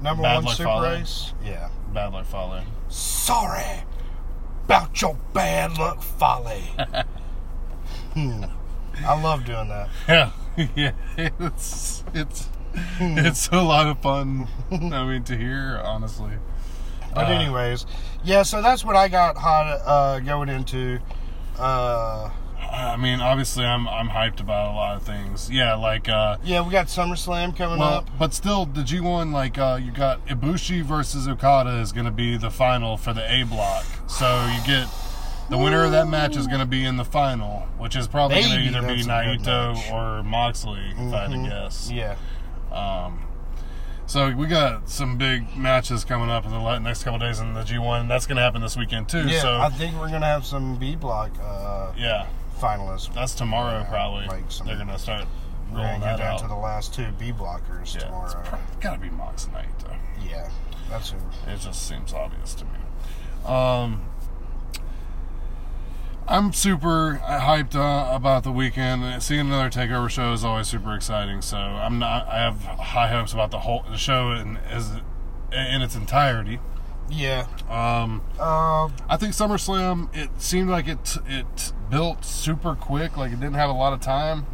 [SPEAKER 2] Number
[SPEAKER 1] Bad
[SPEAKER 2] one
[SPEAKER 1] Luck
[SPEAKER 2] Super
[SPEAKER 1] Fale?
[SPEAKER 2] Ace. Yeah.
[SPEAKER 1] Bad luck follow.
[SPEAKER 2] Sorry about your bad luck folly. hmm. I love doing that.
[SPEAKER 1] Yeah. yeah. It's it's
[SPEAKER 2] Hmm.
[SPEAKER 1] it's a lot of fun. I mean to hear, honestly.
[SPEAKER 2] But
[SPEAKER 1] Uh,
[SPEAKER 2] anyways, yeah. So that's what I got hot uh, going into. Uh,
[SPEAKER 1] I mean, obviously I'm I'm hyped about a lot of things. Yeah, like uh
[SPEAKER 2] yeah, we got SummerSlam coming
[SPEAKER 1] Well,
[SPEAKER 2] up.
[SPEAKER 1] but still, the G1, like, uh, you got Ibushi versus Okada is going to be the final for the A block. So you get the winner of that match is going to be in the final, which is probably going to
[SPEAKER 2] Maybe
[SPEAKER 1] either be
[SPEAKER 2] that's a good Mm-hmm.
[SPEAKER 1] Naito
[SPEAKER 2] match.
[SPEAKER 1] or Moxley, if I had to guess.
[SPEAKER 2] Yeah.
[SPEAKER 1] Um, So we got some big matches coming up in the li- next couple days in the G1. That's going to happen this weekend too.
[SPEAKER 2] Yeah,
[SPEAKER 1] so
[SPEAKER 2] I think we're gonna have some B block uh,
[SPEAKER 1] yeah,
[SPEAKER 2] finalists.
[SPEAKER 1] that's tomorrow
[SPEAKER 2] Yeah,
[SPEAKER 1] probably.
[SPEAKER 2] like some-
[SPEAKER 1] They're going to start
[SPEAKER 2] We're gonna
[SPEAKER 1] rolling
[SPEAKER 2] get
[SPEAKER 1] that
[SPEAKER 2] down
[SPEAKER 1] out.
[SPEAKER 2] to the last two B blockers
[SPEAKER 1] yeah, it's
[SPEAKER 2] tomorrow.
[SPEAKER 1] got to be Mox night though.
[SPEAKER 2] yeah, that's who.
[SPEAKER 1] It just seems obvious to me. Um, I'm super hyped uh, about the weekend. Seeing another takeover show is always super exciting. So I'm not. I have high hopes about the whole the show in as in its entirety.
[SPEAKER 2] Yeah.
[SPEAKER 1] Um,
[SPEAKER 2] Um.
[SPEAKER 1] I think SummerSlam. It seemed like it it built super quick. Like it didn't have a lot of time.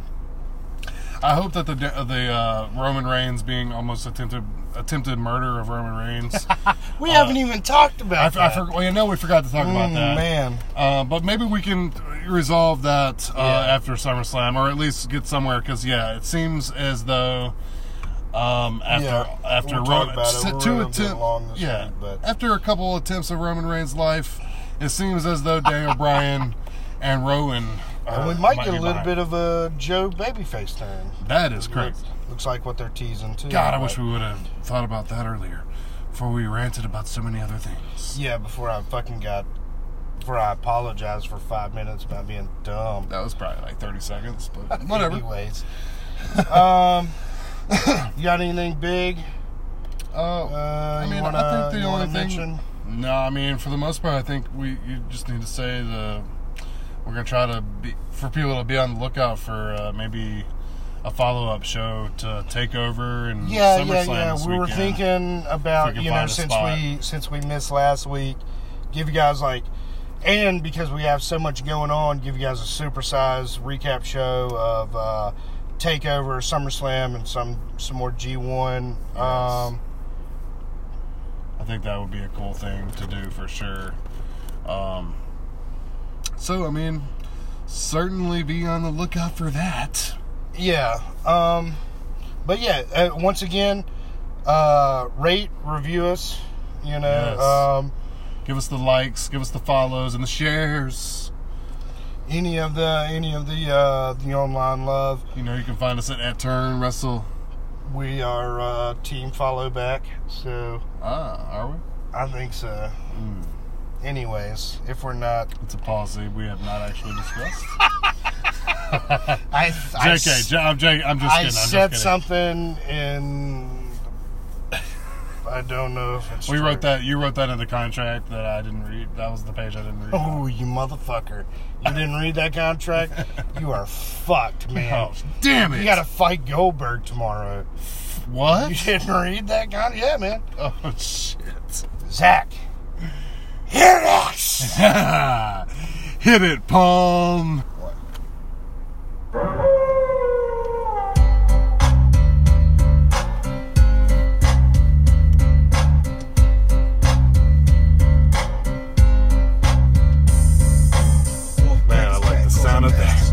[SPEAKER 1] I hope that the the uh, Roman Reigns being almost attempted attempted murder of Roman Reigns. uh,
[SPEAKER 2] We haven't even talked
[SPEAKER 1] I,
[SPEAKER 2] about
[SPEAKER 1] I
[SPEAKER 2] that.
[SPEAKER 1] forgot. Well, you know, we forgot to talk about
[SPEAKER 2] Mm,
[SPEAKER 1] that.
[SPEAKER 2] man.
[SPEAKER 1] Uh, but maybe we can resolve that uh,
[SPEAKER 2] Yeah.
[SPEAKER 1] after SummerSlam, or at least get somewhere. Because yeah, it seems as though um, after
[SPEAKER 2] Yeah,
[SPEAKER 1] after
[SPEAKER 2] we'll talk
[SPEAKER 1] Roman
[SPEAKER 2] about it.
[SPEAKER 1] s-
[SPEAKER 2] We're
[SPEAKER 1] two
[SPEAKER 2] running a bit
[SPEAKER 1] attempt-
[SPEAKER 2] long this
[SPEAKER 1] yeah,
[SPEAKER 2] week, but-
[SPEAKER 1] after a couple attempts of Roman Reigns' life, it seems as though Daniel Bryan and Rowan.
[SPEAKER 2] And we
[SPEAKER 1] uh,
[SPEAKER 2] might get a little
[SPEAKER 1] behind.
[SPEAKER 2] bit of a Joe babyface turn.
[SPEAKER 1] That is correct.
[SPEAKER 2] Looks, looks like what they're teasing too.
[SPEAKER 1] God, I
[SPEAKER 2] but-
[SPEAKER 1] wish we would have thought about that earlier, before we ranted about so many other things.
[SPEAKER 2] Yeah, before I fucking got, before I apologized for five minutes about being dumb.
[SPEAKER 1] That was probably like thirty seconds, but whatever.
[SPEAKER 2] Anyways, um, you got anything big?
[SPEAKER 1] Uh,
[SPEAKER 2] Uh,
[SPEAKER 1] I
[SPEAKER 2] you
[SPEAKER 1] mean,
[SPEAKER 2] wanna,
[SPEAKER 1] I think
[SPEAKER 2] you
[SPEAKER 1] the
[SPEAKER 2] wanna
[SPEAKER 1] only thing.
[SPEAKER 2] mention?
[SPEAKER 1] No, I mean, for the most part, I think we you just need to say the we're gonna try to be for people to be on the lookout for uh, maybe a follow up show to take over and
[SPEAKER 2] Yeah, yeah,
[SPEAKER 1] SummerSlam
[SPEAKER 2] yeah.
[SPEAKER 1] this
[SPEAKER 2] We were
[SPEAKER 1] weekend.
[SPEAKER 2] thinking
[SPEAKER 1] If
[SPEAKER 2] about
[SPEAKER 1] we can
[SPEAKER 2] you know
[SPEAKER 1] find a
[SPEAKER 2] since
[SPEAKER 1] spot.
[SPEAKER 2] we since we missed last week, give you guys like, and because we have so much going on, give you guys a supersized recap show of uh, Takeover, SummerSlam, and some some more G One. Um,
[SPEAKER 1] I think that would be a cool thing to do for sure. Um, so I mean, certainly be on the lookout for that.
[SPEAKER 2] yeah. Um, but yeah, uh, once again, uh, rate, review us. You know.
[SPEAKER 1] Yes.
[SPEAKER 2] Um,
[SPEAKER 1] Give us the likes, give us the follows, and the shares.
[SPEAKER 2] any of the any of the uh, the online love.
[SPEAKER 1] You know, you can find us at, at Turn Wrestle.
[SPEAKER 2] We are uh, team follow back, so
[SPEAKER 1] Ah, are we?
[SPEAKER 2] I think so.
[SPEAKER 1] Hmm.
[SPEAKER 2] Anyways, if we're not,
[SPEAKER 1] It's a policy we have not actually discussed.
[SPEAKER 2] I I,
[SPEAKER 1] JK,
[SPEAKER 2] s-
[SPEAKER 1] J- I'm, J- I'm just
[SPEAKER 2] I
[SPEAKER 1] kidding. I'm just
[SPEAKER 2] said
[SPEAKER 1] kidding.
[SPEAKER 2] something and I don't know if it's
[SPEAKER 1] We
[SPEAKER 2] true.
[SPEAKER 1] wrote that. You wrote that in the contract that I didn't read. That was the page I didn't read.
[SPEAKER 2] Oh, you motherfucker! You didn't read that contract. you are fucked, man.
[SPEAKER 1] Oh, damn it!
[SPEAKER 2] You gotta fight Goldberg tomorrow.
[SPEAKER 1] what?
[SPEAKER 2] You didn't read that contract, yeah, man.
[SPEAKER 1] Oh shit!
[SPEAKER 2] Zach, hear us.
[SPEAKER 1] Hit it, Palm. Man, I like the sound of that.